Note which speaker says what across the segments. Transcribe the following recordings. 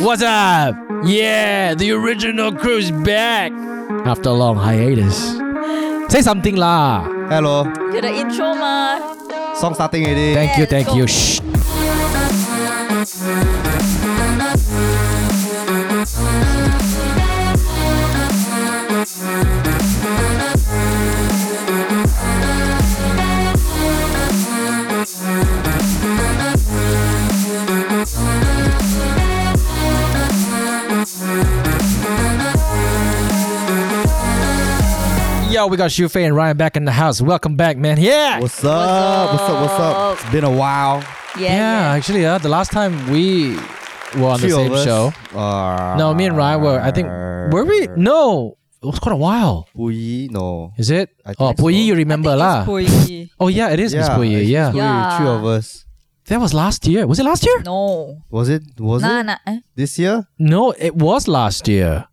Speaker 1: What's up? Yeah, the original crew's back after a long hiatus. Say something lah.
Speaker 2: Hello,
Speaker 3: To the intro 嘛。
Speaker 2: song starting already.
Speaker 1: Thank you,
Speaker 3: Yeah,
Speaker 1: thank
Speaker 3: go.
Speaker 1: you. Shh. Yo, we got Shu Fei and Ryan back in the house. Welcome back, man. Yeah.
Speaker 2: What's up? What's up? What's up? It's been a while.
Speaker 3: Yeah,
Speaker 1: Yeah, actually, uh, the last time we were on the
Speaker 2: Few
Speaker 1: same
Speaker 2: of us.
Speaker 1: show.
Speaker 2: Uh,
Speaker 1: No, me and Ryan were. I think were we? No, it was quite a while.
Speaker 2: Puyi, no.
Speaker 1: Is it?
Speaker 2: I think
Speaker 1: Oh,
Speaker 2: so.
Speaker 1: Puyi, you remember lah?
Speaker 3: I think it's Puyi.
Speaker 1: Oh yeah, it is Miss Puyi.
Speaker 2: it's
Speaker 1: Yeah,
Speaker 2: Puyi,
Speaker 3: Yeah.
Speaker 2: Three of us.
Speaker 1: that was last year. Was it last year?
Speaker 3: No.
Speaker 2: Was it? Was
Speaker 3: nah,
Speaker 2: it
Speaker 3: nah. eh?
Speaker 2: this year?
Speaker 1: No, it was last year.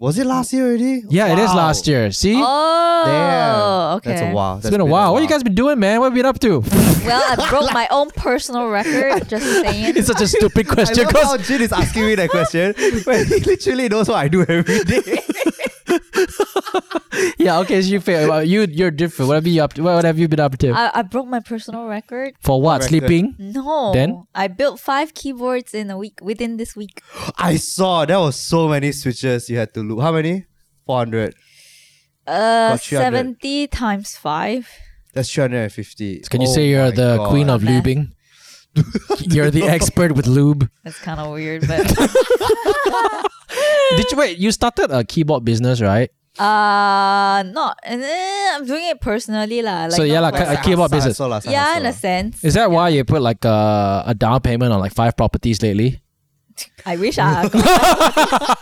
Speaker 2: Was it last year already?
Speaker 1: Yeah, it is
Speaker 2: Wow.
Speaker 1: last year. See,
Speaker 3: Oh,
Speaker 2: Damn.
Speaker 3: okay.
Speaker 2: That's a while.
Speaker 1: it's been a while. What you guys been doing, man? What have you been up to?
Speaker 3: Well, I broke my own personal record. Just saying.
Speaker 1: it's such a stupid
Speaker 2: I
Speaker 1: question.
Speaker 2: love how
Speaker 1: Cause
Speaker 2: Jin is asking me that question when he literally knows what I do every day.
Speaker 1: yeah, okay, so you fail. Well, You you're different. What have you up? To? What have you been up to?
Speaker 3: I, I broke my personal record.
Speaker 1: For what?
Speaker 2: Record.
Speaker 1: Sleeping?
Speaker 3: No.
Speaker 1: Then?
Speaker 3: I built five keyboards in a week. Within this week.
Speaker 2: I saw there was so many switches you had to loop. How many? Four hundred.
Speaker 3: Uh,
Speaker 2: Got 300.
Speaker 3: seventy times five.
Speaker 2: That's three hundred and fifty. Oh
Speaker 1: Can you say you're the queen of
Speaker 3: Okay.
Speaker 1: lubing? you're the expert with lube.
Speaker 3: That's kind of weird, but
Speaker 1: Did you wait? You started a keyboard business, right?
Speaker 3: uh, not. And eh, I'm doing it personally, lah. Like
Speaker 1: so yeah,
Speaker 3: not
Speaker 1: like
Speaker 3: for-
Speaker 1: a keyboard business.
Speaker 3: yeah, in a sense.
Speaker 1: Is that why you put like a, a down payment on like five properties lately?
Speaker 3: I wish I.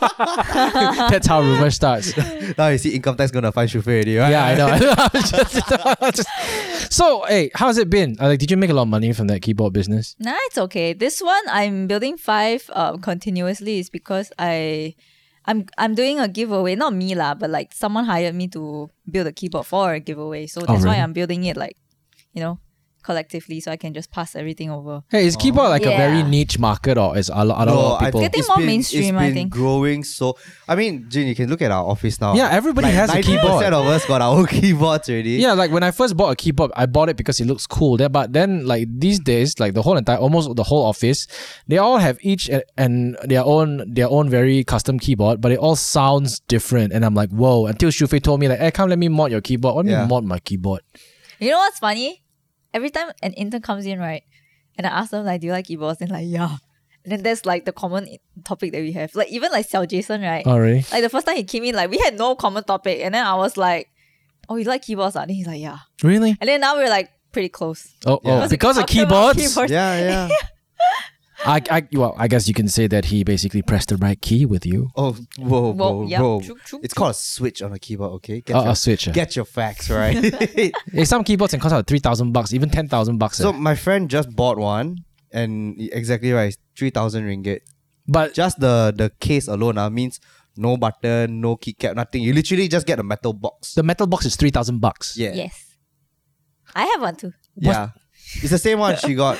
Speaker 1: That's how rumor starts.
Speaker 2: Now you see income tax gonna find Shufei already, right?
Speaker 1: yeah, I know. Just- so hey, how's it been? Uh, Like, did you make a lot of money from that keyboard business?
Speaker 3: Nah, it's okay. This one I'm building five um, continuously is because I I'm I'm doing a giveaway. Not me lah, but like someone hired me to build a keyboard for a giveaway. So that's
Speaker 1: really?
Speaker 3: why I'm building it like, you know, collectively so I can just pass everything over.
Speaker 1: Hey, is keyboard like a very
Speaker 3: Yeah.
Speaker 1: niche market, or is a lot, are a lot of
Speaker 2: I-
Speaker 1: people?
Speaker 3: Getting more mainstream,
Speaker 2: It's
Speaker 3: I
Speaker 2: been
Speaker 3: think.
Speaker 2: growing so. I mean, Jin, you can look at our office now.
Speaker 1: yeah, everybody has a keyboard.
Speaker 2: percent of us got our own keyboards already.
Speaker 1: Yeah, like when I first bought a keyboard, I bought it because it looks cool. There, but then like these days, like the whole entire, almost the whole office, they all have each a- and their own their own very custom keyboard, but it all sounds different. And I'm like, whoa! Until Shufei told me like, hey, come let me mod your keyboard. Let me
Speaker 2: Yeah.
Speaker 1: mod my keyboard.
Speaker 3: You know what's funny? Every time an intern comes in, right, and I ask them like, "Do you like keyboards?" and like, "Yeah," and then that's like the common i- topic that we have. Like even like Xiao Jason, right?
Speaker 1: Oh, really?
Speaker 3: Like the first time he came in, like we had no common topic, and then I was like, "Oh, you like keyboards?" ah?" And he's like, "Yeah."
Speaker 1: Really?
Speaker 3: And then now we're like pretty close.
Speaker 1: Oh,
Speaker 2: Yeah.
Speaker 1: oh because of
Speaker 3: Talking about
Speaker 1: keyboards.
Speaker 3: keyboards.
Speaker 2: yeah, yeah.
Speaker 1: I, I, well, I guess you can say that he basically pressed the right key with you.
Speaker 2: Oh, whoa,
Speaker 3: Well,
Speaker 2: whoa,
Speaker 3: yeah,
Speaker 2: whoa.
Speaker 3: true, true,
Speaker 2: It's
Speaker 3: true.
Speaker 2: called a switch on a keyboard, okay? Get,
Speaker 1: Oh,
Speaker 2: your,
Speaker 1: a switcher.
Speaker 2: get your facts right.
Speaker 1: Hey, some keyboards can cost like three thousand bucks, even ten thousand bucks.
Speaker 2: so
Speaker 1: eh.
Speaker 2: my friend just bought one, and exactly right, it's three thousand ringgit.
Speaker 1: but
Speaker 2: Just the the case alone uh, means no button, no keycap, nothing. You literally just get a metal box.
Speaker 1: the metal box is three thousand bucks.
Speaker 2: Yeah,
Speaker 3: Yes. I have one too.
Speaker 2: yeah. It's the same one she got.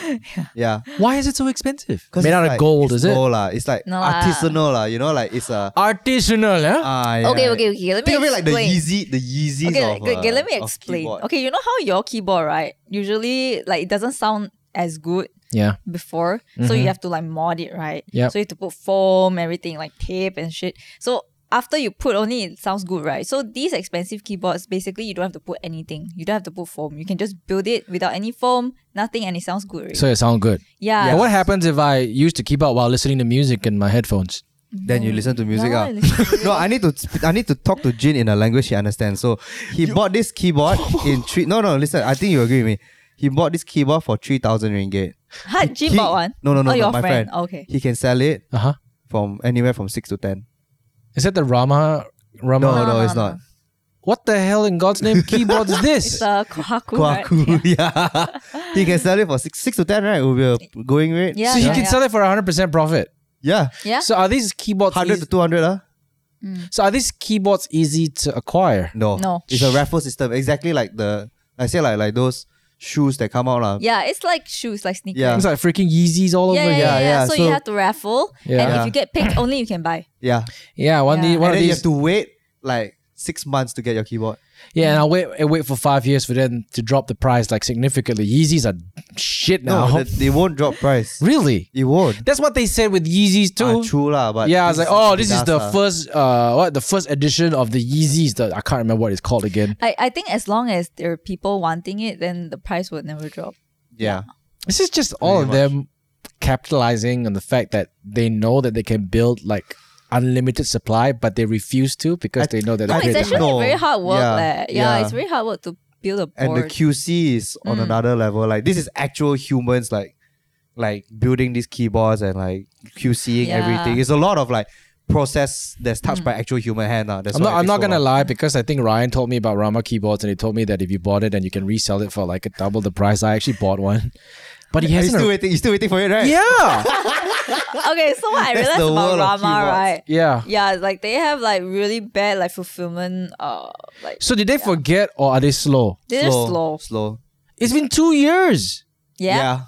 Speaker 2: Yeah,
Speaker 1: Why is it so expensive?
Speaker 2: 'Cause
Speaker 1: Made
Speaker 2: it's
Speaker 1: out of
Speaker 2: like-
Speaker 1: gold,
Speaker 2: it's
Speaker 1: is it?
Speaker 2: Gold, lah. It's like
Speaker 3: No lah.
Speaker 2: artisanal, lah. You know, like it's a.
Speaker 1: Artisanal, eh?
Speaker 2: ah, yeah,
Speaker 3: Okay,
Speaker 2: yeah.
Speaker 3: okay, okay. Let me
Speaker 2: Think of it like the
Speaker 3: explain.
Speaker 2: Yeezy, the Yeezys
Speaker 3: Okay,
Speaker 2: of,
Speaker 3: okay, okay,
Speaker 2: uh,
Speaker 3: let me
Speaker 2: of
Speaker 3: explain.
Speaker 2: keyboard.
Speaker 3: Okay, you know how your keyboard, right? Usually, like it doesn't sound as good
Speaker 1: yeah.
Speaker 3: before, so you have to like mod it, right?
Speaker 1: Mm-hmm. Yep.
Speaker 3: So you have to put foam, everything like tape and shit. So after you put only, it sounds good, right? So these expensive keyboards, basically, you don't have to put anything. You don't have to put foam. You can just build it without any foam, nothing, and it sounds good. Right?
Speaker 1: So it sounds good.
Speaker 3: yeah.
Speaker 1: But what happens if I use the keyboard while listening to music in my headphones?
Speaker 2: Then you listen to music.
Speaker 3: No,
Speaker 2: ah.
Speaker 3: I listen to
Speaker 2: no, I need to sp- I need to talk to Jin in a language he understands. So he bought this keyboard in three no no listen, I think you agree with me. He bought this keyboard for three thousand ringgit.
Speaker 3: Huh, Jim
Speaker 2: He-
Speaker 3: bought one.
Speaker 2: No no no,
Speaker 3: Oh,
Speaker 2: no,
Speaker 3: your
Speaker 2: my friend.
Speaker 3: Okay.
Speaker 2: He can sell it
Speaker 1: Uh huh.
Speaker 2: from anywhere from six to ten.
Speaker 1: Is that the Rama? Rama?
Speaker 2: No, no,
Speaker 3: no, no,
Speaker 2: it's
Speaker 3: no.
Speaker 2: not.
Speaker 1: What the hell in God's name keyboard is
Speaker 3: It's uh,
Speaker 1: this?
Speaker 3: a Kohaku. right?
Speaker 2: Kwaku, yeah. he can sell it for six six to ten, right? Will be a going rate.
Speaker 3: Yeah.
Speaker 1: so he can sell it for 100% profit.
Speaker 2: Yeah.
Speaker 3: Yeah.
Speaker 1: So are these keyboards?
Speaker 2: Hundred
Speaker 1: eas-
Speaker 2: to two hundred, huh?
Speaker 1: so are these keyboards easy to acquire?
Speaker 2: No.
Speaker 3: No.
Speaker 2: It's a raffle system. Exactly like the I say like like those shoes that come out. lah.
Speaker 3: Yeah, it's like shoes, like sneakers.
Speaker 2: Yeah.
Speaker 1: It's like freaking Yeezys all
Speaker 3: Yeah,
Speaker 1: over.
Speaker 3: yeah,
Speaker 1: here.
Speaker 3: yeah,
Speaker 2: yeah, yeah.
Speaker 3: So,
Speaker 2: So-
Speaker 3: you have to raffle, and
Speaker 1: Yeah.
Speaker 3: if you get picked, only you can buy.
Speaker 2: yeah.
Speaker 1: Yeah, one
Speaker 3: Yeah.
Speaker 1: day, one of
Speaker 2: and then you
Speaker 1: these.
Speaker 2: have to wait like six months to get your keyboard.
Speaker 1: yeah, and I'll wait, I wait for five years for them to drop the price like significantly. Yeezys are shit now.
Speaker 2: No, that- they won't drop price.
Speaker 1: really?
Speaker 2: It won't.
Speaker 1: That's what they said with Yeezys
Speaker 2: Ah,
Speaker 1: too.
Speaker 2: true lah, but
Speaker 1: yeah, I was like, oh, this is the
Speaker 2: Adidas lah.
Speaker 1: first, uh, what the first edition of the Yeezys. That I can't remember what it's called again.
Speaker 3: I, I think as long as there are people wanting it, then the price will never drop.
Speaker 2: Yeah,
Speaker 1: This is just all
Speaker 2: Pretty
Speaker 1: of them capitalizing on the fact that they know that they can build like unlimited supply, but they refuse to because
Speaker 2: I-
Speaker 1: they know that.
Speaker 3: No,
Speaker 1: the
Speaker 3: it's
Speaker 1: creator-
Speaker 3: actually
Speaker 2: No.
Speaker 3: very hard work.
Speaker 2: Yeah.
Speaker 3: leh. yeah,
Speaker 2: Yeah.
Speaker 3: it's very hard work to build a
Speaker 2: and
Speaker 3: board.
Speaker 2: the QC is
Speaker 3: Mm.
Speaker 2: on another level. Like this is actual humans like like building these keyboards and like QCing
Speaker 3: Yeah. Mm.
Speaker 2: everything. It's a lot of like process that's touched by actual human hand. lah. That's
Speaker 1: I'm
Speaker 2: why
Speaker 1: not.
Speaker 2: it
Speaker 1: I'm
Speaker 2: takes
Speaker 1: not
Speaker 2: so
Speaker 1: gonna
Speaker 2: long.
Speaker 1: lie because I think Ryan told me about Rama keyboards and he told me that if you bought it and you can resell it for like a double the price. I actually bought one, but he
Speaker 2: Are you
Speaker 1: hasn't.
Speaker 2: still waiting? You still waiting for it, right?
Speaker 1: yeah,
Speaker 3: okay, so what I
Speaker 2: That's
Speaker 3: realized
Speaker 2: the
Speaker 3: about
Speaker 2: world of
Speaker 3: Rama,
Speaker 2: keyboards.
Speaker 3: right?
Speaker 1: yeah.
Speaker 3: Yeah, it's like they have like really bad like fulfillment. Uh, like
Speaker 1: So did they forget or are they slow?
Speaker 3: they're
Speaker 2: slow,
Speaker 3: slow.
Speaker 2: slow.
Speaker 1: It's been two years.
Speaker 3: Yeah,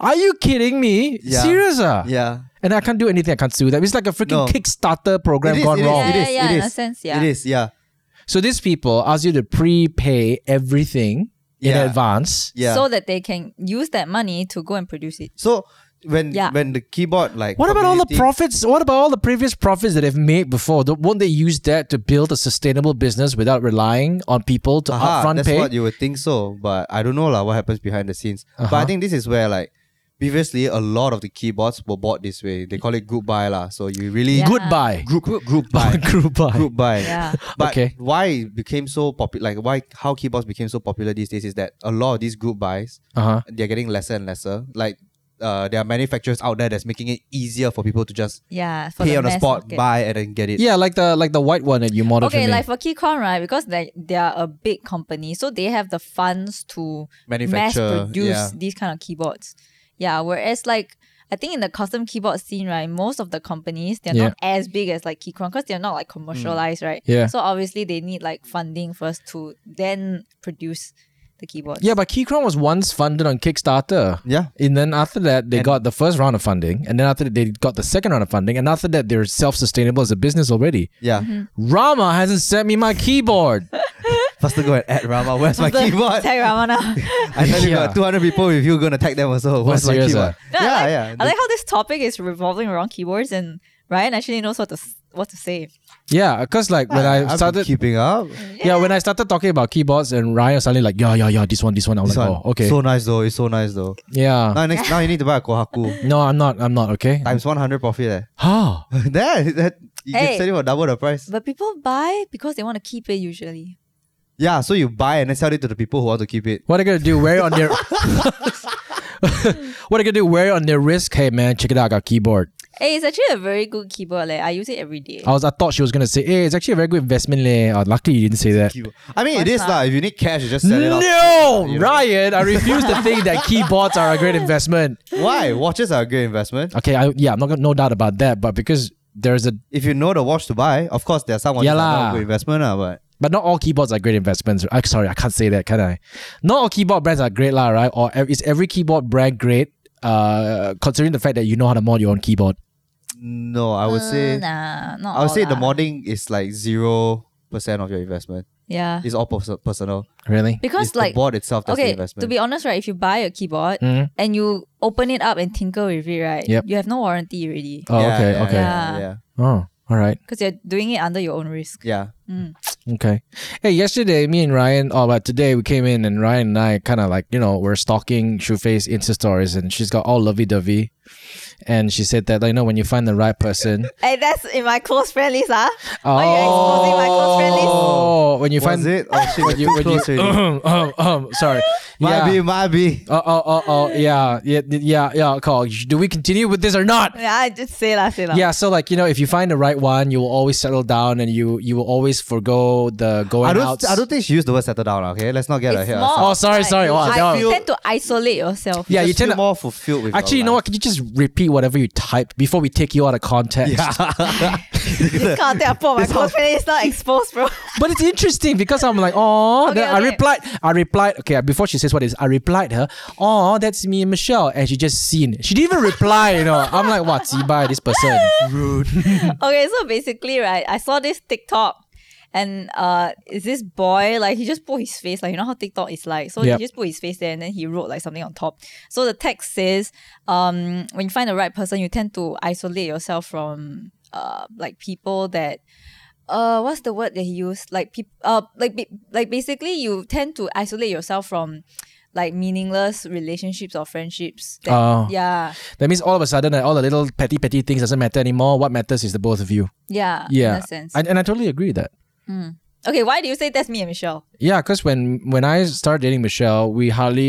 Speaker 1: Are you kidding me?
Speaker 2: Yeah.
Speaker 1: Serious ah?
Speaker 2: yeah. yeah.
Speaker 1: And I can't do anything. I can't sue them. It's like a freaking
Speaker 2: No.
Speaker 1: Kickstarter program
Speaker 2: It is,
Speaker 1: gone
Speaker 2: it is,
Speaker 1: wrong.
Speaker 3: yeah,
Speaker 2: it is,
Speaker 3: yeah,
Speaker 2: it
Speaker 3: in
Speaker 2: is.
Speaker 3: a sense, yeah.
Speaker 2: It is, yeah,
Speaker 1: So these people ask you to prepay everything
Speaker 2: Yeah.
Speaker 1: in advance.
Speaker 2: yeah.
Speaker 3: so that they can use that money to go and produce it.
Speaker 2: So when
Speaker 3: Yeah.
Speaker 2: when the keyboard like
Speaker 1: What about all the
Speaker 2: community-
Speaker 1: profits? What about all the previous profits that they've made before? Don't- Won't they use that to build a sustainable business without relying on people to
Speaker 2: Aha,
Speaker 1: upfront
Speaker 2: that's
Speaker 1: pay?
Speaker 2: what you would think so, but I don't know lah what happens behind the scenes. But
Speaker 1: Uh-huh.
Speaker 2: I think this is where like previously a lot of the keyboards were bought this way. They call it group buy lah. So you really
Speaker 3: Yeah.
Speaker 1: Goodbye.
Speaker 2: group group group buy
Speaker 1: Group buy.
Speaker 2: group buy.
Speaker 3: Yeah.
Speaker 2: But
Speaker 1: Okay.
Speaker 2: why it became so popular? Like why how keyboards became so popular these days is that a lot of these group buys
Speaker 1: Uh-huh.
Speaker 2: they're getting lesser and lesser. Like uh, there are manufacturers out there that's making it easier for people to just
Speaker 3: Yeah, for
Speaker 2: pay
Speaker 3: the
Speaker 2: on the
Speaker 3: mass
Speaker 2: spot,
Speaker 3: market.
Speaker 2: buy, and then get it.
Speaker 1: Yeah, like the like the white one that you modeled
Speaker 3: Okay,
Speaker 1: for me.
Speaker 3: like for Keychron, right? Because they they are a big company, so they have the funds to mass
Speaker 2: Manufacture,
Speaker 3: produce
Speaker 2: yeah.
Speaker 3: these kind of keyboards. Yeah, whereas like I think in the custom keyboard scene, right, most of the companies they're not as big as like Keychron because they're not like commercialized, right?
Speaker 1: Yeah.
Speaker 3: So obviously they need like funding first to then produce the keyboards.
Speaker 1: yeah, but Keychron was once funded on Kickstarter.
Speaker 2: Yeah.
Speaker 1: And then after that, they
Speaker 2: And-
Speaker 1: got the first round of funding. And then after that, they got the second round of funding. And after that, they're self sustainable as a business already.
Speaker 2: Yeah.
Speaker 3: Mm-hmm.
Speaker 1: Rama hasn't sent me my keyboard.
Speaker 2: Faster go and add Rama. Where's my
Speaker 3: The-
Speaker 2: keyboard?
Speaker 3: Tag Ramana.
Speaker 2: I tell you,
Speaker 1: Yeah. Oh,
Speaker 2: got 200 people with you gonna tag them also. What's my
Speaker 1: serious, ah?
Speaker 2: keyboard?
Speaker 3: No, I
Speaker 2: yeah,
Speaker 3: like-
Speaker 2: yeah.
Speaker 3: I like how this topic is revolving around keyboards and Ryan actually knows what to s- what to say.
Speaker 1: Yeah, because like when I
Speaker 2: I've been
Speaker 1: started,
Speaker 2: keeping up.
Speaker 1: yeah, when I started talking about keyboards and Ryan was suddenly like, yeah, yeah, yeah, this one, this one. I was
Speaker 2: This
Speaker 1: like,
Speaker 2: one.
Speaker 1: oh, okay,
Speaker 2: So nice though. It's so nice though.
Speaker 1: yeah.
Speaker 2: Now next, now you need to buy a Kohaku
Speaker 1: No, I'm not. I'm not okay.
Speaker 2: times 100 profit.
Speaker 1: How?
Speaker 2: Eh. that, that you
Speaker 3: Hey.
Speaker 2: can sell it for double the price.
Speaker 3: But people buy because they want to keep it usually.
Speaker 2: Yeah, so you buy and then sell it to the people who want to keep it.
Speaker 1: what are they gonna do? Wear it on their. what are they gonna do? Wear it on their wrist? Hey man, check it out. I got a keyboard.
Speaker 3: Hey, it's actually a very good keyboard. Like I use it every day.
Speaker 1: I
Speaker 2: Oh,
Speaker 1: was. I thought she was gonna say, hey, it's actually a very good investment leh. Uh, luckily you didn't say that.
Speaker 2: I mean, it
Speaker 3: What's
Speaker 2: is
Speaker 3: that?
Speaker 2: lah. If you need cash, you just sell it. off.
Speaker 1: No,
Speaker 2: You know?
Speaker 1: Ryan, I refuse to think that keyboards are a great investment.
Speaker 2: Why? Watches are a great investment.
Speaker 1: Okay, I, yeah, I'm not gonna, no doubt about that. But because there's a,
Speaker 2: If you know the watch to buy, of course there are some watches
Speaker 1: Yeah
Speaker 2: that are not
Speaker 1: lah.
Speaker 2: a good investment, lah, but
Speaker 1: but not all keyboards are great investments. i sorry, I can't say that, can I? Not all keyboard brands are great, lah, right? Or ev- is every keyboard brand great? Uh, considering the fact that you know how to mod your own keyboard.
Speaker 2: no, I would say
Speaker 3: nah, not
Speaker 2: I would
Speaker 3: all
Speaker 2: say the
Speaker 3: Uh, lah.
Speaker 2: modding is like zero percent of your investment.
Speaker 3: Yeah,
Speaker 2: It's all pers- personal.
Speaker 1: Really?
Speaker 3: because
Speaker 2: it's
Speaker 3: like
Speaker 2: the board itself that's the
Speaker 3: okay,
Speaker 2: investment. Mm-hmm.
Speaker 3: to be honest, right? If you buy a keyboard
Speaker 1: Mhm.
Speaker 3: and you open it up and tinker with it, right?
Speaker 1: Yep.
Speaker 3: You have no warranty already
Speaker 1: Oh,
Speaker 2: Yeah,
Speaker 1: okay,
Speaker 2: yeah,
Speaker 1: okay.
Speaker 2: Yeah,
Speaker 3: Yeah.
Speaker 2: yeah,
Speaker 1: Oh, all right,
Speaker 3: because you're doing it under your own risk.
Speaker 2: yeah.
Speaker 3: Mm.
Speaker 1: okay. Hey, yesterday, me and Ryan, oh, but today we came in and Ryan and I kind of like you know we're stalking Shoeface Insta stories, and she's got all lovey dovey, and she said that like, you know when you find the right person.
Speaker 3: Hey, that's in my close friend list, ah.
Speaker 1: Oh,
Speaker 3: you exposing my close friend list?
Speaker 1: Oh, when you
Speaker 2: Was
Speaker 1: find
Speaker 2: it? Oh shit,
Speaker 1: when you when you um, um, sorry,
Speaker 2: Might be,
Speaker 1: yeah.
Speaker 2: might be.
Speaker 1: Oh, oh, oh, oh, yeah, yeah, yeah, yeah. Call. Do we continue with this or not?
Speaker 3: Yeah, I just say lah, say lah.
Speaker 1: Yeah. So, like, you know, if you find the right one, you will always settle down, and you you will always always forego the going
Speaker 2: I don't.
Speaker 1: outs.
Speaker 2: I don't think she used the word settle down. Okay, let's not get
Speaker 3: It's
Speaker 2: ahead.
Speaker 1: Oh,
Speaker 3: more.
Speaker 1: sorry, sorry. Wow,
Speaker 3: I
Speaker 1: that one-
Speaker 3: you tend to isolate yourself.
Speaker 1: Yeah, you tend
Speaker 2: feel
Speaker 1: to-
Speaker 2: more fulfilled with.
Speaker 1: Actually, you know what? Can you just repeat whatever you typed before we take you out of context?
Speaker 3: This kind of thing I put on my girlfriend is not exposed, bro.
Speaker 1: But it's interesting because I'm like, oh,
Speaker 3: Okay,
Speaker 1: then I
Speaker 3: okay.
Speaker 1: replied, I replied, okay, before she says what it is, I replied her, oh, that's me and Michelle. And she just seen. She didn't even reply, you know. I'm like, what, by this person?
Speaker 3: okay, so basically, right, I saw this TikTok. And uh, is this boy like he just put his face like you know how TikTok is like? So
Speaker 1: Yep.
Speaker 3: he just put his face there and then he wrote like something on top. So the text says, um, when you find the right person, you tend to isolate yourself from uh like people that uh what's the word that he used like peop- uh like ba- like basically you tend to isolate yourself from like meaningless relationships or friendships. That,
Speaker 1: Oh.
Speaker 3: Yeah.
Speaker 1: That means all of a sudden, like, all the little petty, petty things doesn't matter anymore. What matters is the both of you.
Speaker 3: Yeah.
Speaker 1: Yeah.
Speaker 3: In a sense.
Speaker 1: And, and I totally agree with that.
Speaker 3: okay, why do you say that's me and Michelle?
Speaker 1: Yeah, because when when I started dating Michelle, we hardly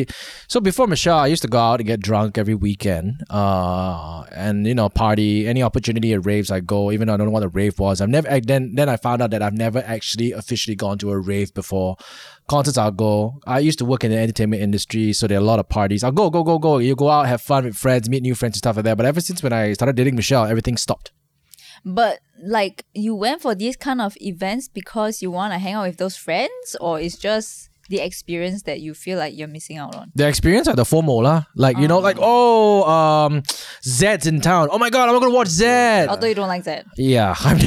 Speaker 1: so before Michelle, I used to go out and get drunk every weekend, uh, and you know party. Any opportunity at raves, I go. Even though I don't know what a rave was, I've never. I, then then I found out that I've never actually officially gone to a rave before. Concerts, I'll go. I used to work in the entertainment industry, so there are a lot of parties. I'll go, go, go, go. You go out, have fun with friends, meet new friends and stuff like that. But ever since when I started dating Michelle, everything stopped.
Speaker 3: But like you went for these kind of events because you want to hang out with those friends, or it's just the experience that you feel like you're missing out on.
Speaker 1: the experience at the FOMO lah. Like you know, like oh, um, Zed's in town. Oh my god, I'm gonna watch Zed.
Speaker 3: Although you don't like that.
Speaker 1: Yeah, I'm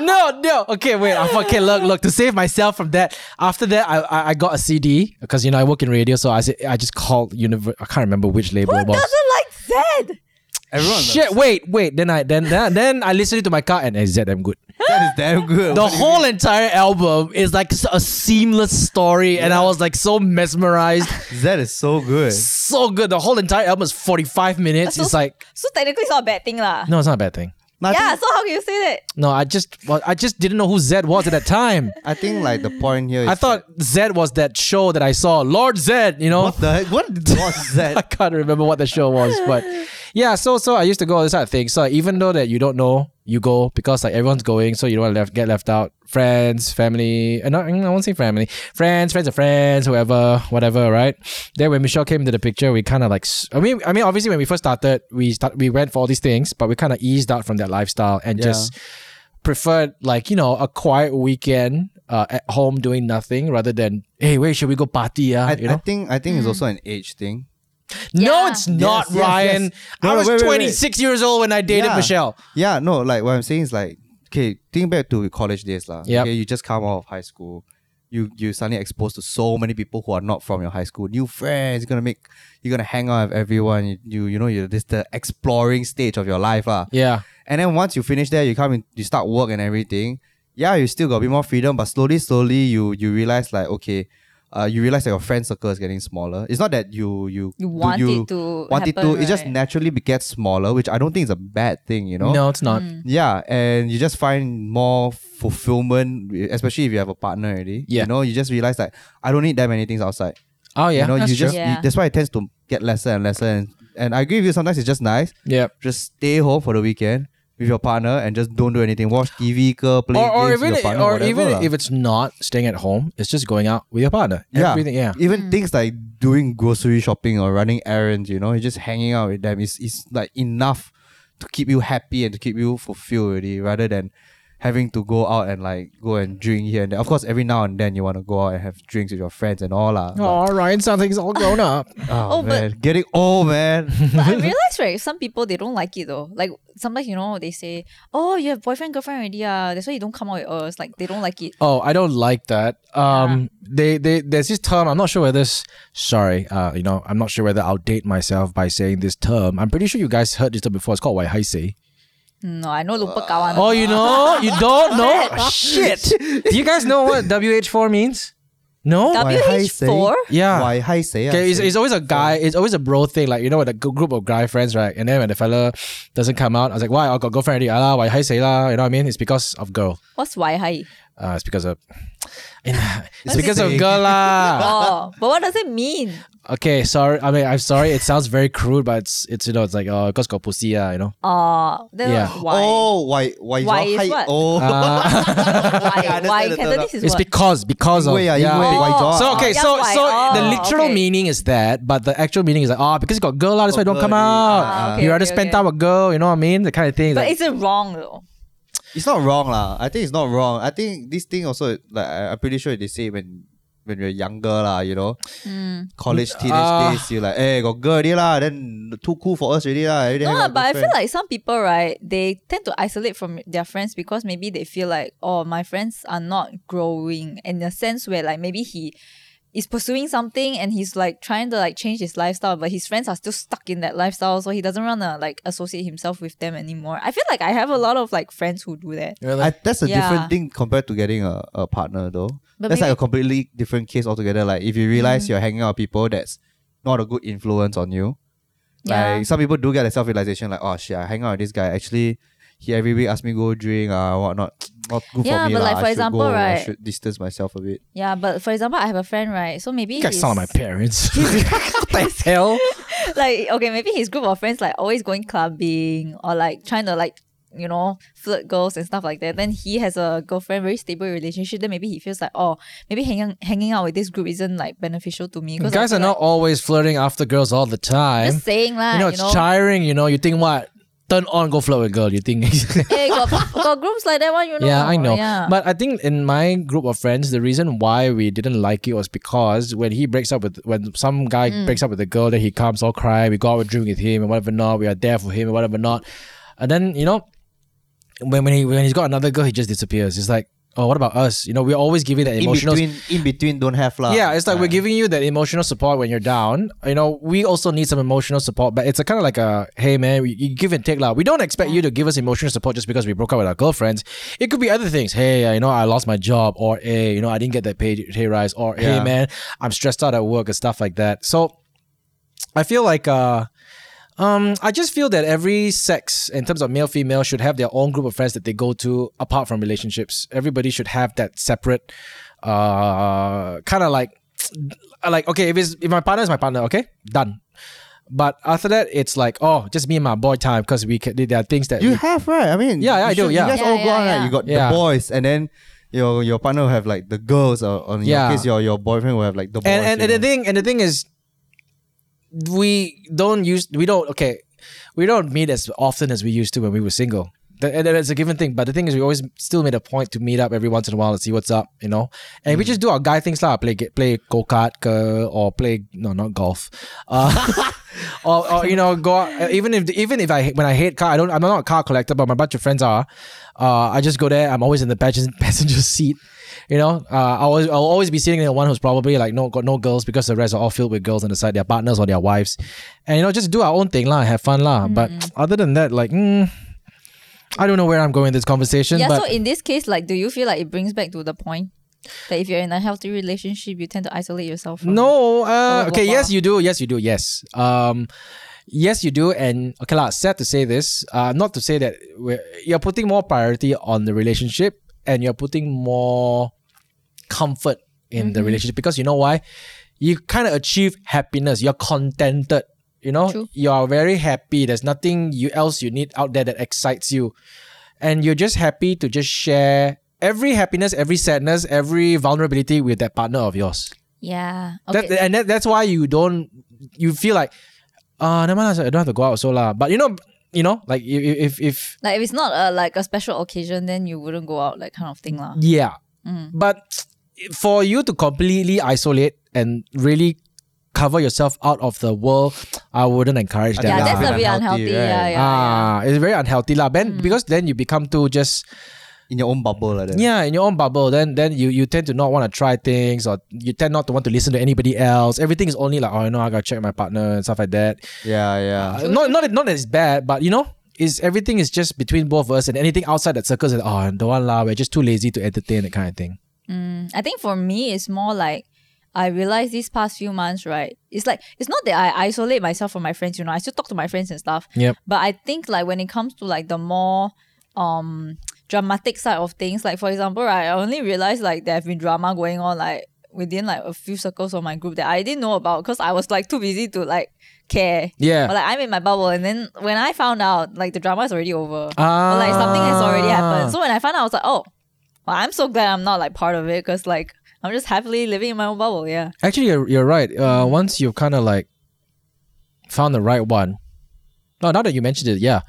Speaker 1: no, no. Okay, wait. I okay, look, look. To save myself from that, after that, I I, I got a CD because you know I work in radio, so I said I just called univer I can't remember which label
Speaker 3: Who
Speaker 1: it was.
Speaker 3: doesn't like Zed?
Speaker 2: Everyone
Speaker 1: Shit, wait, wait. Then I then then, then I listened it to my car and is that damn good.
Speaker 2: that is damn good.
Speaker 1: The whole entire album is like s- a seamless story, and I was like so mesmerized,
Speaker 2: that is so good.
Speaker 1: so good. The whole entire album is forty five minutes.
Speaker 3: So-
Speaker 1: It's like
Speaker 3: So technically, it's not a bad thing, lah.
Speaker 1: no, it's not a bad thing.
Speaker 2: No, I,
Speaker 3: Yeah.
Speaker 2: think,
Speaker 3: So how can you say that?
Speaker 1: No, I just well, I just didn't know who Zed was at that time.
Speaker 2: I think like the point here. Is
Speaker 1: I thought Zed was that show that I saw, Lord Zed. You know,
Speaker 2: what the heck? What was
Speaker 1: I
Speaker 2: that?
Speaker 1: can't remember what the show was, but yeah. So so I used to go this sort of thing. So even though that you don't know, you go because like everyone's going, so you don't want left get left out. Friends, family, uh, not, mm, I won't say family. Friends, friends of friends, whoever, whatever, right? Then when Michelle came into the picture, we kind of like, s- I mean, I mean, obviously when we first started, we start, we went for all these things, but we kind of eased out from that lifestyle and
Speaker 2: Yeah.
Speaker 1: just preferred like you know a quiet weekend uh, at home doing nothing rather than hey wait should we go party ah?
Speaker 2: I,
Speaker 1: you know
Speaker 2: I think I think it's
Speaker 3: Mm.
Speaker 2: also an age thing.
Speaker 1: no
Speaker 3: Yeah.
Speaker 1: it's not
Speaker 2: Yes, yes,
Speaker 1: Ryan
Speaker 2: yes. No,
Speaker 1: I
Speaker 2: no,
Speaker 1: was
Speaker 2: wait, wait, wait.
Speaker 1: 26 years old when I dated
Speaker 2: Yeah.
Speaker 1: Michelle
Speaker 2: Yeah, no, like what I'm saying is like, okay, think back to your college days, lah.
Speaker 1: Yep.
Speaker 2: Okay, you just come out of high school, you you suddenly exposed to so many people who are not from your high school, new friends. You're gonna make, you're gonna hang out with everyone. You you, you know, you this the exploring stage of your life, lah.
Speaker 1: yeah
Speaker 2: And then once you finish there, you come in, you start work and everything. Yeah, you still got a bit more freedom, but slowly, slowly, you you realize like okay. Uh, you realize that your friend circle is getting smaller. It's not that you you
Speaker 3: You want
Speaker 2: you
Speaker 3: it to
Speaker 2: want it to.
Speaker 3: happen,
Speaker 2: It just
Speaker 3: right?
Speaker 2: naturally gets smaller, which I don't think is a bad thing. You know.
Speaker 1: no it's not
Speaker 2: Mm. Yeah, and you just find more fulfillment, especially if you have a partner already.
Speaker 1: Yeah.
Speaker 2: You know, you just realize like I don't need that many things outside.
Speaker 1: oh yeah
Speaker 2: you know,
Speaker 1: that's
Speaker 2: you
Speaker 1: true
Speaker 2: just
Speaker 3: true.
Speaker 2: you-
Speaker 3: Yeah.
Speaker 2: that's why it tends to get lesser and lesser. And, and I agree with you. Sometimes it's just nice.
Speaker 1: yeah
Speaker 2: Just stay home for the weekend with your partner and just don't do anything. Watch TV, ke, play
Speaker 1: or, or
Speaker 2: games with
Speaker 1: even
Speaker 2: your partner,
Speaker 1: or
Speaker 2: whatever
Speaker 1: even
Speaker 2: lah.
Speaker 1: if it's not staying at home it's just going out with your partner
Speaker 2: yeah,
Speaker 1: everything yeah
Speaker 3: Hmm.
Speaker 2: even things like doing grocery shopping or running errands. You know, you're just hanging out with them is is like enough to keep you happy and to keep you fulfilled already, rather than having to go out and like go and drink here and there. Of course, every now and then you want to go out and have drinks with your friends and all lah.
Speaker 1: oh Ryan something's all grown up
Speaker 2: But- oh,
Speaker 3: Oh, but-
Speaker 2: man, getting old, man.
Speaker 3: But I realize, right, some people they don't like it though. Like sometimes you know they say, "Oh, you have boyfriend girlfriend already, ah. That's why you don't come out with us." Like they don't like it.
Speaker 1: Oh, I don't like that. Um, they, they, there's this term. I'm not sure whether this. Sorry, uh, you know, I'm not sure whether I'll date myself by saying this term. I'm pretty sure you guys heard this term before. It's called waihaise.
Speaker 3: No, I know lupa kawan.
Speaker 1: Oh, you know, you don't know. Shit. Do you guys know what WH four means? No.
Speaker 3: W- WH4?
Speaker 1: Yeah.
Speaker 2: Why hi say?
Speaker 1: Okay, it's, it's always a guy. It's always a bro thing. Like you know, with a g- group of guy friends, right? And then when the fella doesn't come out, I was like, why? I got girlfriend already. Ah, why? Hi, say lah. You know what I mean? It's because of girl.
Speaker 3: What's why hi?
Speaker 1: Uh, it's because of it's
Speaker 2: a
Speaker 1: because of
Speaker 2: thing.
Speaker 1: girl lah.
Speaker 3: Oh, but what does it mean?
Speaker 1: Okay, sorry. I mean, I'm sorry. It sounds very crude, but it's it's you know it's like oh, because got pussy ah, you know.
Speaker 3: Oh, then
Speaker 1: Yeah.
Speaker 3: why?
Speaker 2: Oh, why? Why?
Speaker 3: Why
Speaker 2: your
Speaker 3: is
Speaker 2: height?
Speaker 3: what?
Speaker 2: Oh,
Speaker 1: Uh,
Speaker 3: why?
Speaker 2: I understand
Speaker 3: why?
Speaker 2: the
Speaker 3: Cantonese is
Speaker 1: It's
Speaker 3: what?
Speaker 1: because because of
Speaker 2: Wait, ah,
Speaker 1: yeah.
Speaker 2: wait, why
Speaker 3: Oh.
Speaker 2: not?
Speaker 1: So okay,
Speaker 3: Yeah,
Speaker 1: so
Speaker 3: why?
Speaker 1: so the
Speaker 3: Oh,
Speaker 1: literal
Speaker 3: okay.
Speaker 1: meaning is that, but the actual meaning is like oh, because you got girl lah, that's why you don't
Speaker 2: Got
Speaker 1: come
Speaker 2: girl,
Speaker 1: out.
Speaker 2: yeah.
Speaker 3: Ah, okay,
Speaker 1: you rather
Speaker 3: okay,
Speaker 1: spend
Speaker 3: okay.
Speaker 1: time with girl, you know what I mean? The kind of thing.
Speaker 3: but
Speaker 1: like-
Speaker 3: is it wrong though?
Speaker 2: It's not wrong lah. I think it's not wrong. I think this thing also like I, I'm pretty sure they say when when you're younger lah, you know,
Speaker 3: Hmm.
Speaker 2: college teenage
Speaker 1: Ah.
Speaker 2: days, you like, eh, got girl already lah. Then too cool for us already lah. already
Speaker 3: No,
Speaker 2: hang
Speaker 3: lah,
Speaker 2: out with
Speaker 3: but I feel
Speaker 2: girlfriend."
Speaker 3: like some people, right, they tend to isolate from their friends because maybe they feel like, oh, my friends are not growing in a sense where like maybe he is pursuing something and he's like trying to like change his lifestyle, but his friends are still stuck in that lifestyle, so he doesn't wanna like associate himself with them anymore. I feel like I have a lot of like friends who do that.
Speaker 1: You're
Speaker 2: I,
Speaker 1: like-
Speaker 2: that's a
Speaker 3: Yeah.
Speaker 2: different thing compared to getting a, a partner though.
Speaker 3: But
Speaker 2: that's
Speaker 3: maybe-
Speaker 2: like
Speaker 3: Mm.
Speaker 2: a completely different case altogether. Like if you realize you're hanging out with people that's not a good influence on you.
Speaker 3: Yeah.
Speaker 2: Like some people do get a self realization like, oh shit, I hang out with this guy. Actually he every week asks me go drink uh whatnot. Not good
Speaker 3: Yeah,
Speaker 2: for me.
Speaker 3: but
Speaker 2: lah.
Speaker 3: like,
Speaker 2: I
Speaker 3: for
Speaker 2: should
Speaker 3: example,
Speaker 2: go,
Speaker 3: right-
Speaker 2: I should distance myself a bit.
Speaker 3: Yeah, but for example, I have a friend, right? So maybe
Speaker 1: You guys
Speaker 3: his-
Speaker 1: sound like my parents. what the hell?
Speaker 3: like okay, maybe his group of friends like always going clubbing or like trying to like you know flirt girls and stuff like that. Then he has a girlfriend, very stable relationship. Then maybe he feels like oh, maybe hanging hanging out with this group isn't like beneficial to me. 'cause I
Speaker 1: Guys
Speaker 3: feel
Speaker 1: are not
Speaker 3: like-
Speaker 1: always flirting after girls all the time.
Speaker 3: just saying lah.
Speaker 1: you know,
Speaker 3: you
Speaker 1: it's
Speaker 3: know,
Speaker 1: tiring. You know, you think what? Turn on, go flirt with girl. You think?
Speaker 3: hey, got, got groups like that one, you know.
Speaker 1: yeah, I know.
Speaker 3: Yeah.
Speaker 1: But I think in my group of friends, the reason why we didn't like it was because when he breaks up with when some guy
Speaker 3: Mm.
Speaker 1: breaks up with a girl, then he comes all cry. We go out, we drink with him, and whatever not. We are there for him, and whatever not. And then you know, when when he when he's got another girl, he just disappears. It's like, oh, what about us? You know, we're always giving that
Speaker 2: In
Speaker 1: emotional.
Speaker 2: between in between don't have lah.
Speaker 1: Yeah, it's like
Speaker 2: Ah.
Speaker 1: we're giving you that emotional support when you're down. You know, we also need some emotional support, but it's a kind of like a hey man, we, you give and take lah. We don't expect you to give us emotional support just because we broke up with our girlfriends. It could be other things. Hey, uh, you know, I lost my job, or hey, you know, I didn't get that pay pay rise, or hey
Speaker 2: Yeah.
Speaker 1: man, I'm stressed out at work and stuff like that. So, I feel like uh. Um, I just feel that every sex, in terms of male female, should have their own group of friends that they go to apart from relationships. Everybody should have that separate, uh, kind of like, like okay, if it's if my partner is my partner, okay, done. But after that, it's like oh, just me and my boy time because we can, there are things that we-
Speaker 2: You have right. I mean,
Speaker 1: Yeah, yeah,
Speaker 2: you
Speaker 1: I do,
Speaker 2: should-
Speaker 1: yeah.
Speaker 2: You guys
Speaker 3: Yeah,
Speaker 2: all go
Speaker 3: yeah,
Speaker 2: out, right?
Speaker 3: yeah.
Speaker 2: You got
Speaker 1: Yeah.
Speaker 2: the boys, and then your your partner will have like the girls. Or on
Speaker 1: Yeah.
Speaker 2: your case, your your boyfriend will have like the boys.
Speaker 1: and and,
Speaker 2: you
Speaker 1: and the
Speaker 2: know.
Speaker 1: thing and the thing is, we don't use we don't okay, we don't meet as often as we used to when we were single. That, and that's a given thing. But the thing is, we always still made a point to meet up every once in a while to see what's up, you know. And we just do our guy things like play ge- play go kart or play no not golf, uh, or, or you know go out, uh, even if even if I when I hate car I don't I'm not a car collector but my bunch of friends are. Uh, I just go there. I'm always in the passenger passenger seat. You know, uh, I always I'll always be sitting in the one who's probably like no got no girls because the rest are all filled with girls on the side, their partners or their wives, and you know just do our own thing lah, have fun lah. But other than that, like, mm, I don't know where I'm going with this conversation.
Speaker 3: yeah,
Speaker 1: but
Speaker 3: so in this case, like, do you feel like it brings back to the point that if you're in a healthy relationship, you tend to isolate yourself? From
Speaker 1: No. Uh,
Speaker 3: Or
Speaker 1: okay.
Speaker 3: Wapa.
Speaker 1: Yes, you do. Yes, you do. Yes. Um, yes, you do. And okay, lah. Sad to say this. Uh, not to say that we're, you're putting more priority on the relationship, and you're putting more comfort in
Speaker 3: Mm-hmm.
Speaker 1: the relationship because you know why? You kind of achieve happiness. You're contented. You know,
Speaker 3: True.
Speaker 1: you are very happy. There's nothing you else you need out there that excites you and you're just happy to just share every happiness, every sadness, every vulnerability with that partner of yours.
Speaker 3: Yeah. Okay.
Speaker 1: That, and that, that's why you don't you feel like, uh, never mind, I don't have to go out so lah. But you know, you know, like if if, if
Speaker 3: Like if it's not a like a special occasion, then you wouldn't go out, like kind of thing lah.
Speaker 1: yeah,
Speaker 3: Mm.
Speaker 1: but for you to completely isolate and really cover yourself out of the world, I wouldn't encourage that.
Speaker 2: Yeah,
Speaker 3: Yeah,
Speaker 1: lah.
Speaker 3: that's a
Speaker 2: bit
Speaker 3: bit unhealthy.
Speaker 2: unhealthy,
Speaker 3: Yeah,
Speaker 2: right?
Speaker 3: yeah. Mm.
Speaker 1: ah, it's very unhealthy lah. Then because then you become too just
Speaker 2: in your own bubble like that.
Speaker 1: yeah in your own bubble then then you you tend to not want to try things or you tend not to want to listen to anybody else everything is only like oh you know i gotta check my partner and stuff like that
Speaker 2: yeah, yeah.
Speaker 1: uh, not not that- not that it's bad but you know is everything is just between both of us and anything outside that circles and oh the one la we're just too lazy to entertain that kind of thing
Speaker 3: Mm, I think for me, it's more like I realized these past few months, right? It's like it's not that I isolate myself from my friends. You know, I still talk to my friends and stuff.
Speaker 1: Yep.
Speaker 3: But I think like when it comes to like the more um dramatic side of things. Like for example, right, I only realized like there have been drama going on like within like a few circles of my group that I didn't know about because I was like too busy to like care.
Speaker 1: Yeah.
Speaker 3: But like I'm in my bubble and then when I found out like the drama is already over.
Speaker 1: Ah.
Speaker 3: Or like something has already
Speaker 2: Ah.
Speaker 3: happened. So when I found out I was like, oh well, I'm so glad I'm not like part of it because like I'm just happily living in my own bubble, yeah.
Speaker 1: Actually, you're, you're right. Uh, once you've kind of like found the right one, no, now that you mentioned it, yeah,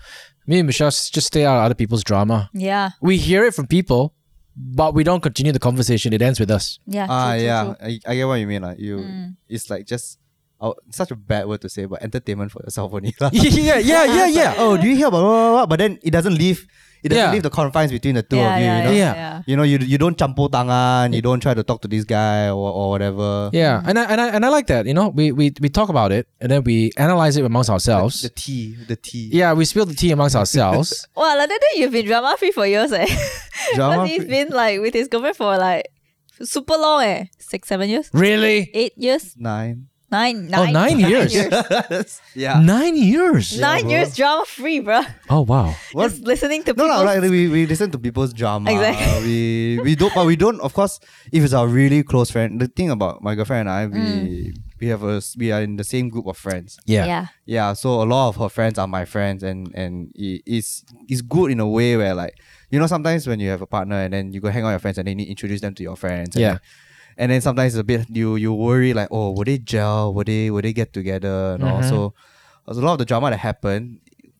Speaker 1: me and Michelle s- just stay out of other people's drama.
Speaker 3: Yeah.
Speaker 1: We hear it from people, but we don't continue the conversation. It ends with us.
Speaker 3: Yeah.
Speaker 2: Ah,
Speaker 3: true, true,
Speaker 2: yeah,
Speaker 3: true. Mm.
Speaker 2: I, I get what you mean. Like you, it's like just oh, such a bad word to say, but entertainment for yourself only. lah.
Speaker 1: yeah, yeah, yeah, yeah.
Speaker 2: oh, do you hear about blah, blah, blah? But then it doesn't leave. It doesn't
Speaker 1: Yeah.
Speaker 2: leave the confines between the two
Speaker 3: yeah,
Speaker 2: of you.
Speaker 3: yeah,
Speaker 2: you know,
Speaker 1: Yeah.
Speaker 2: you know, you you don't champo tangan. You don't try to talk to this guy or, or whatever.
Speaker 1: Yeah, and I, and I and I like that. You know, we we we talk about it and then we analyze it amongst ourselves.
Speaker 2: The tea, the tea.
Speaker 1: yeah, we spill the tea amongst ourselves.
Speaker 3: Well, like that day you've been drama free for years, eh?
Speaker 2: Drama
Speaker 3: Because he's
Speaker 2: free-
Speaker 3: been like with his girlfriend for like super long, eh? Six, seven years,
Speaker 1: really?
Speaker 3: eight years,
Speaker 2: Nine.
Speaker 3: nine,
Speaker 1: Oh,
Speaker 3: nine,
Speaker 1: nine years.
Speaker 2: yeah.
Speaker 1: Nine years.
Speaker 3: Nine
Speaker 2: bro.
Speaker 3: years drama free, bro.
Speaker 1: Oh wow.
Speaker 2: What?
Speaker 3: Just listening to
Speaker 2: No,
Speaker 3: people.
Speaker 2: no, like we, we listen to people's drama.
Speaker 3: Exactly.
Speaker 2: We we don't, but we don't. Of course, if it's our really close friend, the thing about my girlfriend and I, we we have a s- we are in the same group of friends.
Speaker 1: Yeah.
Speaker 3: yeah.
Speaker 2: Yeah, so a lot of her friends are my friends, and and it, it's it's good in a way where like you know sometimes when you have a partner and then you go hang out with your friends and then you introduce them to your friends. and
Speaker 1: Yeah.
Speaker 2: then- and then sometimes it's a bit you you worry like oh would they gel would they would they get together and all so there's a lot of the drama that happened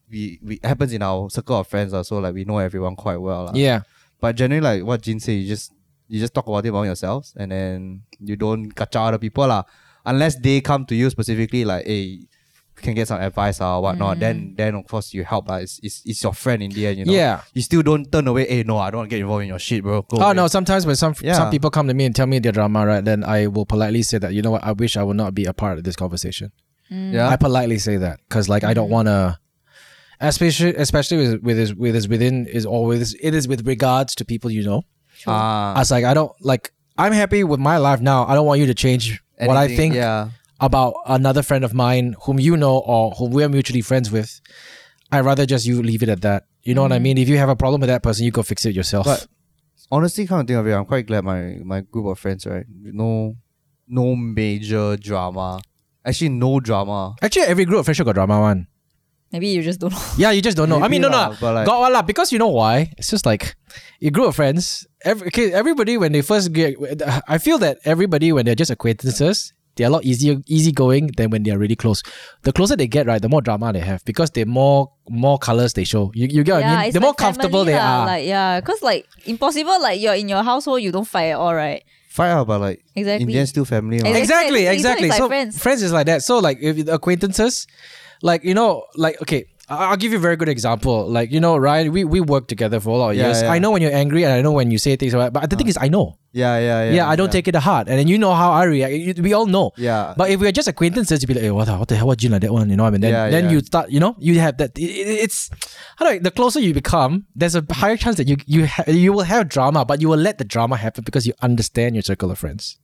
Speaker 2: we, we happens in our circle of friends lah, so like we know everyone quite well lah.
Speaker 1: Yeah.
Speaker 2: But generally, like what Jin said, you just you just talk about it among yourselves, and then you don't catch other people lah. Unless they come to you specifically, like hey, can get some advice or whatnot. Then then of course you help. lah. It's, it's it's your friend in the end, you know.
Speaker 1: Mm-hmm. Yeah.
Speaker 2: You still don't turn away. Hey, no, I don't want to get involved in your shit, bro. Go
Speaker 1: Oh
Speaker 2: away."
Speaker 1: no! Sometimes when some
Speaker 2: Yeah.
Speaker 1: some people come to me and tell me their drama, right? Then I will politely say that you know what? I wish I would not be a part of this conversation.
Speaker 2: Yeah.
Speaker 1: I politely say that because like I don't want to, especially especially with with his with his within is always it is with regards to people you know. I
Speaker 2: Ah,
Speaker 1: was like I don't like I'm happy with my life now. I don't want you to change what I
Speaker 2: anything-
Speaker 1: think
Speaker 2: Yeah.
Speaker 1: about another friend of mine whom you know or whom we're mutually friends with. I'd rather just you leave it at that. You know what I mean? If you have a problem with that person, you go fix it yourself.
Speaker 2: But honestly, come to think of it, I'm quite glad my my group of friends, right? No, no major drama. Actually, no drama.
Speaker 1: Actually, every group official got drama one.
Speaker 3: Maybe you just don't know.
Speaker 1: Yeah, you just don't know. I mean,
Speaker 2: Maybe
Speaker 1: no,
Speaker 2: lah,
Speaker 1: no,
Speaker 2: but like-
Speaker 1: got one lah. Because you know why? It's just like your group of friends. Every, okay, everybody when they first get, I feel that everybody when they're just acquaintances, they're a lot easier, easygoing than when they're really close. The closer they get, right, the more drama they have because they more more colors they show. You, you get what
Speaker 3: yeah,
Speaker 1: I mean?
Speaker 3: it's
Speaker 1: The more
Speaker 3: like family
Speaker 1: comfortable they
Speaker 3: lah,
Speaker 1: are.
Speaker 3: Like, yeah, because like impossible, like you're in your household, you don't fight at all, right?
Speaker 2: Fight out, but like
Speaker 3: Exactly.
Speaker 2: in the end, still family. mah.
Speaker 1: exactly, exactly.
Speaker 3: Exactly, it's
Speaker 1: So
Speaker 3: like
Speaker 1: friends.
Speaker 3: friends.
Speaker 1: is like that. So like if acquaintances, like you know, like okay, I- I'll give you a very good example. Like you know, Ryan, we we worked together for a lot of
Speaker 2: Yeah,
Speaker 1: years.
Speaker 2: yeah.
Speaker 1: I know when you're angry, and I know when you say things. About, but the thing is, I know.
Speaker 2: Yeah, yeah,
Speaker 1: Yeah,
Speaker 2: yeah.
Speaker 1: I don't take it to heart, and then you know how I react. You- we all know.
Speaker 2: Yeah.
Speaker 1: But if we're just acquaintances, you'd be like, hey, what, the, what the hell, what you like that one? You know, I mean, then,
Speaker 2: Yeah,
Speaker 1: then
Speaker 2: yeah.
Speaker 1: you start, you know, you have that. It, it- it's how do I, the closer you become, there's a higher chance that you you ha- you will have drama, but you will let the drama happen because you understand your circle of friends.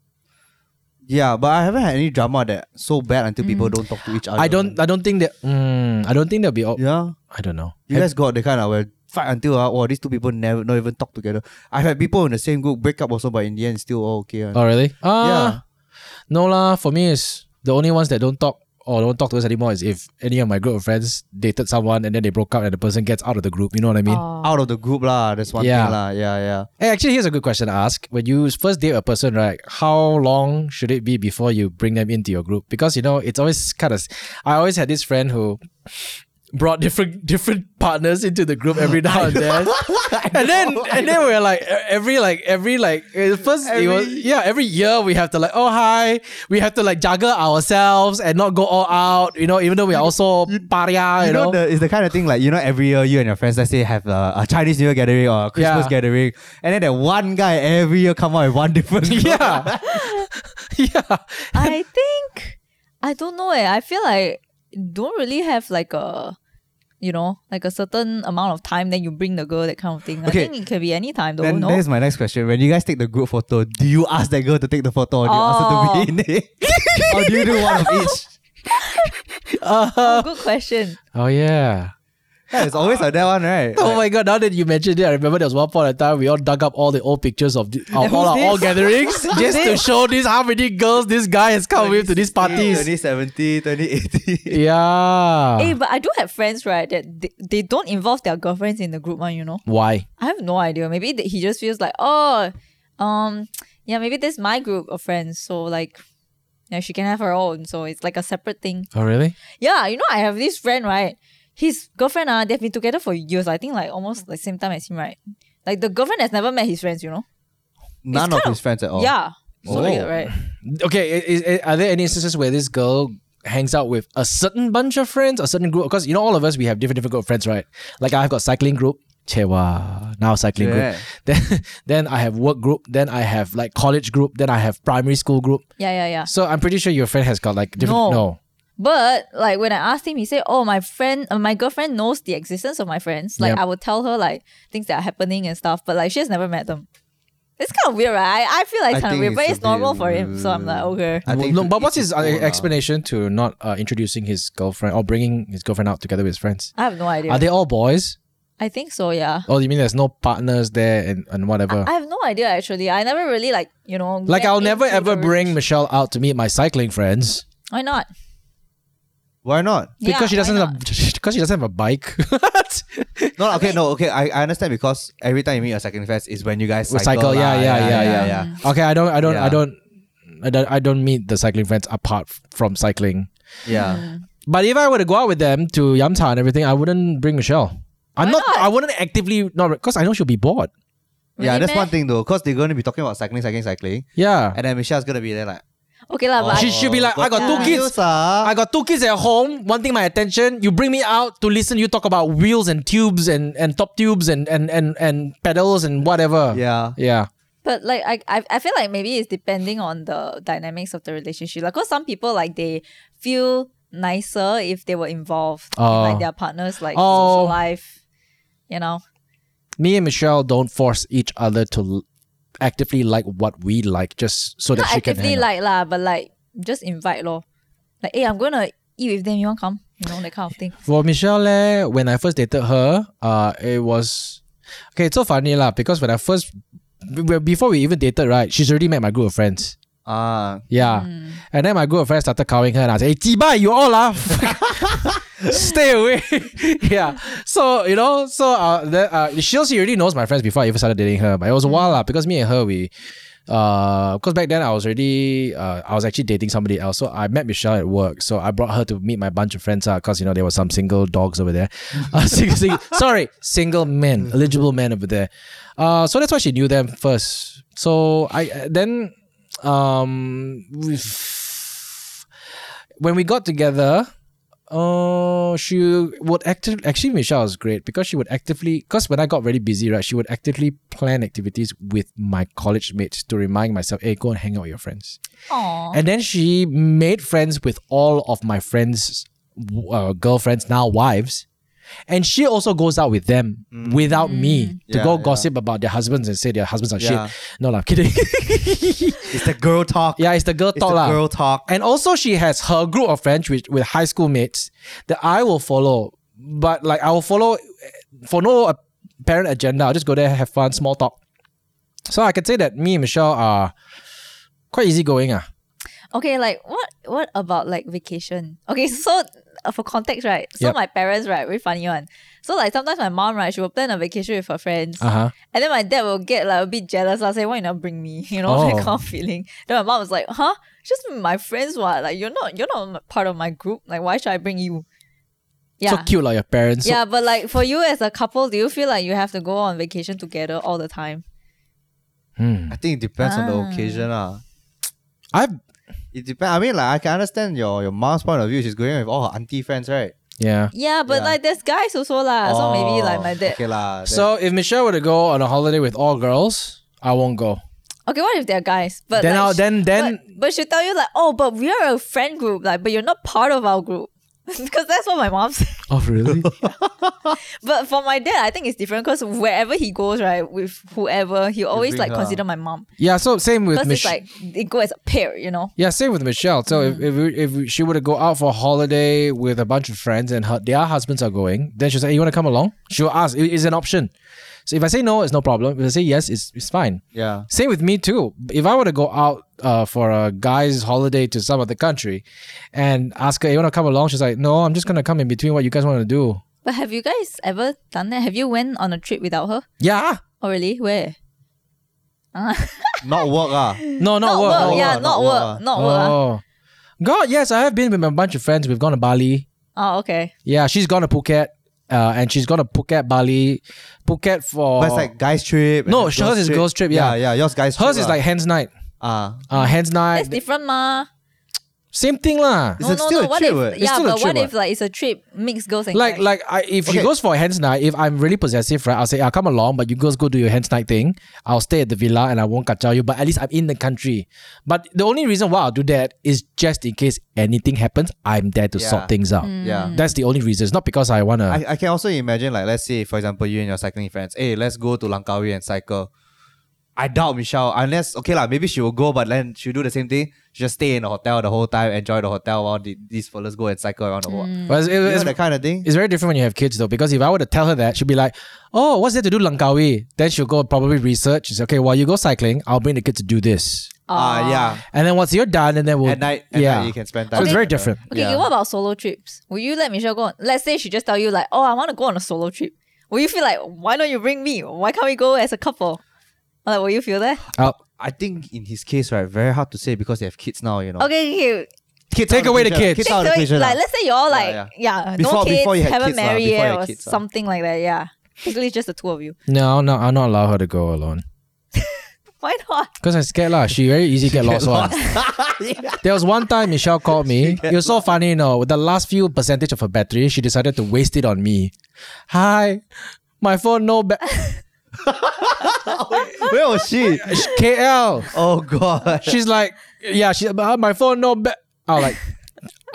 Speaker 2: yeah, but I haven't had any drama that so bad until people don't talk to each other.
Speaker 1: Mm. I don't. I don't think that. Mm, I don't think there'll be. All,
Speaker 2: Yeah,
Speaker 1: I don't know.
Speaker 2: you guys got the kind of where fight until uh, oh these two people never not even talk together. I've had people in the same group break up also, but in the end still all okay. ah.
Speaker 1: Oh really? Ah, No lah. For me, is the only ones that don't talk or don't talk to us anymore is if any of my group of friends dated someone and then they broke up and the person gets out of the group. You know what I mean?
Speaker 3: Oh.
Speaker 2: Out of the group lah, that's one
Speaker 1: Yeah.
Speaker 2: thing lah. Yeah, yeah.
Speaker 1: Hey, actually, here's a good question to ask. When you first date a person, right? How long should it be before you bring them into your group? Because you know, it's always kind of. I always had this friend who brought different different partners into the group every now and then. and then and then we're like e- every like every like uh, first it was
Speaker 2: Every-
Speaker 1: yeah every year we have to like oh hi we have to like juggle ourselves and not go all out you know even though we are also paria you,
Speaker 2: you know,
Speaker 1: know,
Speaker 2: the, it's the kind of thing like you know every year you and your friends let's say have a, a Chinese New Year gathering or a Christmas
Speaker 1: Yeah.
Speaker 2: gathering, and then that one guy every year come out with one different. group.
Speaker 1: yeah yeah
Speaker 3: I think I don't know eh. I feel like don't really have like a you know, like a certain amount of time then you bring the girl, that kind of thing.
Speaker 2: Okay.
Speaker 3: I think it can be any time though,
Speaker 2: Then
Speaker 3: no?
Speaker 2: there's my next question. When you guys take the group photo, do you ask that girl to take the photo or do you ask her to be in it? or do you do one of each?
Speaker 1: uh,
Speaker 3: Oh, good question.
Speaker 1: oh yeah
Speaker 2: Yeah, it's always like that one, right?
Speaker 1: Oh my god! Now that you mentioned it, I remember there was one point in time we all dug up all the old pictures of the, of
Speaker 2: Who's
Speaker 1: all our
Speaker 2: this?
Speaker 1: all gatherings just to show this how many girls this guy has come with to these parties.
Speaker 2: 2070, 2080.
Speaker 1: Yeah.
Speaker 3: Hey, Eh, but I do have friends, right, that they, they don't involve their girlfriends in the group one, you know?
Speaker 1: Why?
Speaker 3: I have no idea. Maybe th- he just feels like, oh, um, yeah, maybe this is my group of friends. So, like, yeah, she can have her own. So it's like a separate thing.
Speaker 1: Oh really?
Speaker 3: Yeah, you know, I have this friend, right? His girlfriend, uh, they've been together for years. I think, like, almost like same time as him, right? Like, the girlfriend has never met his friends, you know?
Speaker 2: None of his friends at all.
Speaker 3: Yeah. So,
Speaker 2: Oh.
Speaker 3: weird, right?
Speaker 1: Okay. i- is- i- are there any instances where this girl hangs out with a certain bunch of friends, a certain group? Because you know, all of us we have different different group of friends, right? Like I've got cycling group. Chewa, now cycling
Speaker 2: Yeah.
Speaker 1: group. Then, then I have work group. Then I have like college group. Then I have primary school group.
Speaker 3: Yeah, yeah, yeah.
Speaker 1: So I'm pretty sure your friend has got like different.
Speaker 3: No.
Speaker 1: no.
Speaker 3: But like when I asked him, he said, "Oh, my friend, uh, my girlfriend knows the existence of my friends. Like
Speaker 1: Yep.
Speaker 3: I will tell her like things that are happening and stuff, but like she has never met them. It's kind of weird, right? I, I feel like
Speaker 2: I
Speaker 3: it's kind of
Speaker 2: think
Speaker 3: weird, but
Speaker 2: it's a
Speaker 3: it's normal
Speaker 2: bit
Speaker 3: for him. So I'm like, okay.
Speaker 2: I think
Speaker 1: Well, no,
Speaker 2: to
Speaker 1: but what's
Speaker 2: each
Speaker 1: his uh,
Speaker 2: own, lah.
Speaker 1: explanation to not uh, introducing his girlfriend or bringing his girlfriend out together with his friends?
Speaker 3: I have no idea.
Speaker 1: Are they all boys?
Speaker 3: I think so, yeah.
Speaker 1: Oh, you mean there's no partners there and, and whatever?
Speaker 3: I have no idea actually. I never really like you know.
Speaker 1: Uh. like,
Speaker 3: get
Speaker 1: I'll never
Speaker 3: into
Speaker 1: ever
Speaker 3: the-
Speaker 1: bring Michelle out to meet my cycling friends
Speaker 3: Why not?
Speaker 2: Why not?
Speaker 3: Yeah,
Speaker 1: because she
Speaker 3: why
Speaker 1: doesn't
Speaker 3: not?
Speaker 1: have because she doesn't have a bike. What?
Speaker 2: No, okay, no, okay. I, I understand because every time you meet your second fest is when you guys cycle.
Speaker 1: cycle, yeah,
Speaker 2: lah.
Speaker 1: yeah, yeah, yeah, Okay, I don't, I don't, I
Speaker 2: Yeah.
Speaker 1: don't, I don't, I don't meet the cycling friends apart f- from cycling.
Speaker 2: Yeah.
Speaker 1: But if I were to go out with them to Yamta and everything, I wouldn't bring Michelle. I'm
Speaker 3: Why
Speaker 1: not,
Speaker 3: not?
Speaker 1: I wouldn't actively not because I know she'll be bored.
Speaker 2: Yeah,
Speaker 3: Really
Speaker 2: that's one
Speaker 3: meh?
Speaker 2: thing though, because they're going to be talking about cycling, cycling, cycling,
Speaker 1: Yeah.
Speaker 2: and then Michelle's going to be there like, "Oh,
Speaker 3: Okay lah, but
Speaker 1: She should be like, I got
Speaker 3: two
Speaker 1: kids. I
Speaker 2: I
Speaker 1: got two kids at home, wanting my attention. You bring me out to listen you talk about wheels and tubes and, and top tubes and, and, and, and pedals and whatever.
Speaker 2: yeah,
Speaker 1: Yeah.
Speaker 3: But like I, I I feel like maybe it's depending on the dynamics of the relationship. Like, cause some people like they feel nicer if they were involved
Speaker 1: Oh.
Speaker 3: in like their partners like
Speaker 1: Oh.
Speaker 3: social life. You know?
Speaker 1: Me and Michelle don't force each other to l- actively like what we like just so that
Speaker 3: Not
Speaker 1: she can
Speaker 3: actively
Speaker 1: hang out.
Speaker 3: like lah, but like just invite lor. Like, hey, I'm gonna eat with them, you wanna come? You know, that kind of thing.
Speaker 1: For Michelle, leh, when I first dated her, uh, it was okay. It's so funny lah because when I first b- b- before we even dated, right, she's already met my group of friends.
Speaker 2: ah,
Speaker 1: Yeah, and then my group of friends started calling her, and I said, "Hey, Jibai, you all ah, stay away." yeah, so you know, so uh, the, uh, she also already knows my friends before I even started dating her, but it was a while lah because me and her we. Uh, because back then I was already, uh, I was actually dating somebody else. So I met Michelle at work. So I brought her to meet my bunch of friends. Uh, cause you know there were some single dogs over there. Uh, single, single- sorry, single men, eligible men over there. Uh, so that's why she knew them first. So I uh, then, um, we- when we got together, uh, she would active actually Michelle was great because she would actively because when I got really busy, right, she would actively plan activities with my college mates to remind myself, hey, go and hang out with your friends.
Speaker 3: Aww.
Speaker 1: And then she made friends with all of my friends' uh, girlfriends, now wives. And she also goes out with them without me to
Speaker 2: Mm. Yeah,
Speaker 1: go
Speaker 2: yeah.
Speaker 1: gossip about their husbands and say their husbands are
Speaker 2: Yeah.
Speaker 1: shit. No, lah, I'm kidding.
Speaker 2: it's the girl talk.
Speaker 1: yeah, it's the girl
Speaker 2: it's
Speaker 1: talk,
Speaker 2: the
Speaker 1: lah.
Speaker 2: girl talk.
Speaker 1: And also, she has her group of friends with, with high school mates that I will follow. But like, I will follow eh, for no apparent agenda. I'll just go there, have fun, small talk. So I can say that me and Michelle are quite easygoing. Ah,
Speaker 3: Okay, like what what about like vacation? Okay, so uh, for context, right? So
Speaker 1: Yep.
Speaker 3: my parents, right, very funny one. So like sometimes my mom, right, she will plan a vacation with her friends.
Speaker 1: uh huh.
Speaker 3: And then my dad will get like a bit jealous. I'll say, why you not bring me? You know,
Speaker 1: Oh.
Speaker 3: that kind of feeling. Then my mom was like, huh? It's Just my friends what? Like you're not you're not m- part of my group. Like why should I bring you? Yeah.
Speaker 1: So cute, like your parents. So-
Speaker 3: yeah, but like for you as a couple, do you feel like you have to go on vacation together all the time?
Speaker 1: Hmm.
Speaker 2: I think it depends on
Speaker 3: Ah.
Speaker 2: the occasion, lah.
Speaker 1: I've
Speaker 2: It depends. I mean, like, I can understand your your mom's point of view. She's going out with all her auntie friends, right?
Speaker 1: yeah.
Speaker 3: Yeah, but
Speaker 2: Yeah.
Speaker 3: like there's guys also lah. Ah, So maybe like
Speaker 2: Oh,
Speaker 3: my dad.
Speaker 2: Okay,
Speaker 3: Okay.
Speaker 2: lah. then-
Speaker 1: So if Michelle were to go on a holiday with all girls, I won't go.
Speaker 3: what if they're guys? But
Speaker 1: then
Speaker 3: like,
Speaker 1: I'll
Speaker 3: sh-
Speaker 1: then then
Speaker 3: but, but she'll tell you like, oh, but we are a friend group, like, but you're not part of our group. because that's what my mom said.
Speaker 1: Oh really?
Speaker 3: But for my dad, I think it's different because wherever he goes, right, with whoever, he always
Speaker 2: bring
Speaker 3: like
Speaker 2: her.
Speaker 3: consider my mom.
Speaker 1: yeah. So same with
Speaker 3: Because it's
Speaker 1: Michelle.
Speaker 3: like they go as a pair, you know.
Speaker 1: yeah, same with Michelle. So if if, we- if we- she were to go out for a holiday with a bunch of friends and her their husbands are going, then she'll say, "Hey, you want to come along?" She'll ask. It- it's an option. So if I say no, it's no problem. If I say yes, it's it's fine.
Speaker 2: Yeah.
Speaker 1: Same with me too. If I were to go out uh, for a guy's holiday to some other country and ask her, hey, you want to come along? She's like, no, I'm just going to come in between what you guys want to do.
Speaker 3: But have you guys ever done that? Have you went on a trip without her?
Speaker 1: Yeah.
Speaker 3: Oh really? Where?
Speaker 2: Not work ah.
Speaker 1: No, not, work.
Speaker 2: work,
Speaker 3: yeah,
Speaker 2: not
Speaker 3: not
Speaker 2: work,
Speaker 3: work,
Speaker 2: ah.
Speaker 3: not work. ah.
Speaker 1: Oh. God, yes, I have been with a bunch of friends. We've gone to Bali.
Speaker 3: Oh, okay.
Speaker 1: Yeah, she's gone to Phuket. Uh, and she's gone to Phuket, Bali. Phuket for.
Speaker 2: But it's like guys trip. and
Speaker 1: No,
Speaker 2: his
Speaker 1: hers is girls trip, yeah.
Speaker 2: yeah, Yours guys trip.
Speaker 1: Hers is
Speaker 2: ah.
Speaker 1: like hands night.
Speaker 2: ah.
Speaker 1: Uh, hands night.
Speaker 3: That's different, ma.
Speaker 1: Same thing lah.
Speaker 2: It's a- still a
Speaker 3: what
Speaker 2: trip,
Speaker 3: if?
Speaker 2: what? It's
Speaker 3: Yeah,
Speaker 1: still a
Speaker 3: but what
Speaker 1: trip,
Speaker 3: if like it's a trip mixed girls and
Speaker 1: Like,
Speaker 3: guys?
Speaker 1: like, I, if she
Speaker 2: Okay.
Speaker 1: goes for a hands night, if I'm really possessive, right, I'll say, I'll come along, but you girls go do your hands night thing. I'll stay at the villa and I won't kacau you, but at least I'm in the country. But the only reason why I'll do that is just in case anything happens, I'm there to
Speaker 2: Yeah.
Speaker 1: sort things out.
Speaker 2: Yeah.
Speaker 1: That's the only reason. It's not because I want to.
Speaker 2: I, I can also imagine like let's say for example you and your cycling friends, hey, let's go to Langkawi and cycle. I doubt Michelle, unless okay lah, maybe she will go, but then she'll do the same thing. She just stay in the hotel the whole time, enjoy the hotel while the, these fellas go and cycle around the world.
Speaker 3: Mm.
Speaker 1: But it's,
Speaker 2: You know,
Speaker 1: it's-
Speaker 2: that kind of thing.
Speaker 1: it's very different when you have kids, though, because if I were to tell her that, she'd be like, oh, what's there to do, Langkawi? Then she'll go probably research. She's okay, while you go cycling, I'll bring the kid to do this.
Speaker 2: Ah,
Speaker 3: Ah.
Speaker 2: yeah.
Speaker 1: And then once you're done, and then we'll.
Speaker 2: At night, at
Speaker 1: yeah.
Speaker 2: night you can spend
Speaker 1: So
Speaker 2: time.
Speaker 1: it's
Speaker 2: with
Speaker 1: very
Speaker 2: her.
Speaker 1: different.
Speaker 3: Okay,
Speaker 2: Yeah.
Speaker 3: okay, what about solo trips? Will you let Michelle go? On? Let's say she just tell you like, oh, I want to go on a solo trip. Will you feel like, why don't you bring me? Why can't we go as a couple? Or, Like, will you feel that?
Speaker 1: I'll,
Speaker 2: I think in his case, right, very hard to say because they have kids now, you know.
Speaker 3: Okay, okay.
Speaker 2: Kids
Speaker 1: Take
Speaker 2: out of
Speaker 1: away the
Speaker 2: equation.
Speaker 1: kids.
Speaker 2: Kids
Speaker 1: Take
Speaker 2: out of
Speaker 3: So,
Speaker 2: equation lah.
Speaker 3: like, let's say y'all like,
Speaker 2: yeah.
Speaker 3: yeah,
Speaker 2: Before-
Speaker 3: no kids,
Speaker 2: before you had
Speaker 3: haven't
Speaker 2: kids lah,
Speaker 3: married
Speaker 2: before you
Speaker 3: yet
Speaker 2: had
Speaker 3: or
Speaker 2: kids uh. lah.
Speaker 3: something like that. Yeah, basically just the two of you.
Speaker 1: no, no, I'll not allow her to go alone.
Speaker 3: Why not?
Speaker 1: Because I'm scared lah. She very easy get lost one. There was one time Michelle called me. It was so funny, you know. With the last few percentage of her battery, she decided to waste it on me. Hi, my phone no ba-
Speaker 2: Where was she?
Speaker 1: KL.
Speaker 2: Oh god.
Speaker 1: She's like, yeah, she, uh, my phone no ba-. I was like,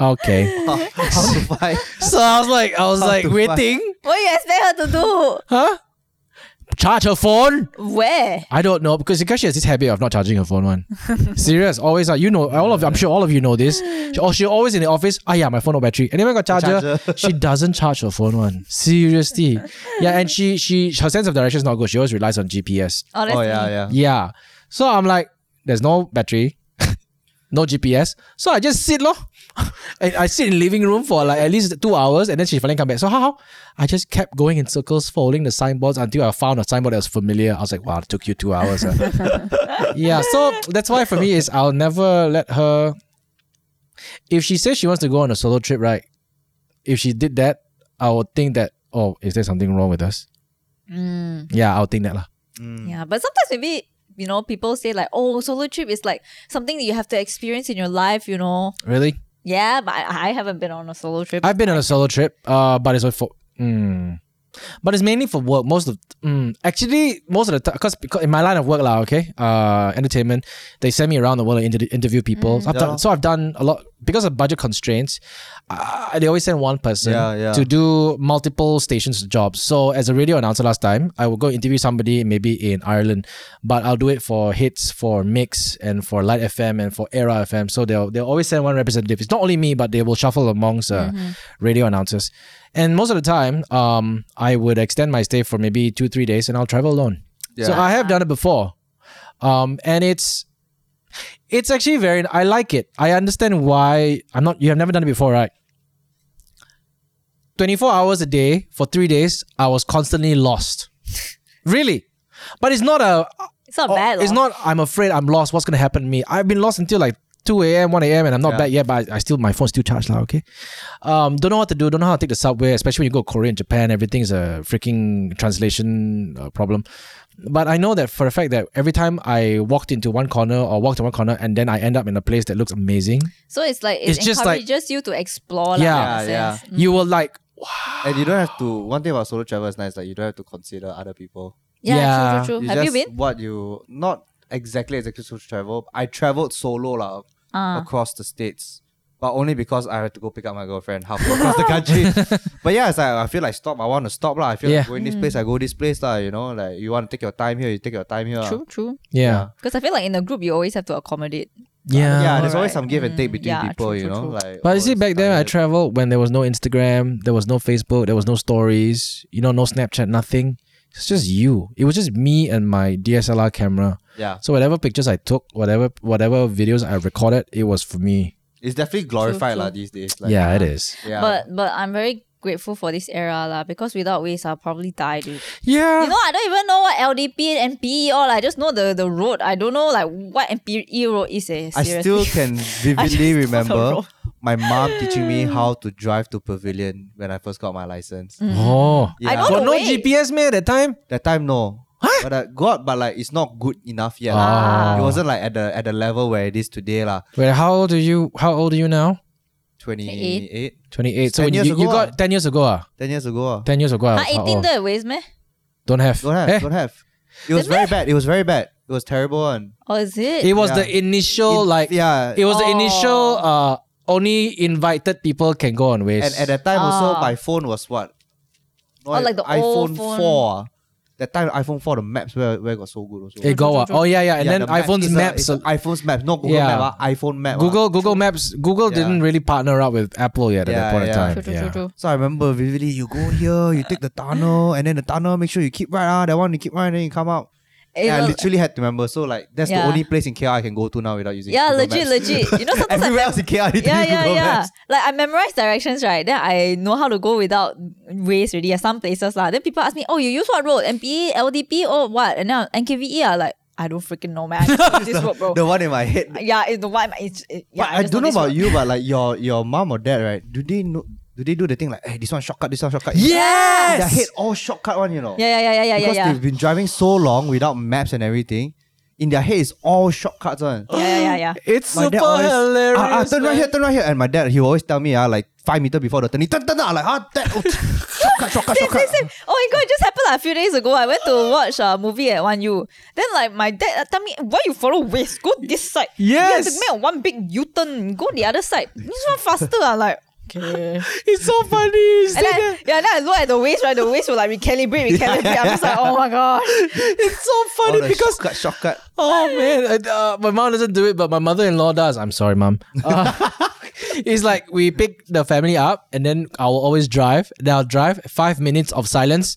Speaker 1: okay.
Speaker 2: How to find?
Speaker 1: So I was like, I was
Speaker 2: How
Speaker 1: like
Speaker 2: to
Speaker 1: waiting,
Speaker 3: What you expect her to do?
Speaker 1: huh? Charge her phone.
Speaker 3: Where?
Speaker 1: I don't know because because she has this habit of not charging her phone. One serious, always like you know all of I'm sure all of you know this. She, oh, she always in the office. Ah, yeah, my phone no battery. Anyone got charger?
Speaker 2: Charger.
Speaker 1: she doesn't charge her phone. One seriously, yeah, and she she her sense of direction is not good. She always relies on GPS.
Speaker 3: Honestly,
Speaker 2: Oh yeah, yeah.
Speaker 1: Yeah, so I'm like, there's no battery, no GPS. So I just sit lor, and I sit in living room for like at least two hours, and then she finally come back. So how? how? I just kept going in circles, following the signboards until I found a signboard that was familiar. I was like, wow, it took you two hours. ah." yeah so that's why for me is i'll never let her if she says she wants to go on a solo trip right if she did that i would think that oh is there something wrong with us
Speaker 3: Mm,
Speaker 1: yeah i'll think that lah.
Speaker 3: yeah. But sometimes maybe you know people say like, oh, solo trip is like something that you have to experience in your life. You know,
Speaker 1: really
Speaker 3: Yeah, but I, I haven't been on a solo trip.
Speaker 1: i've been on a solo trip uh but it's for mm, but it's mainly for work most of mm, actually most of the time because in my line of work lah, okay uh entertainment they send me around the world to inter- interview people so, I've
Speaker 2: Yeah.
Speaker 1: done, so i've done a lot because of budget constraints uh, they always send one person
Speaker 2: Yeah, yeah.
Speaker 1: to do multiple stations jobs. So as a radio announcer last time, I would go interview somebody maybe in Ireland, but I'll do it for hits, for mix, and for Light FM and for Era FM. So they'll they'll always send one representative. It's not only me, but they will shuffle amongst uh, radio announcers. And most of the time, um, I would extend my stay for maybe two three days, and I'll travel alone. So
Speaker 2: Yeah.
Speaker 1: I have done it before, um, and it's. It's actually very. I like it. I understand why. I'm not. You have never done it before, right? 24 hours a day for three days, I was constantly lost. really? But it's not a.
Speaker 3: it's
Speaker 2: oh,
Speaker 3: not bad.
Speaker 1: It's
Speaker 3: lor.
Speaker 1: not. I'm afraid I'm lost. What's gonna happen to me? I've been lost until like 2 a.m., 1 a.m. and I'm not
Speaker 2: Yeah.
Speaker 1: back yet. But I, I still my phone's still charged now. Okay. Um, don't know what to do. Don't know how to take the subway, especially when you go to Korea and Japan. Everything's a freaking translation uh, problem. But I know that for a fact that every time I walked into one corner or walked to one corner and then I end up in a place that looks amazing,
Speaker 3: So it's like it
Speaker 1: It's
Speaker 3: it's
Speaker 1: just like-
Speaker 3: encourages you to explore.
Speaker 1: Yeah.
Speaker 3: Yeah,
Speaker 2: Yeah,
Speaker 3: like, yeah, yeah.
Speaker 1: you will like
Speaker 2: And you don't have to. One thing about solo travel is nice, like you don't have to consider other people.
Speaker 3: Yeah,
Speaker 1: Yeah.
Speaker 3: true, true, true.
Speaker 2: You
Speaker 3: Have you
Speaker 2: just-
Speaker 3: been?
Speaker 2: What you not exactly exactly solo travel. I traveled solo lah
Speaker 3: Ah.
Speaker 2: across the states, but only because I had to go pick up my girlfriend halfway across the country. but yeah, it's like I feel like stop. I want to stop lah. I feel
Speaker 1: Yeah.
Speaker 2: like
Speaker 3: Mm.
Speaker 2: going this place, I go this place lah. You know, like you want to take your time here, you take your time here. ah.
Speaker 3: True, true.
Speaker 1: Yeah.
Speaker 3: Because I feel like in a group you always have to accommodate.
Speaker 1: Yeah.
Speaker 2: yeah, there's always
Speaker 3: Alright.
Speaker 2: some give and take
Speaker 3: Mm,
Speaker 2: between
Speaker 3: yeah,
Speaker 2: people.
Speaker 3: true,
Speaker 2: you
Speaker 3: true,
Speaker 2: know,
Speaker 3: true.
Speaker 2: like.
Speaker 1: But
Speaker 2: oh,
Speaker 1: you see,
Speaker 2: it's
Speaker 1: back then I
Speaker 2: tired.
Speaker 1: traveled when there was no Instagram, there was no Facebook, there was no stories, you know, no Snapchat, nothing. It's just you. It was just me and my DSLR camera.
Speaker 2: Yeah,
Speaker 1: So whatever pictures I took, whatever whatever videos I recorded, it was for me.
Speaker 2: it's definitely glorified
Speaker 3: true.
Speaker 2: lah these days. Like,
Speaker 1: yeah, it is.
Speaker 2: yeah.
Speaker 3: But but I'm very grateful for this era lah because without waste I'll probably die dude.
Speaker 1: Yeah.
Speaker 3: You know, I don't even know what LDP and PE all. I just know the, the road. I don't know like what MPE road is. Eh,
Speaker 2: I
Speaker 3: seriously.
Speaker 2: still can vividly
Speaker 3: just saw the
Speaker 2: remember
Speaker 3: road.
Speaker 2: my mom teaching me how to drive to Pavilion when I first got my license.
Speaker 1: oh.
Speaker 2: Yeah.
Speaker 3: Mm. I know
Speaker 1: Got
Speaker 3: the
Speaker 1: no
Speaker 3: way.
Speaker 1: GPS man at that time.
Speaker 2: That time no. But I got but like it's not good enough yet.
Speaker 1: Ah.
Speaker 2: It wasn't like at the at the level where it is today lah.
Speaker 1: Wait, how old are you? How old are you now?
Speaker 2: Twenty
Speaker 3: Eight.
Speaker 2: eight.
Speaker 1: Twenty eight. So
Speaker 2: 10
Speaker 1: when you,
Speaker 2: years
Speaker 1: you
Speaker 2: ago ah.
Speaker 1: got ten years ago ah.
Speaker 2: Ten years ago. ah.
Speaker 1: Ten years ago. I
Speaker 3: Huh,
Speaker 1: was how
Speaker 3: 18
Speaker 1: old?
Speaker 3: the ways meh?
Speaker 1: Don't have.
Speaker 2: Don't have,
Speaker 1: Eh?
Speaker 2: don't have. It was very bad. It was very bad. It was terrible one.
Speaker 3: Or is it?
Speaker 1: It was
Speaker 2: Yeah.
Speaker 1: the initial
Speaker 2: It-
Speaker 1: like
Speaker 2: yeah.
Speaker 1: It was the
Speaker 3: Oh.
Speaker 1: initial uh only invited people can go on ways.
Speaker 2: and at that time also
Speaker 3: Ah.
Speaker 2: my phone was what? No,
Speaker 3: Oh, like the
Speaker 2: iPhone
Speaker 3: old phone.
Speaker 2: four. ah. That time iPhone four the maps where where got so good also.
Speaker 1: it go uh, oh yeah yeah and
Speaker 2: Yeah,
Speaker 1: then
Speaker 2: the map
Speaker 1: iPhone's
Speaker 2: is a-
Speaker 1: maps
Speaker 2: is a iPhone's maps, not Google
Speaker 1: Yeah.
Speaker 2: Map, ah, iPhone map. ah.
Speaker 1: Google Google Maps Google
Speaker 2: Yeah.
Speaker 1: didn't really partner up with Apple yet at
Speaker 2: Yeah,
Speaker 1: that point
Speaker 2: yeah.
Speaker 1: in time.
Speaker 3: True, true,
Speaker 1: yeah.
Speaker 3: true, true.
Speaker 2: So I remember vividly, you go here, you take the tunnel, and then the tunnel, make sure you keep right, ah, that one you keep right, then you come out.
Speaker 3: It
Speaker 2: yeah, I
Speaker 3: was-
Speaker 2: literally had to remember. So like that's the
Speaker 3: Yeah.
Speaker 2: only place in KL I can go to now without using
Speaker 3: yeah,
Speaker 2: Google
Speaker 3: legit,
Speaker 2: Maps.
Speaker 3: legit. You know, sometimes I
Speaker 2: Everywhere else in KL, I need to
Speaker 3: yeah,
Speaker 2: use
Speaker 3: yeah,
Speaker 2: Google
Speaker 3: yeah.
Speaker 2: Maps.
Speaker 3: Like I memorize directions, right? Then I know how to go without ways already at some places lah. Then people ask me, "Oh, you use what road? E, MPE, LDP, or what?" And now NKVE are E, ah, like, "I don't freaking know, man. I just use this road, bro."
Speaker 2: The one in my head.
Speaker 3: yeah, it's the one. It's it, yeah.
Speaker 2: but I
Speaker 3: just
Speaker 2: don't know
Speaker 3: this
Speaker 2: about
Speaker 3: road.
Speaker 2: you, but like your your mom or dad, right? Do they know? Do they do the thing like, hey, this one shortcut, this one shortcut?
Speaker 1: Yes!
Speaker 2: their head all shortcut one, you know.
Speaker 3: Yeah, yeah, yeah, yeah, yeah,
Speaker 2: because
Speaker 3: yeah.
Speaker 2: they've been driving so long without maps and everything. In their head, it's all shortcuts one.
Speaker 3: yeah, yeah, yeah, yeah.
Speaker 1: It's
Speaker 2: My
Speaker 1: super
Speaker 2: dad always,
Speaker 1: hilarious.
Speaker 2: Ah, ah, turn right here, turn right here. And my dad, he will always tell me, ah, like five meter before the turn, he turn, turn, ah, like, ah, that, oh, shortcut, shortcut, shortcut.
Speaker 3: Oh my god, it just happened like, a few days ago. I went to watch a movie at One U. Then like my dad uh, tell me, why you follow waste? Go this side. You have
Speaker 1: Yes.
Speaker 3: to make one big U turn. Go the other side. This one faster. I'm like, okay.
Speaker 1: It's so funny. It's,
Speaker 3: And
Speaker 1: like
Speaker 3: then, yeah, then I look at the waist, right? The waist will like recalibrate, recalibrate. I'm just like, oh my gosh.
Speaker 1: a- it's so
Speaker 2: All
Speaker 1: funny
Speaker 2: the
Speaker 1: because
Speaker 2: shortcut, shortcut.
Speaker 1: oh man, uh, uh, my mom doesn't do it, but my mother-in-law does. I'm sorry, mom. Uh, it's like we pick the family up, and then I will always drive. Then I'll drive five minutes of silence.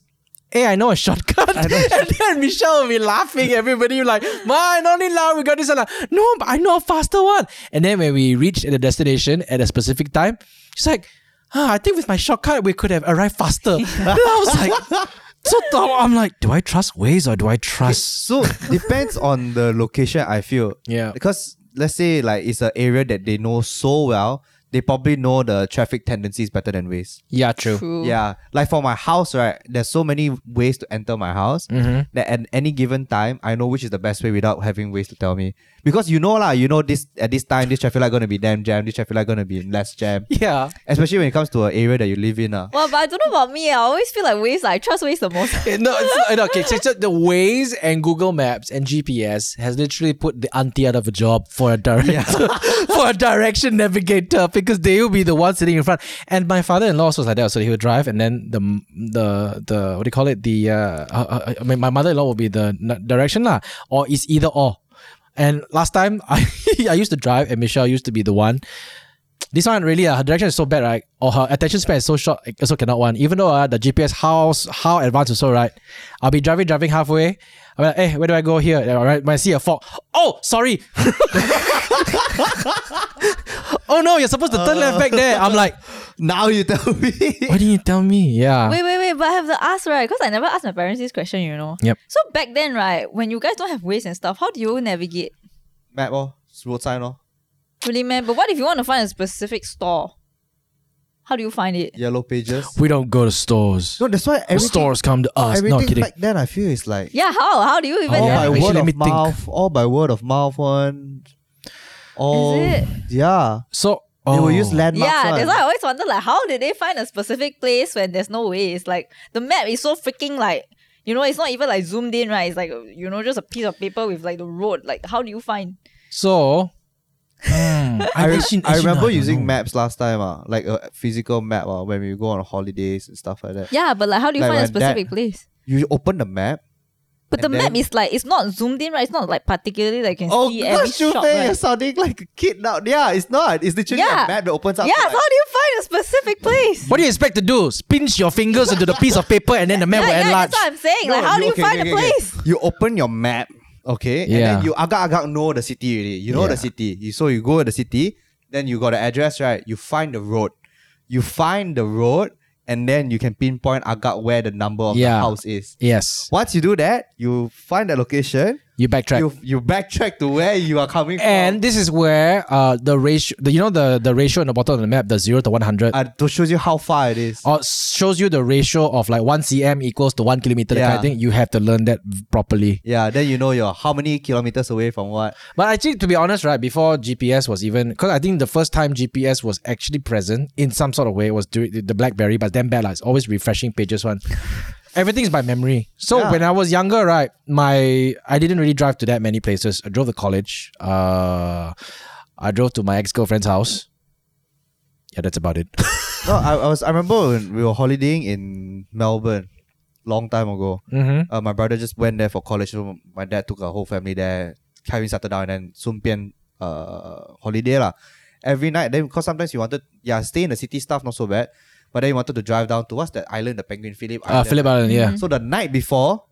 Speaker 1: Hey, I know a shortcut. and then Michelle will be laughing. Everybody like, Ma, not need laugh. We got this. And like, no, but I know a faster one. And then when we reach at the destination at a specific time, she's like, ah, I think with my shortcut, we could have arrived faster. then I was like, so I'm like, do I trust Waze or do I trust?
Speaker 2: So depends on the location. I feel
Speaker 1: Yeah.
Speaker 2: because let's say like it's an area that they know so well, they probably know the traffic tendencies better than ways.
Speaker 1: Yeah, true.
Speaker 2: Yeah, like for my house, right? There's so many ways to enter my house that at any given time, I know which is the best way without having ways to tell me. Because you know lah, you know this at this time, this traffic light gonna be damn jam, this traffic light gonna be less jam.
Speaker 1: Yeah.
Speaker 2: Especially when it comes to an area that you live in, ah.
Speaker 3: Well, but I don't know about me. I always feel like waist, I trust waist the most.
Speaker 1: Eh, No, it's not, okay. So, so the Waze and Google Maps and GPS has literally put the auntie out of a job for a director, for a direction navigator because they will be the one sitting in front. And my father-in-law also was like that, so he would drive, and then the the the what do you call it? The uh, uh, uh, I mean, my mother-in-law will be the n- direction lah, or it's either or. And last time I I used to drive, and Michelle used to be the one this one really uh, her direction is so bad right or her attention span is so short it also cannot one even though uh, the GPS how how advanced is so right I'll be driving driving halfway I'm like hey where do I go here And I- when I see a fog oh sorry oh no you're supposed to turn left back there I'm like
Speaker 2: Now you tell me.
Speaker 1: why didn't you tell me yeah
Speaker 3: Wait, wait, wait, but I have to ask, right? Because I never asked my parents this question, you know.
Speaker 1: Yep.
Speaker 3: So back then, right, when you guys don't have waist and stuff, how do you navigate?
Speaker 2: Map oh, road sign oh,
Speaker 3: Really, man? But what if you want to find a specific store? How do you find it?
Speaker 2: yellow pages.
Speaker 1: we don't go to stores
Speaker 2: No, that's why
Speaker 1: the
Speaker 2: everything,
Speaker 1: stores come to us
Speaker 2: everything
Speaker 1: no kidding
Speaker 2: back then I feel is like
Speaker 3: Yeah, how? How do you even
Speaker 1: Oh,
Speaker 2: all
Speaker 1: yeah,
Speaker 2: by
Speaker 1: actually,
Speaker 3: navigate?
Speaker 2: word
Speaker 1: let
Speaker 2: of
Speaker 1: me think.
Speaker 2: mouth, all by word of mouth one. All
Speaker 3: it?
Speaker 2: yeah,
Speaker 1: so
Speaker 2: they
Speaker 1: oh
Speaker 2: will use landmarks.
Speaker 3: Yeah, that's
Speaker 2: one.
Speaker 3: why I always wonder like how did they find a specific place when there's no ways? Like the map is so freaking like you know, it's not even like zoomed in, right? It's like you know, just a piece of paper with like the road. Like how do you find?
Speaker 1: so hmm, I,
Speaker 2: I,
Speaker 1: actually-
Speaker 2: re- I
Speaker 1: actually no,
Speaker 2: remember
Speaker 1: don't
Speaker 2: using
Speaker 1: know.
Speaker 2: maps last time, uh, like a physical map uh, when we go on holidays and stuff like that.
Speaker 3: Yeah, but like, how do you
Speaker 2: Like
Speaker 3: find a
Speaker 2: when that-
Speaker 3: specific place?
Speaker 2: You open the map.
Speaker 3: But the
Speaker 2: and
Speaker 3: map
Speaker 2: then-
Speaker 3: is like it's not zoomed in, right? It's not like particularly like you can
Speaker 2: Oh
Speaker 3: see every
Speaker 2: gosh, you
Speaker 3: shop,
Speaker 2: you're
Speaker 3: right?
Speaker 2: sounding like a kid now. Yeah, it's not. It's literally
Speaker 3: Yeah.
Speaker 2: a map that opens
Speaker 3: Yeah,
Speaker 2: up.
Speaker 3: so
Speaker 2: to, like-
Speaker 3: how do you find a specific place?
Speaker 1: What do you expect to do? Pinch your fingers into the piece of paper and then the map
Speaker 3: yeah,
Speaker 1: will
Speaker 3: yeah,
Speaker 1: enlarge.
Speaker 3: that's what I'm saying. like,
Speaker 2: No,
Speaker 3: how do you
Speaker 2: okay,
Speaker 3: find
Speaker 2: okay,
Speaker 3: a
Speaker 2: okay, okay.
Speaker 3: place?
Speaker 2: You open your map, okay, and
Speaker 1: Yeah.
Speaker 2: then you agak agak know the city already. You know the
Speaker 1: Yeah.
Speaker 2: city. You, so you go to the city, then you got the address, right? You find the road. You find the road, and then you can pinpoint agak where the number of
Speaker 1: Yeah.
Speaker 2: the house is.
Speaker 1: Yes,
Speaker 2: Once you do that, you find the location.
Speaker 1: you backtrack.
Speaker 2: You you backtrack to where you are coming
Speaker 1: and this is where uh the ratio, the, you know the the ratio in the bottom of the map, the zero to one hundred,
Speaker 2: from. Uh, to shows you how far it is.
Speaker 1: or shows you the ratio of like one cm equals to one kilometer. that Kind of
Speaker 2: Yeah.
Speaker 1: thing. You have to learn that properly.
Speaker 2: Yeah, then you know you're how many kilometers away from what.
Speaker 1: But actually, to be honest, right before GPS was even, because I think the first time GPS was actually present in some sort of way was during the BlackBerry, but damn bad like, It's always refreshing pages one. Everything's by memory. So
Speaker 2: Yeah.
Speaker 1: when I was younger, right, my I didn't really drive to that many places. I drove to college. Uh, I drove to my ex girlfriend's house. Yeah, that's about it.
Speaker 2: No, I, I was I remember when we were holidaying in Melbourne, long time ago.
Speaker 1: mm-hmm.
Speaker 2: Uh, my brother just went there for college. So my dad took our whole family there. Kevin started down and then Sun Pian uh, holiday lah. Every night, then because sometimes you wanted, yeah, stay in the city stuff not so bad, but then you wanted to drive down to what's that island, the Penguin Philip
Speaker 1: Uh,
Speaker 2: Island.
Speaker 1: Philip Island, yeah.
Speaker 2: So the night before,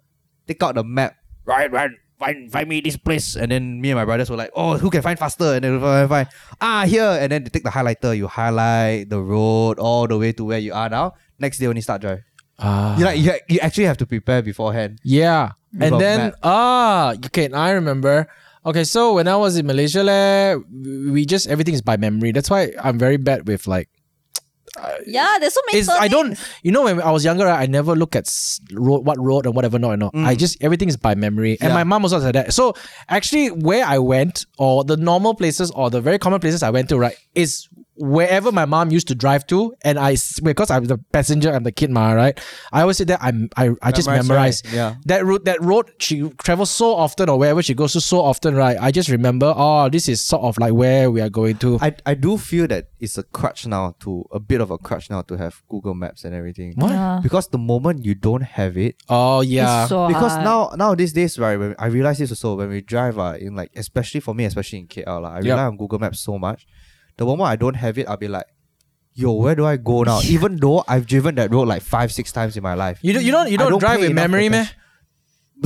Speaker 2: take out the map. Right, right. Find, find me this place. And then me and my brothers were like, oh, who can find faster? And then we find, find, ah, here. And then they take the highlighter. You highlight the road all the way to where you are now. Next day only start drive.
Speaker 1: Ah.
Speaker 2: You like you, you actually have to prepare beforehand.
Speaker 1: Yeah. And
Speaker 2: Without
Speaker 1: then
Speaker 2: map.
Speaker 1: ah okay, I remember. Okay, so when I was in Malaysia, leh, we just everything is by memory. That's why I'm very bad with like
Speaker 3: Yeah, there's so many.
Speaker 1: it's, I don't you know when I was younger, I never look at s- road what road and whatever not and not. I just everything is by memory. And
Speaker 2: Mm. Yeah.
Speaker 1: my mom also said that. So actually where I went or the normal places or the very common places I went to, right, is wherever my mom used to drive to and I s- because I'm the passenger, I'm the kid ma, right? I always say that I'm I, I just memorize
Speaker 2: Memorize, right? Yeah.
Speaker 1: that road that road she travels so often or wherever she goes to so often right i just remember oh this is sort of like where we are going to
Speaker 2: I, I do feel that it's a crutch now to a bit of a crutch now to have Google Maps and everything.
Speaker 1: What?
Speaker 3: Yeah.
Speaker 2: Because the moment you don't have it,
Speaker 1: oh yeah
Speaker 3: It's so uh,
Speaker 2: because
Speaker 3: hard.
Speaker 2: now now these days right when I realize this also when we drive uh, in like especially for me especially in KL lah, I
Speaker 1: Yeah.
Speaker 2: rely on Google Maps so much the moment I don't have it I'll be like yo where do I go now even though I've driven that road like five six times in my life
Speaker 1: you, do, you don't you
Speaker 2: I
Speaker 1: don't,
Speaker 2: don't
Speaker 1: drive with
Speaker 2: pay enough
Speaker 1: memory man
Speaker 2: attention.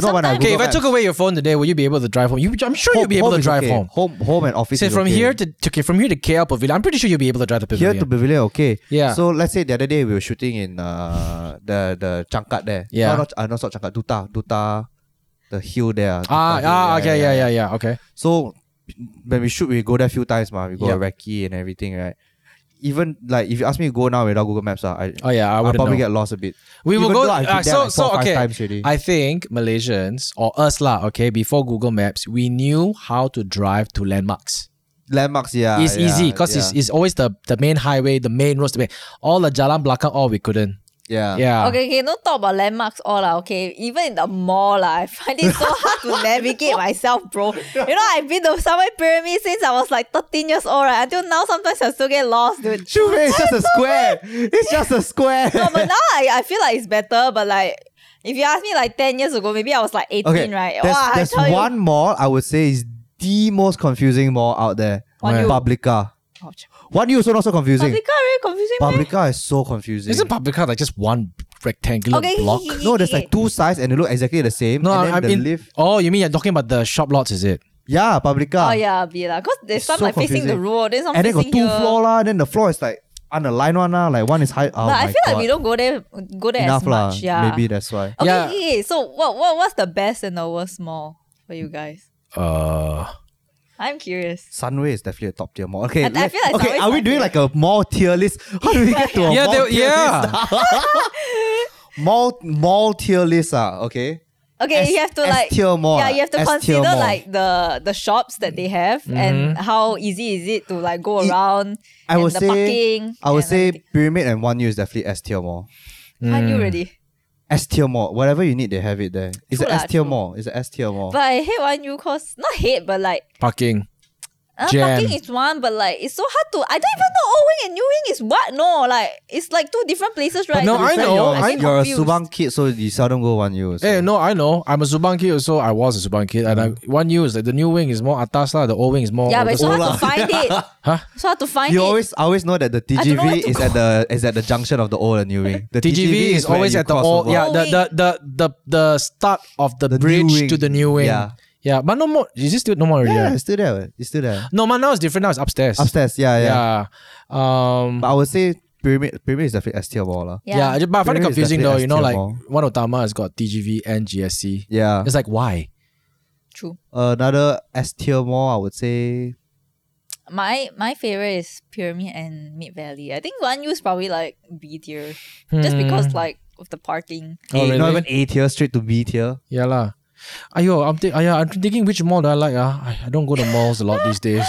Speaker 2: not when I
Speaker 1: okay if
Speaker 2: Google
Speaker 1: i took
Speaker 2: Maps.
Speaker 1: away your phone today will you be able to drive home you, i'm sure
Speaker 2: home,
Speaker 1: you'll be able to
Speaker 2: is
Speaker 1: drive
Speaker 2: okay.
Speaker 1: home
Speaker 2: home home and office
Speaker 1: say
Speaker 2: is
Speaker 1: from
Speaker 2: okay.
Speaker 1: here to to- okay from here to KL Pavilion. I'm pretty sure you'll be able to drive to
Speaker 2: here
Speaker 1: Pavilion.
Speaker 2: to Pavilion okay
Speaker 1: Yeah.
Speaker 2: so let's say the other day we were shooting in uh the the Changkat there
Speaker 1: Yeah.
Speaker 2: no, not, uh, not Changkat Duta Duta the hill there uh,
Speaker 1: ah
Speaker 2: Duta hill,
Speaker 1: ah okay yeah yeah yeah okay.
Speaker 2: So when we shoot, we go there a few times, ma. We go
Speaker 1: Yeah.
Speaker 2: to Recce and everything, right? Even like if you ask me to go now without Google Maps, ah, I
Speaker 1: Oh yeah, I
Speaker 2: I'll
Speaker 1: wouldn't
Speaker 2: probably
Speaker 1: know.
Speaker 2: get lost a bit.
Speaker 1: We will
Speaker 2: Even
Speaker 1: go.
Speaker 2: though I've been
Speaker 1: Uh,
Speaker 2: there,
Speaker 1: so
Speaker 2: like, four,
Speaker 1: so
Speaker 2: five
Speaker 1: okay.
Speaker 2: times already.
Speaker 1: I think Malaysians or us lah. Okay, before Google Maps, we knew how to drive to landmarks.
Speaker 2: Landmarks, yeah,
Speaker 1: it's
Speaker 2: Ah, yeah,
Speaker 1: easy because it's, e-
Speaker 2: yeah,
Speaker 1: it's always the, the main highway, the main roads. The main, all the jalan belakang, all we couldn't.
Speaker 2: yeah.
Speaker 1: Yeah.
Speaker 3: Okay, okay, don't talk about landmarks all lah, okay? Even in the mall lah, I find it so hard to navigate myself, bro. You know, I've been to Subway Pyramid since I was like 13 years old, right? Until now, sometimes I still get lost, dude.
Speaker 2: Shoot, man, it's just a square. It's just a square.
Speaker 3: No, but now I, I feel like it's better, but like, if you ask me like 10 years ago, maybe I was like 18,
Speaker 2: okay,
Speaker 3: right?
Speaker 2: There's,
Speaker 3: Wah,
Speaker 2: there's
Speaker 3: I tell
Speaker 2: one mall I would say is the most confusing mall out there.
Speaker 3: One
Speaker 1: Where? U.
Speaker 2: Publica.
Speaker 3: you. Ouch.
Speaker 2: One U also not so confusing.
Speaker 3: Publica really confusing, meh?
Speaker 2: Publica is so confusing.
Speaker 1: Isn't public car like just one rectangular
Speaker 3: Okay,
Speaker 1: block?
Speaker 2: no, there's like two sides and they look exactly the same.
Speaker 1: No,
Speaker 2: and then
Speaker 1: I, I
Speaker 2: the
Speaker 1: mean,
Speaker 2: lift.
Speaker 1: oh, you mean you're talking about the shop lots, is it?
Speaker 2: Yeah, Publica.
Speaker 3: Oh, yeah, be lah. Because there's
Speaker 2: It's
Speaker 3: some
Speaker 2: so
Speaker 3: like facing the
Speaker 2: confusing.
Speaker 3: road, there's some
Speaker 2: and then got
Speaker 3: facing
Speaker 2: two
Speaker 3: here.
Speaker 2: floor lah. Then the floor is like unaligned one lah. Like one is high. Oh
Speaker 3: but
Speaker 2: my
Speaker 3: I feel
Speaker 2: God.
Speaker 3: like we don't go there, go there
Speaker 2: enough
Speaker 3: as much.
Speaker 2: lah.
Speaker 3: Yeah,
Speaker 2: Maybe that's why.
Speaker 3: Okay,
Speaker 1: Yeah.
Speaker 3: okay, so what, what what's the best and the worst mall for you guys?
Speaker 1: Uh,
Speaker 3: I'm curious.
Speaker 2: Sunway is definitely a top tier mall. Okay,
Speaker 3: I- I
Speaker 2: let-
Speaker 3: feel like
Speaker 2: okay.
Speaker 3: Sunway
Speaker 2: Are we
Speaker 3: is
Speaker 2: doing
Speaker 3: my
Speaker 2: like a mall tier list? How do we get to a
Speaker 1: yeah,
Speaker 2: mall
Speaker 1: they,
Speaker 2: tier list?
Speaker 1: yeah.
Speaker 2: Mall mall tier list ah. Okay.
Speaker 3: Okay,
Speaker 2: S-
Speaker 3: you have to like
Speaker 2: S-tier mall,
Speaker 3: yeah, you have to
Speaker 2: S-tier
Speaker 3: consider
Speaker 2: mall.
Speaker 3: like the the shops that they have and how easy is it to like go
Speaker 2: It-
Speaker 3: around.
Speaker 2: I
Speaker 3: and
Speaker 2: would
Speaker 3: the
Speaker 2: say
Speaker 3: parking.
Speaker 2: I would
Speaker 3: and
Speaker 2: say
Speaker 3: everything.
Speaker 2: Pyramid and One U is definitely S tier mall.
Speaker 3: Can't you really?
Speaker 2: S tier mall. Whatever you need, they have it there. It's
Speaker 3: True
Speaker 2: an S
Speaker 3: lah,
Speaker 2: tier
Speaker 3: true.
Speaker 2: mall. It's an S tier mall.
Speaker 3: But I hate one you cause not hate, but like
Speaker 1: Parking.
Speaker 3: Uh,
Speaker 1: Jam.
Speaker 3: Parking is one, but like it's so hard to. I don't even know old wing and new wing is what. No, like it's like two different places, right?
Speaker 1: no, I
Speaker 3: So it's like-
Speaker 1: know,
Speaker 2: You're,
Speaker 1: I- Eh,
Speaker 3: I'm
Speaker 2: you're a
Speaker 3: confused.
Speaker 2: Subang kid, so you seldom go one year. So.
Speaker 1: Hey, no, I know. I'm a Subang kid also. I was a Subang kid. And I,
Speaker 2: Mm-hmm.
Speaker 1: one year is like the new wing is more atas lah. The old wing is more.
Speaker 3: Yeah, but it's so hard
Speaker 2: Ola.
Speaker 3: to find it.
Speaker 1: Huh?
Speaker 3: So hard to find
Speaker 2: You
Speaker 3: it.
Speaker 2: always, I always know that the
Speaker 3: I don't know where
Speaker 2: TGV
Speaker 3: to
Speaker 2: is
Speaker 3: go.
Speaker 2: at the is at the junction of the old and new wing. The
Speaker 1: TGV is
Speaker 2: where
Speaker 1: always at
Speaker 2: you
Speaker 1: the
Speaker 2: cross
Speaker 1: old,
Speaker 2: over.
Speaker 1: yeah, the,
Speaker 3: Old
Speaker 1: the, the the the start of the,
Speaker 2: The new
Speaker 1: bridge
Speaker 2: wing.
Speaker 1: to the new wing.
Speaker 2: Yeah.
Speaker 1: yeah, but no more. Is it still no more?
Speaker 2: yeah,
Speaker 1: already, right?
Speaker 2: it's still there. eh? It's still there.
Speaker 1: No, but now it's different. Now it's upstairs.
Speaker 2: Upstairs, yeah, yeah.
Speaker 1: Yeah. Um.
Speaker 2: But I would say pyramid, pyramid is definitely S tier mall lah.
Speaker 1: Yeah. I just- but I find it
Speaker 2: Pyramid is
Speaker 1: confusing though.
Speaker 2: definitely
Speaker 1: You know,
Speaker 2: STL
Speaker 1: like
Speaker 2: mall.
Speaker 1: one of Tama has got TGV and GSC.
Speaker 2: Yeah.
Speaker 1: It's like why?
Speaker 3: True.
Speaker 2: Another S tier mall, I would say.
Speaker 3: My my favorite is Pyramid and Mid Valley. I think one is probably like B tier, just
Speaker 2: Hmm.
Speaker 3: because like of the parking.
Speaker 1: Oh,
Speaker 2: A- Not
Speaker 1: really?
Speaker 2: even A tier, straight to B tier.
Speaker 1: Yeah lah. Ayo, I'm thi- ayo, I'm thinking which mall do I like ah? I, I don't go to malls a lot these days.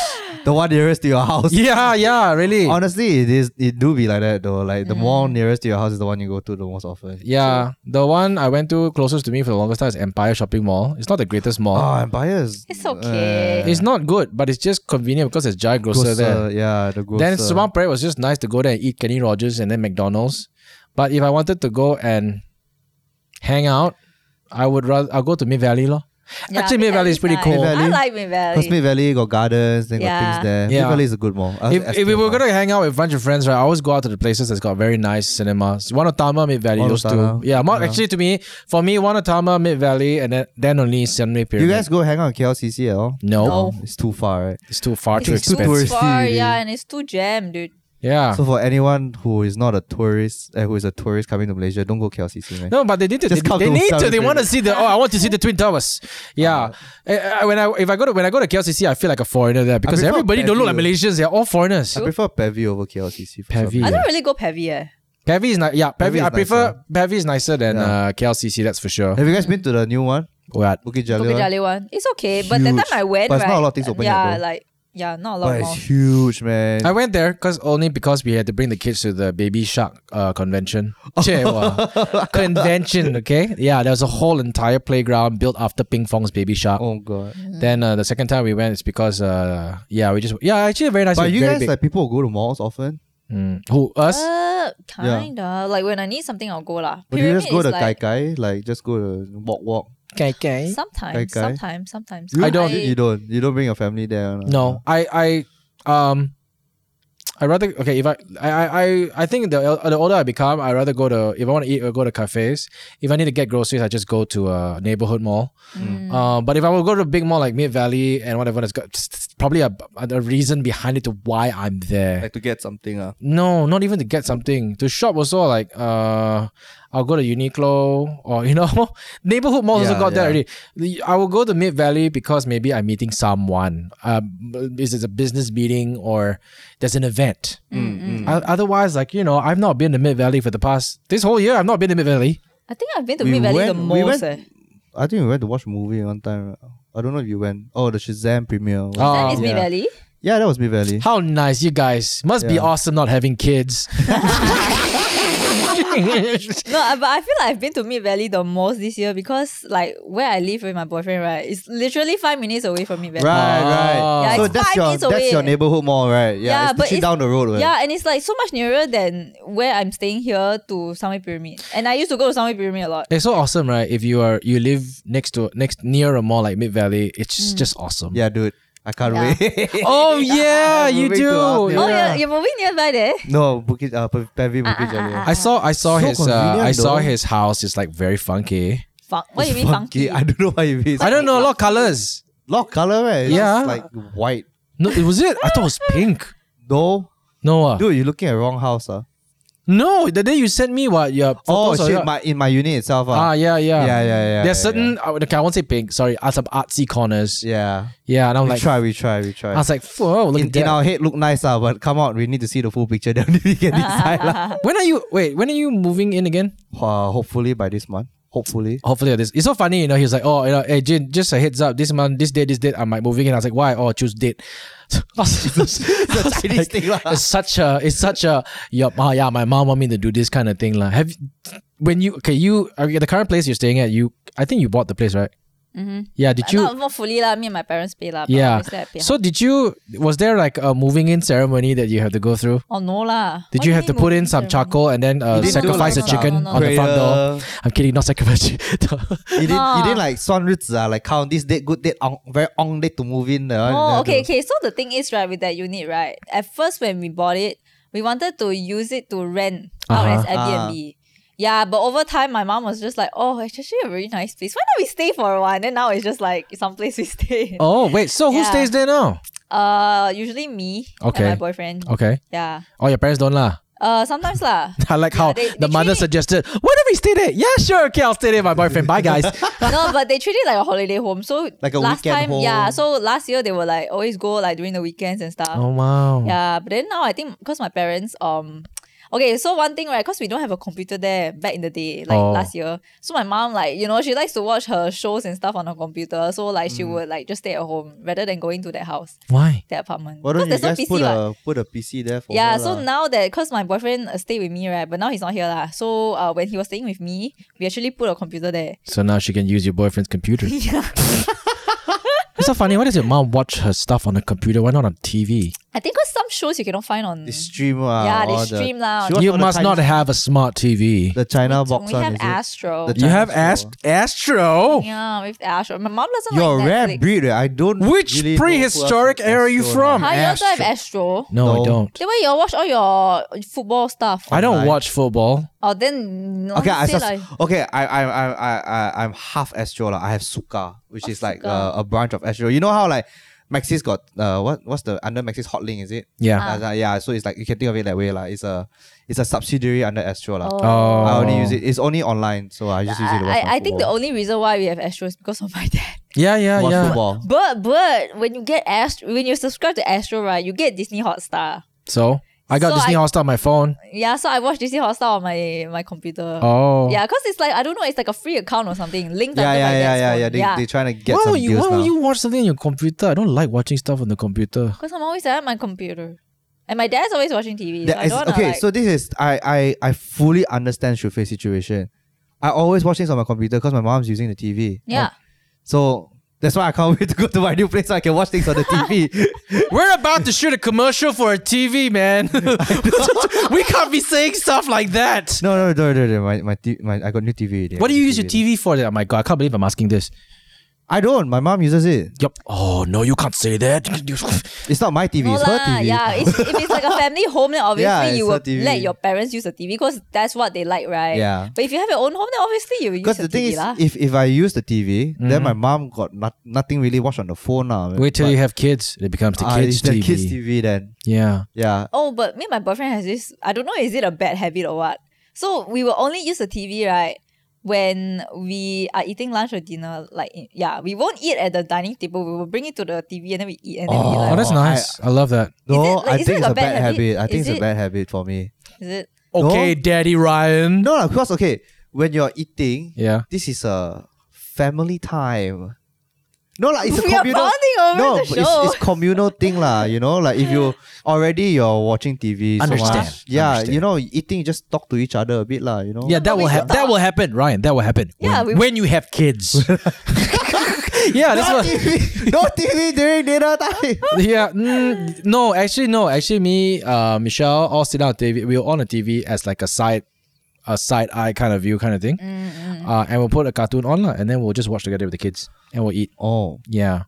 Speaker 2: The one nearest to your house.
Speaker 1: yeah, yeah, really.
Speaker 2: Honestly, it is. It do be like that though. Like the mall
Speaker 3: Mm.
Speaker 2: nearest to your house is the one you go to the most often.
Speaker 1: yeah, the one I went to closest to me for the longest time is Empire Shopping Mall. It's not the greatest mall.
Speaker 2: Oh, and buyers. uh,
Speaker 3: It's okay.
Speaker 1: it's not good, but it's just convenient because it's Jai Grocer, there.
Speaker 2: Yeah, the grocer.
Speaker 1: Then Subang Parade was just nice to go there and eat Kenny Rogers and then McDonald's. But if I wanted to go and hang out, I would rather I'll go to Mid Valley lor.
Speaker 3: Yeah,
Speaker 1: Actually, Mid Valley is pretey
Speaker 3: nice.
Speaker 1: cool.
Speaker 2: Mid
Speaker 3: I
Speaker 2: Valley.
Speaker 3: like Mid Valley.
Speaker 2: Cause Mid Valley got gardens, then got
Speaker 3: Yeah.
Speaker 2: things there.
Speaker 1: Yeah.
Speaker 2: Mid Valley is a good mall. I
Speaker 1: If,
Speaker 2: was
Speaker 1: if we
Speaker 2: STL
Speaker 1: were
Speaker 2: mall.
Speaker 1: gonna hang out with a bunch of friends, right, I always go out to the places that's got very nice cinemas. Wanatama, Mid Valley, those two.
Speaker 2: Wanatama. Uh-huh.
Speaker 1: Yeah, mo- actually to me, for me, Wanatama, Mid Valley, and then, then only Sunway
Speaker 2: you
Speaker 1: Pyramid.
Speaker 2: guys go hang out in KLCC at all?
Speaker 1: no,
Speaker 3: No.
Speaker 2: Mm, It's too far, right?
Speaker 1: it's too far,
Speaker 3: it's
Speaker 1: too
Speaker 2: It's too
Speaker 1: expensive.
Speaker 2: touristy,
Speaker 3: far, yeah,
Speaker 2: really.
Speaker 3: and it's too jam, dude.
Speaker 1: Yeah.
Speaker 2: So for anyone who is not a tourist, uh, who is a tourist coming to Malaysia, don't go KLCC, man.
Speaker 1: no, but they need to.
Speaker 2: Just
Speaker 1: they
Speaker 2: come
Speaker 1: they
Speaker 2: to
Speaker 1: need to.
Speaker 2: Sunway
Speaker 1: They want to
Speaker 2: Pyramid.
Speaker 1: see the. Oh, I want to see the Twin Towers. Yeah.
Speaker 2: Uh-huh.
Speaker 1: Eh, eh, when I if I go to when I go to KLCC, I feel like a foreigner there because
Speaker 2: prefer
Speaker 1: everybody don't look like
Speaker 2: Pavilion.
Speaker 1: Malaysians. They're all foreigners.
Speaker 2: I prefer Pevy over KLCC.
Speaker 1: Pevy.
Speaker 2: For some
Speaker 3: I
Speaker 2: reason.
Speaker 3: don't really go Pevy, eh.
Speaker 1: Pavy is nice. Yeah,
Speaker 2: Pavy
Speaker 1: Pavy.
Speaker 2: is
Speaker 1: I prefer Pavy is nicer than
Speaker 2: Yeah.
Speaker 1: uh, KLCC. That's for sure.
Speaker 2: Have you guys been to the new one,
Speaker 1: Oh, yeah.
Speaker 2: Bukit Jalil?
Speaker 3: Bukit
Speaker 2: one?
Speaker 3: Jalil one. It's okay, but that
Speaker 2: Huge.
Speaker 3: time I went,
Speaker 2: But it's
Speaker 3: right?
Speaker 2: not a lot of things open yet,
Speaker 3: Yeah,
Speaker 2: though.
Speaker 3: like yeah, not a lot
Speaker 2: But
Speaker 3: more.
Speaker 2: it's huge, man.
Speaker 1: I went there because only because we had to bring the kids to the baby shark uh, convention.
Speaker 2: Oh.
Speaker 1: Che, wa. convention, okay? Yeah, there was a whole entire playground built after Ping Fong's baby shark.
Speaker 2: oh god.
Speaker 1: Then uh, the second time we went, it's because uh, yeah, we just yeah, actually very nice.
Speaker 2: But
Speaker 1: it's
Speaker 2: you
Speaker 1: very
Speaker 2: guys
Speaker 1: big.
Speaker 2: like people who go to malls often.
Speaker 1: Mm. who us?
Speaker 3: Uh, kinda. Like when I need something, I'll go lah.
Speaker 2: But do you just
Speaker 3: Pyramid
Speaker 2: go
Speaker 3: is
Speaker 2: to Kai
Speaker 3: like,
Speaker 2: Kai? Like just go to walk walk.
Speaker 1: Okay, okay.
Speaker 3: Sometimes,
Speaker 2: Kai Kai?
Speaker 3: sometimes, sometimes.
Speaker 1: I don't-
Speaker 2: You don't. You don't bring your family there. no?
Speaker 1: No, I I um. I rather okay if I I I- I I think the el- the older I become, I rather go to if I want to eat, I go to cafes. If I need to get groceries, I just go to a neighborhood mall. Uh, but if I will go to a big mall like Mid Valley and whatever, it's got it's probably a, a reason behind it to why I'm there.
Speaker 2: Like to get something. Uh.
Speaker 1: No, not even to get something. To shop also like uh I'll go to Uniqlo or you know neighborhood malls also
Speaker 2: Yeah,
Speaker 1: got that
Speaker 2: yeah.
Speaker 1: already. The- I will go to Mid Valley because maybe I'm meeting someone. Um is it a business meeting or there's an event. O- otherwise, like, you know, I've not been to Mid Valley for the past this whole year I've not been to Mid Valley.
Speaker 3: I think I've been to
Speaker 2: We
Speaker 3: Mid Valley the
Speaker 2: went- we
Speaker 3: most.
Speaker 2: went-
Speaker 3: eh.
Speaker 2: I think we went to watch a movie one time. I don't know if you went. Oh, the Shazam premiere. was-
Speaker 1: Oh.
Speaker 3: That is Mid
Speaker 2: Ah, yeah.
Speaker 3: Valley.
Speaker 2: Yeah, that was Mid Valley.
Speaker 1: How nice you guys. Must be
Speaker 2: Yeah.
Speaker 1: awesome not having kids.
Speaker 3: No, I- but I feel like I've been to Mid Valley the most this year because like where I live with my boyfriend, right, is literally five minutes away from Mid Valley.
Speaker 2: Right,
Speaker 1: Oh.
Speaker 2: right.
Speaker 1: Yeah,
Speaker 2: so
Speaker 3: it's
Speaker 2: that's
Speaker 3: five
Speaker 2: your
Speaker 3: minutes
Speaker 2: that's your
Speaker 3: away.
Speaker 2: neighborhood mall, right? Yeah,
Speaker 3: Yeah,
Speaker 2: it's
Speaker 3: but
Speaker 2: literally
Speaker 3: it's-
Speaker 2: down the road. right?
Speaker 3: Yeah, and it's like so much nearer than where I'm staying here to Sunway Pyramid. And I used to go to Sunway Pyramid a lot.
Speaker 1: It's so awesome, right? If you are you live next to next near a mall like Mid Valley, it's just, just awesome.
Speaker 2: Yeah, dude. I can't
Speaker 3: Yeah.
Speaker 2: wait.
Speaker 1: Oh yeah, you
Speaker 2: Moving
Speaker 1: do.
Speaker 2: to Austin.
Speaker 3: Oh, yeah, you're moving nearby there.
Speaker 2: no, Bukit uh, Pe- Pevi Bukit
Speaker 3: ah,
Speaker 2: Jalil.
Speaker 3: ah,
Speaker 1: I saw I saw
Speaker 2: So
Speaker 1: his uh, I
Speaker 2: convenient,
Speaker 1: saw
Speaker 2: though.
Speaker 1: his house. It's like very funky.
Speaker 3: Fun- what do you mean funky?
Speaker 2: I don't know why you mean.
Speaker 1: I don't know a lot of colors.
Speaker 2: lot of color, right? It's
Speaker 1: Yeah.
Speaker 2: just like white.
Speaker 1: No, it was it. I thought it was pink.
Speaker 2: No,
Speaker 1: No, uh,
Speaker 2: dude, you're looking at wrong house, huh?
Speaker 1: no. The day you sent me what your
Speaker 2: Oh
Speaker 1: photos of
Speaker 2: shit,
Speaker 1: your-
Speaker 2: my in my unit itself. Uh,
Speaker 1: ah yeah yeah
Speaker 2: yeah, yeah, yeah.
Speaker 1: There's
Speaker 2: yeah,
Speaker 1: certain uh, okay, I won't say pink. Sorry, are some artsy corners. Yeah,
Speaker 2: Yeah, yeah.
Speaker 1: and I'm
Speaker 2: we
Speaker 1: like,
Speaker 2: try, we try, we try.
Speaker 3: ah,
Speaker 1: I was like, whoa, look at
Speaker 2: in,
Speaker 1: that.
Speaker 2: in our head, look nice, uh, but come out, we need to see the full picture. Then only we can decide, lah.
Speaker 1: when are you? Wait, when are you moving in again?
Speaker 2: Uh, hopefully by this month. Hopefully.
Speaker 1: hopefully this it's so funny you know he was like oh you know hey Jin just a heads up this month this date this date I might moving in I was like why oh choose date I was- I was
Speaker 2: Chinese
Speaker 1: like,
Speaker 2: thing lah.
Speaker 1: it's such a it's such a yup oh yeah my mom want me to do this kind of thing lah have you- when you okay you okay, the current place you're staying at you I think you bought the place right
Speaker 3: Mm-hmm.
Speaker 1: Yeah. Did
Speaker 3: But
Speaker 1: you?
Speaker 3: not, not fully lah. Me and my parents pay lah. but
Speaker 1: Yeah.
Speaker 3: obviously I pay
Speaker 1: So did you? Was there like a moving in ceremony that you have to go through?
Speaker 3: Oh no lah.
Speaker 1: Did
Speaker 3: What
Speaker 1: you
Speaker 3: do
Speaker 1: have to
Speaker 3: mean
Speaker 1: put in
Speaker 3: moving
Speaker 1: some
Speaker 3: ceremony?
Speaker 1: charcoal and then uh,
Speaker 2: You didn't do,
Speaker 1: sacrifice
Speaker 2: like,
Speaker 1: a chicken
Speaker 3: some
Speaker 1: on the front door? I'm kidding, not sacrifice.
Speaker 2: You did
Speaker 3: Ah.
Speaker 2: you did like 算日子啊 like count this date good date on, very on date to move in the one,
Speaker 3: Oh,
Speaker 2: the-
Speaker 3: okay,
Speaker 2: the-
Speaker 3: okay. So the thing is, right, with that unit, right? At first, when we bought it, we wanted to use it to rent out
Speaker 1: Uh-huh.
Speaker 3: as Airbnb. Yeah, but over time, my mom was just like, "Oh, it's actually a really nice place. Why don't we stay for a while?" And now it's just like some place we stay. in.
Speaker 1: oh wait, so who
Speaker 3: Yeah.
Speaker 1: stays there now?
Speaker 3: Uh, usually me
Speaker 1: Okay.
Speaker 3: and my boyfriend.
Speaker 1: Okay.
Speaker 3: Yeah.
Speaker 1: Oh, your parents don't lah.
Speaker 3: Uh, sometimes lah.
Speaker 1: I like how
Speaker 3: they-
Speaker 1: the
Speaker 3: they
Speaker 1: mother
Speaker 3: treat it-
Speaker 1: suggested, "Why don't we stay there? Yeah, sure. Okay, I'll stay there. with My boyfriend. Bye, guys.
Speaker 3: no, but they treat it like a holiday home. So
Speaker 2: Like a
Speaker 3: last
Speaker 2: weekend
Speaker 3: time, yeah.
Speaker 2: home.
Speaker 3: So last year they were like always go like during the weekends and stuff.
Speaker 1: oh wow.
Speaker 3: Yeah, but then now I think because my parents um okay, so one thing right, because we don't have a computer there back in the day, like
Speaker 1: Oh.
Speaker 3: last year. So my mom like, you know, she likes to watch her shows and stuff on her computer. So like
Speaker 2: Mm.
Speaker 3: she would like just stay at home rather than going to that house,
Speaker 1: Why?
Speaker 3: that apartment.
Speaker 2: Why don't you
Speaker 3: Because
Speaker 2: guys
Speaker 3: there's no
Speaker 2: put
Speaker 3: PC what.
Speaker 2: a put a PC there for
Speaker 3: Yeah,
Speaker 2: her
Speaker 3: so
Speaker 2: lah?
Speaker 3: now that because my boyfriend uh, stayed with me, right? But now he's not here lah. So uh, when he was staying with me, we actually put a computer there.
Speaker 1: So now she can use your boyfriend's computer.
Speaker 3: yeah.
Speaker 1: It's so funny. Why does your mom watch her stuff on a computer? Why not on TV?
Speaker 3: I think because some shows you cannot find on.
Speaker 2: they stream ah,
Speaker 3: Yeah, they
Speaker 2: all the-
Speaker 3: stream lah.
Speaker 2: She watch
Speaker 1: You
Speaker 2: all the
Speaker 1: must
Speaker 2: Chinese-
Speaker 1: not have a smart TV.
Speaker 2: the China box
Speaker 3: we
Speaker 2: one,
Speaker 3: have
Speaker 2: is it?
Speaker 3: Astro.
Speaker 2: The
Speaker 1: You have
Speaker 2: Chinese
Speaker 1: Ast- Astro.
Speaker 3: yeah, with Astro. My mom doesn't
Speaker 2: You're
Speaker 3: like
Speaker 2: a rare
Speaker 3: Netflix.
Speaker 2: breed. eh. I don't.
Speaker 1: Which
Speaker 2: really know who else
Speaker 1: prehistoric
Speaker 2: is
Speaker 1: era are you
Speaker 2: Astro
Speaker 1: from?
Speaker 2: now.
Speaker 3: Huh, you also have
Speaker 1: Astro.
Speaker 3: Astro.
Speaker 1: No, I
Speaker 2: No.
Speaker 1: don't.
Speaker 3: Then why you all watch all your football stuff?
Speaker 1: I don't
Speaker 2: Online.
Speaker 1: watch football.
Speaker 3: oh, then no,
Speaker 2: Okay, I
Speaker 3: say
Speaker 2: sus-
Speaker 3: like,
Speaker 2: okay, I I I I I I'm half Astro lah. I have Suka, which
Speaker 3: Oh,
Speaker 2: is like uh, a branch of Astro. You know how like Maxis got uh what what's the under Maxis Hotlink is it?
Speaker 3: Ah.
Speaker 1: Yeah.
Speaker 2: Uh, yeah, so it's like you can think of it that way lah. It's a it's a subsidiary under Astro lah.
Speaker 3: Oh.
Speaker 1: oh.
Speaker 2: I only use it. It's only online, so I just use it to watch
Speaker 3: I,
Speaker 2: my
Speaker 3: I think the
Speaker 2: football.
Speaker 3: only reason why we have Astro is because of my dad.
Speaker 1: Yeah, yeah,
Speaker 2: watch
Speaker 1: yeah.
Speaker 2: football.
Speaker 3: But but when you get Astro, when you subscribe to Astro, right, you get Disney Hotstar.
Speaker 1: So I got
Speaker 3: So
Speaker 1: Disney
Speaker 3: I-
Speaker 1: All Star on my phone.
Speaker 3: Yeah, so I watch Disney Hotstar on my my computer.
Speaker 1: Oh.
Speaker 3: Yeah, because it's like I don't know, it's like a free account or something linked
Speaker 2: Yeah,
Speaker 3: under
Speaker 2: yeah,
Speaker 3: my
Speaker 2: yeah,
Speaker 3: dad's
Speaker 2: yeah,
Speaker 3: phone.
Speaker 2: yeah. They they trying to get
Speaker 1: why
Speaker 2: some
Speaker 1: would you
Speaker 2: deals
Speaker 1: why would
Speaker 2: now.
Speaker 1: you watch something on your computer? I don't like watching stuff on the computer.
Speaker 3: Because I'm always at my computer, and my dad's always watching TV. so
Speaker 2: That
Speaker 3: I
Speaker 2: is-
Speaker 3: don't wanna,
Speaker 2: okay,
Speaker 3: like-
Speaker 2: so this is I I I fully understand Shufei's situation. I always watch things on my computer because my mom's using the TV.
Speaker 3: yeah,
Speaker 2: So that's why I can't wait to go to my new place so I can watch things on the TV.
Speaker 1: We're about to shoot a commercial for a TV, man. we can't be saying stuff like that.
Speaker 2: no, no, no, no, no. My, my, t- my I got new TV. already.
Speaker 1: What do you use your
Speaker 2: already.
Speaker 1: TV for? Oh my god, I can't believe I'm asking this.
Speaker 2: I don't. My mom uses it.
Speaker 1: Yep. Oh no, you can't say that.
Speaker 2: It's not my TV.
Speaker 3: No
Speaker 2: it's her
Speaker 3: lah,
Speaker 2: TV.
Speaker 3: yeah. It's, if it's like a family home, then obviously
Speaker 2: Yeah,
Speaker 3: you
Speaker 2: it's her
Speaker 3: will
Speaker 2: TV.
Speaker 3: let your parents use the TV because that's what they like, right?
Speaker 2: Yeah.
Speaker 3: But if you have your own home, then obviously you will use
Speaker 2: Because
Speaker 3: the,
Speaker 2: the thing
Speaker 3: TV
Speaker 2: is,
Speaker 3: lah.
Speaker 2: if, if I use the TV, then my mom got not, nothing really watched on the phone now.
Speaker 1: Mm-hmm. Wait till you have kids. It becomes the
Speaker 2: Ah,
Speaker 1: kids,
Speaker 2: it's the
Speaker 1: TV.
Speaker 2: kids TV then.
Speaker 1: Yeah.
Speaker 2: Yeah.
Speaker 3: Oh, but me and my boyfriend has this. I don't know, is it a bad habit or what? So we will only use the TV, right? When we are eating lunch or dinner, like in- yeah, we won't eat at the dining table. We will bring it to the TV and then we eat and then we
Speaker 1: Oh,
Speaker 3: eat. Like,
Speaker 1: that's
Speaker 2: I-
Speaker 1: nice. I, love that.
Speaker 2: No,
Speaker 3: like-
Speaker 2: I
Speaker 3: is it
Speaker 2: think it's
Speaker 3: like
Speaker 2: a bad habit. I think
Speaker 3: Is
Speaker 2: it's
Speaker 3: it-
Speaker 2: a bad habit for me.
Speaker 3: is it?
Speaker 2: No.
Speaker 1: Okay, Daddy Ryan.
Speaker 2: No, lah, because okay, when you're eating,
Speaker 1: Yeah.
Speaker 2: this is a family time. No, like it's a
Speaker 3: we are
Speaker 2: communal.
Speaker 3: bonding over
Speaker 2: no,
Speaker 3: the
Speaker 2: but
Speaker 3: show.
Speaker 2: It's, it's communal thing lah. You know, like if you already you're watching TV, so
Speaker 1: Understand,
Speaker 2: much, yeah,
Speaker 1: understand.
Speaker 2: you know, eating you just talk to each other a bit lah. You know,
Speaker 1: Yeah, that
Speaker 3: but
Speaker 1: will
Speaker 3: we
Speaker 1: happen.
Speaker 3: should
Speaker 1: That
Speaker 3: talk.
Speaker 1: will happen, Ryan. That will happen.
Speaker 3: Yeah,
Speaker 1: when,
Speaker 3: we-
Speaker 1: when you have kids. yeah, that's
Speaker 2: no
Speaker 1: what.
Speaker 2: TV, no TV during dinner time.
Speaker 1: yeah, mm, no, actually, no, actually, me, uh, Michelle, all sit down on TV. We were on a TV as like a side, a side eye kind of view, kind of thing.
Speaker 3: Mm,
Speaker 1: Uh, and we'll put a cartoon on, lah, and then we'll just watch together with the kids, and we'll eat.
Speaker 2: Oh,
Speaker 1: Yeah,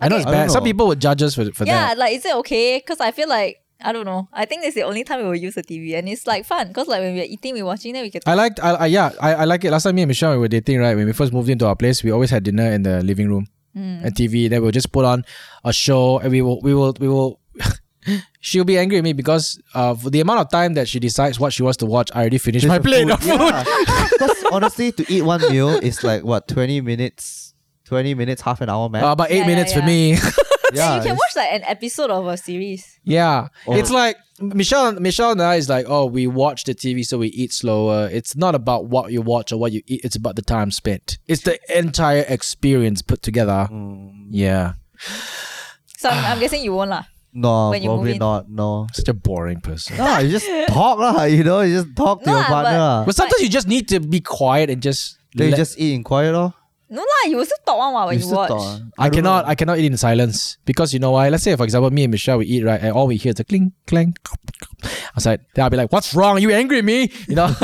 Speaker 1: I know
Speaker 3: Okay.
Speaker 1: it's
Speaker 2: I don't
Speaker 1: bad. Some
Speaker 2: know.
Speaker 1: people would judge us for for
Speaker 3: yeah,
Speaker 1: that.
Speaker 3: like is it okay? Because I feel like I don't know. I think it's the only time we will use the TV, and it's like fun. Because like when we're eating, we're watching, then we can.
Speaker 1: I liked, I, I yeah, I, I like it. Last time me and Michelle we were dating, right? When we first moved into our place, we always had dinner in the living room
Speaker 3: Mm.
Speaker 1: and TV. Then we'll just put on a show, and we will, we will, we will. She'll be angry at me because uh, for the amount of time that she decides what she wants to watch, I already finished my
Speaker 2: Just the
Speaker 1: plate of food.
Speaker 2: Yeah. 'Cause honestly, to eat one meal is like what twenty minutes, twenty minutes, half an hour, man.
Speaker 1: Uh, about eight
Speaker 3: Yeah, yeah,
Speaker 1: minutes for
Speaker 3: yeah.
Speaker 1: me.
Speaker 3: Yeah, you
Speaker 2: it's-
Speaker 3: can watch like an episode of a series.
Speaker 1: yeah,
Speaker 2: Oh.
Speaker 1: it's like Michelle. Michelle and I is like, oh, we watch the TV, so we eat slower. It's not about what you watch or what you eat. It's about the time spent. It's the entire experience put together. Yeah,
Speaker 3: So I'm, I'm guessing you won't lah.
Speaker 2: No,
Speaker 3: when you move
Speaker 2: probably
Speaker 3: in.
Speaker 2: not. No.
Speaker 1: such a boring person.
Speaker 2: No, you just talk lah. You know, you just talk to
Speaker 3: No
Speaker 2: your
Speaker 3: lah,
Speaker 2: partner.
Speaker 3: but-
Speaker 2: lah.
Speaker 1: But sometimes you just need to be quiet and just.
Speaker 2: Then you
Speaker 1: let-
Speaker 2: just eat in quiet lor.
Speaker 3: No lah, you will still talk one while when you,
Speaker 2: still
Speaker 3: watch.
Speaker 2: talk, ah?
Speaker 1: I,
Speaker 2: don't
Speaker 1: cannot.
Speaker 2: know.
Speaker 1: I cannot eat in silence because you know why. Let's say, for example, me and Michelle we eat right, and all we hear is a clink clang. I was like, then I'll be like, "What's wrong? Are you angry at me?" You know,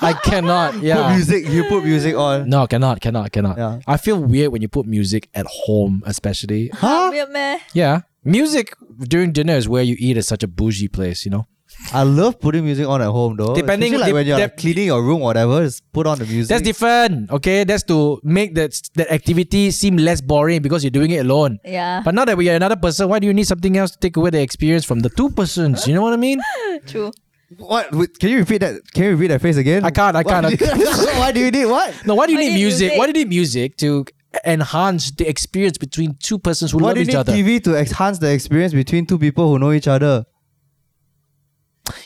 Speaker 1: I cannot.
Speaker 2: Put
Speaker 1: Yeah,
Speaker 2: music. You put music on.
Speaker 1: no, cannot, cannot, cannot.
Speaker 2: Yeah.
Speaker 1: I feel weird when you put music at home, especially.
Speaker 2: Huh?
Speaker 3: Ah, Weird meh.
Speaker 1: Yeah, music during dinner is where you eat at such a bougie place. You know,
Speaker 2: I love putting music on at home though.
Speaker 1: Depending-
Speaker 2: Especially, like
Speaker 1: dep-
Speaker 2: when you're like,
Speaker 1: dep-
Speaker 2: cleaning your room, whatever, just put on the music.
Speaker 1: that's different. Okay, that's to make that that activity seem less boring because you're doing it alone.
Speaker 3: Yeah,
Speaker 1: But now that we are another person, why do you need something else to take away the experience from the two persons? You know what I mean?
Speaker 3: true.
Speaker 2: What? Wait, Can you repeat that? Can you repeat that phrase again?
Speaker 1: I can't, I
Speaker 2: What
Speaker 1: can't, I
Speaker 2: do you- Why do you need what?
Speaker 1: No, why do you
Speaker 3: Why
Speaker 1: need
Speaker 3: do you
Speaker 1: music?
Speaker 3: music?
Speaker 1: Why do you need music to enhance the experience between two persons who
Speaker 2: Why
Speaker 1: love
Speaker 2: do you
Speaker 1: each
Speaker 2: need
Speaker 1: other?
Speaker 2: TV to enhance the experience between two people who know each other?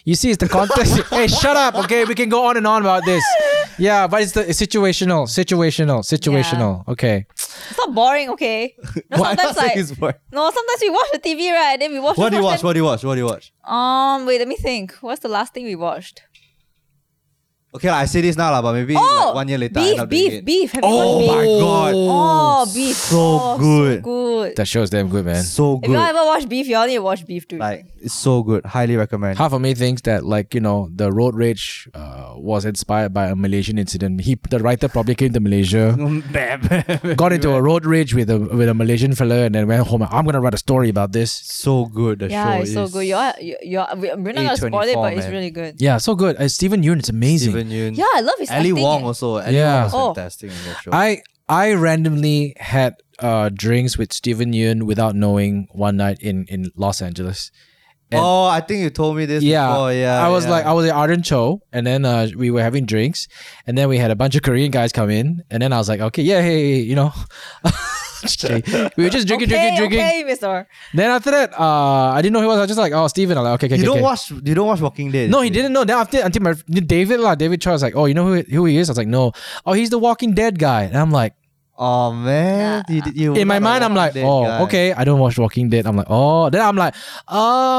Speaker 1: You see, it's the context. hey, shut up. Okay, we can go on and on about this. Yeah, but it's the it's situational, situational, situational. Okay.
Speaker 3: It's not boring, okay? No,
Speaker 2: Why
Speaker 3: sometimes
Speaker 2: not say
Speaker 3: like
Speaker 2: it's boring?
Speaker 3: no, sometimes we watch the TV right, then we watch.
Speaker 2: What do you watch?
Speaker 3: then-
Speaker 2: What do you watch? What do you watch?
Speaker 3: Um, wait, let me think. What's the last thing we watched?
Speaker 2: Okay, lah, I say this now, lah, but maybe
Speaker 3: Oh,
Speaker 2: like one year later. I end
Speaker 3: beef,
Speaker 2: up doing
Speaker 3: beef,
Speaker 2: it.
Speaker 3: beef. Have
Speaker 2: Oh
Speaker 3: you watched
Speaker 2: my
Speaker 3: beef?
Speaker 2: god.
Speaker 3: Oh, beef.
Speaker 2: so
Speaker 3: Oh,
Speaker 2: good.
Speaker 3: So good.
Speaker 1: That show is damn good, man.
Speaker 2: So
Speaker 3: If you all
Speaker 2: good.
Speaker 3: ever watch beef, you all need to watch beef, dude.
Speaker 2: Like it's so good. Highly recommend.
Speaker 1: Half of me thinks that, like you know, the road rage uh, was inspired by a Malaysian incident. He, the writer, probably came to Malaysia, got into a road rage with a with a Malaysian fella, and then went home. I'm gonna write a story about this.
Speaker 2: so good. The
Speaker 3: yeah,
Speaker 2: show
Speaker 3: it's so
Speaker 2: is-
Speaker 3: good. You all, you, you all, we- we're not gonna spoil it,
Speaker 2: A24,
Speaker 3: but it's
Speaker 2: man.
Speaker 3: really good.
Speaker 1: Yeah, so good. Uh, Stephen Yoon, it's amazing.
Speaker 2: Steven Yeun.
Speaker 3: Yeah, I love his
Speaker 2: Ali
Speaker 3: acting.
Speaker 2: Wong
Speaker 3: eh.
Speaker 2: also. Ali
Speaker 1: Yeah.
Speaker 2: Wong was
Speaker 3: Oh.
Speaker 2: fantastic in that show.
Speaker 1: I I randomly had uh, drinks with Steven Yeun without knowing one night in, in Los Angeles. and-
Speaker 2: oh, I think you told me this
Speaker 1: Yeah,
Speaker 2: before. Oh, Yeah.
Speaker 1: I was
Speaker 2: yeah.
Speaker 1: like, oh, I was at Arden Cho, and then uh, we were having drinks, and then we had a bunch of Korean guys come in, and then I was like, okay, yeah, hey, you know. Just kidding. we were just drinking,
Speaker 3: okay,
Speaker 1: drinking, drinking.
Speaker 3: Okay, Mister.
Speaker 1: Then after that, uh, I didn't know who he was. I was just like, oh, Steven. I'm like, okay, okay,
Speaker 2: you
Speaker 1: okay.
Speaker 2: don't watch. You don't watch Walking Dead.
Speaker 1: No,
Speaker 2: is
Speaker 1: he
Speaker 2: it?
Speaker 1: didn't know. Then after until my David lah, David Cho was like, oh, you know who who he is? I was like, no. Oh, he's the Walking Dead guy, and I'm like.
Speaker 2: Oh man. You, did- you
Speaker 1: in my mind,
Speaker 2: not a
Speaker 1: I'm like,
Speaker 2: Walking Dead
Speaker 1: oh,
Speaker 2: guy.
Speaker 1: okay, I don't watch Walking Dead. I'm like, oh, then I'm like,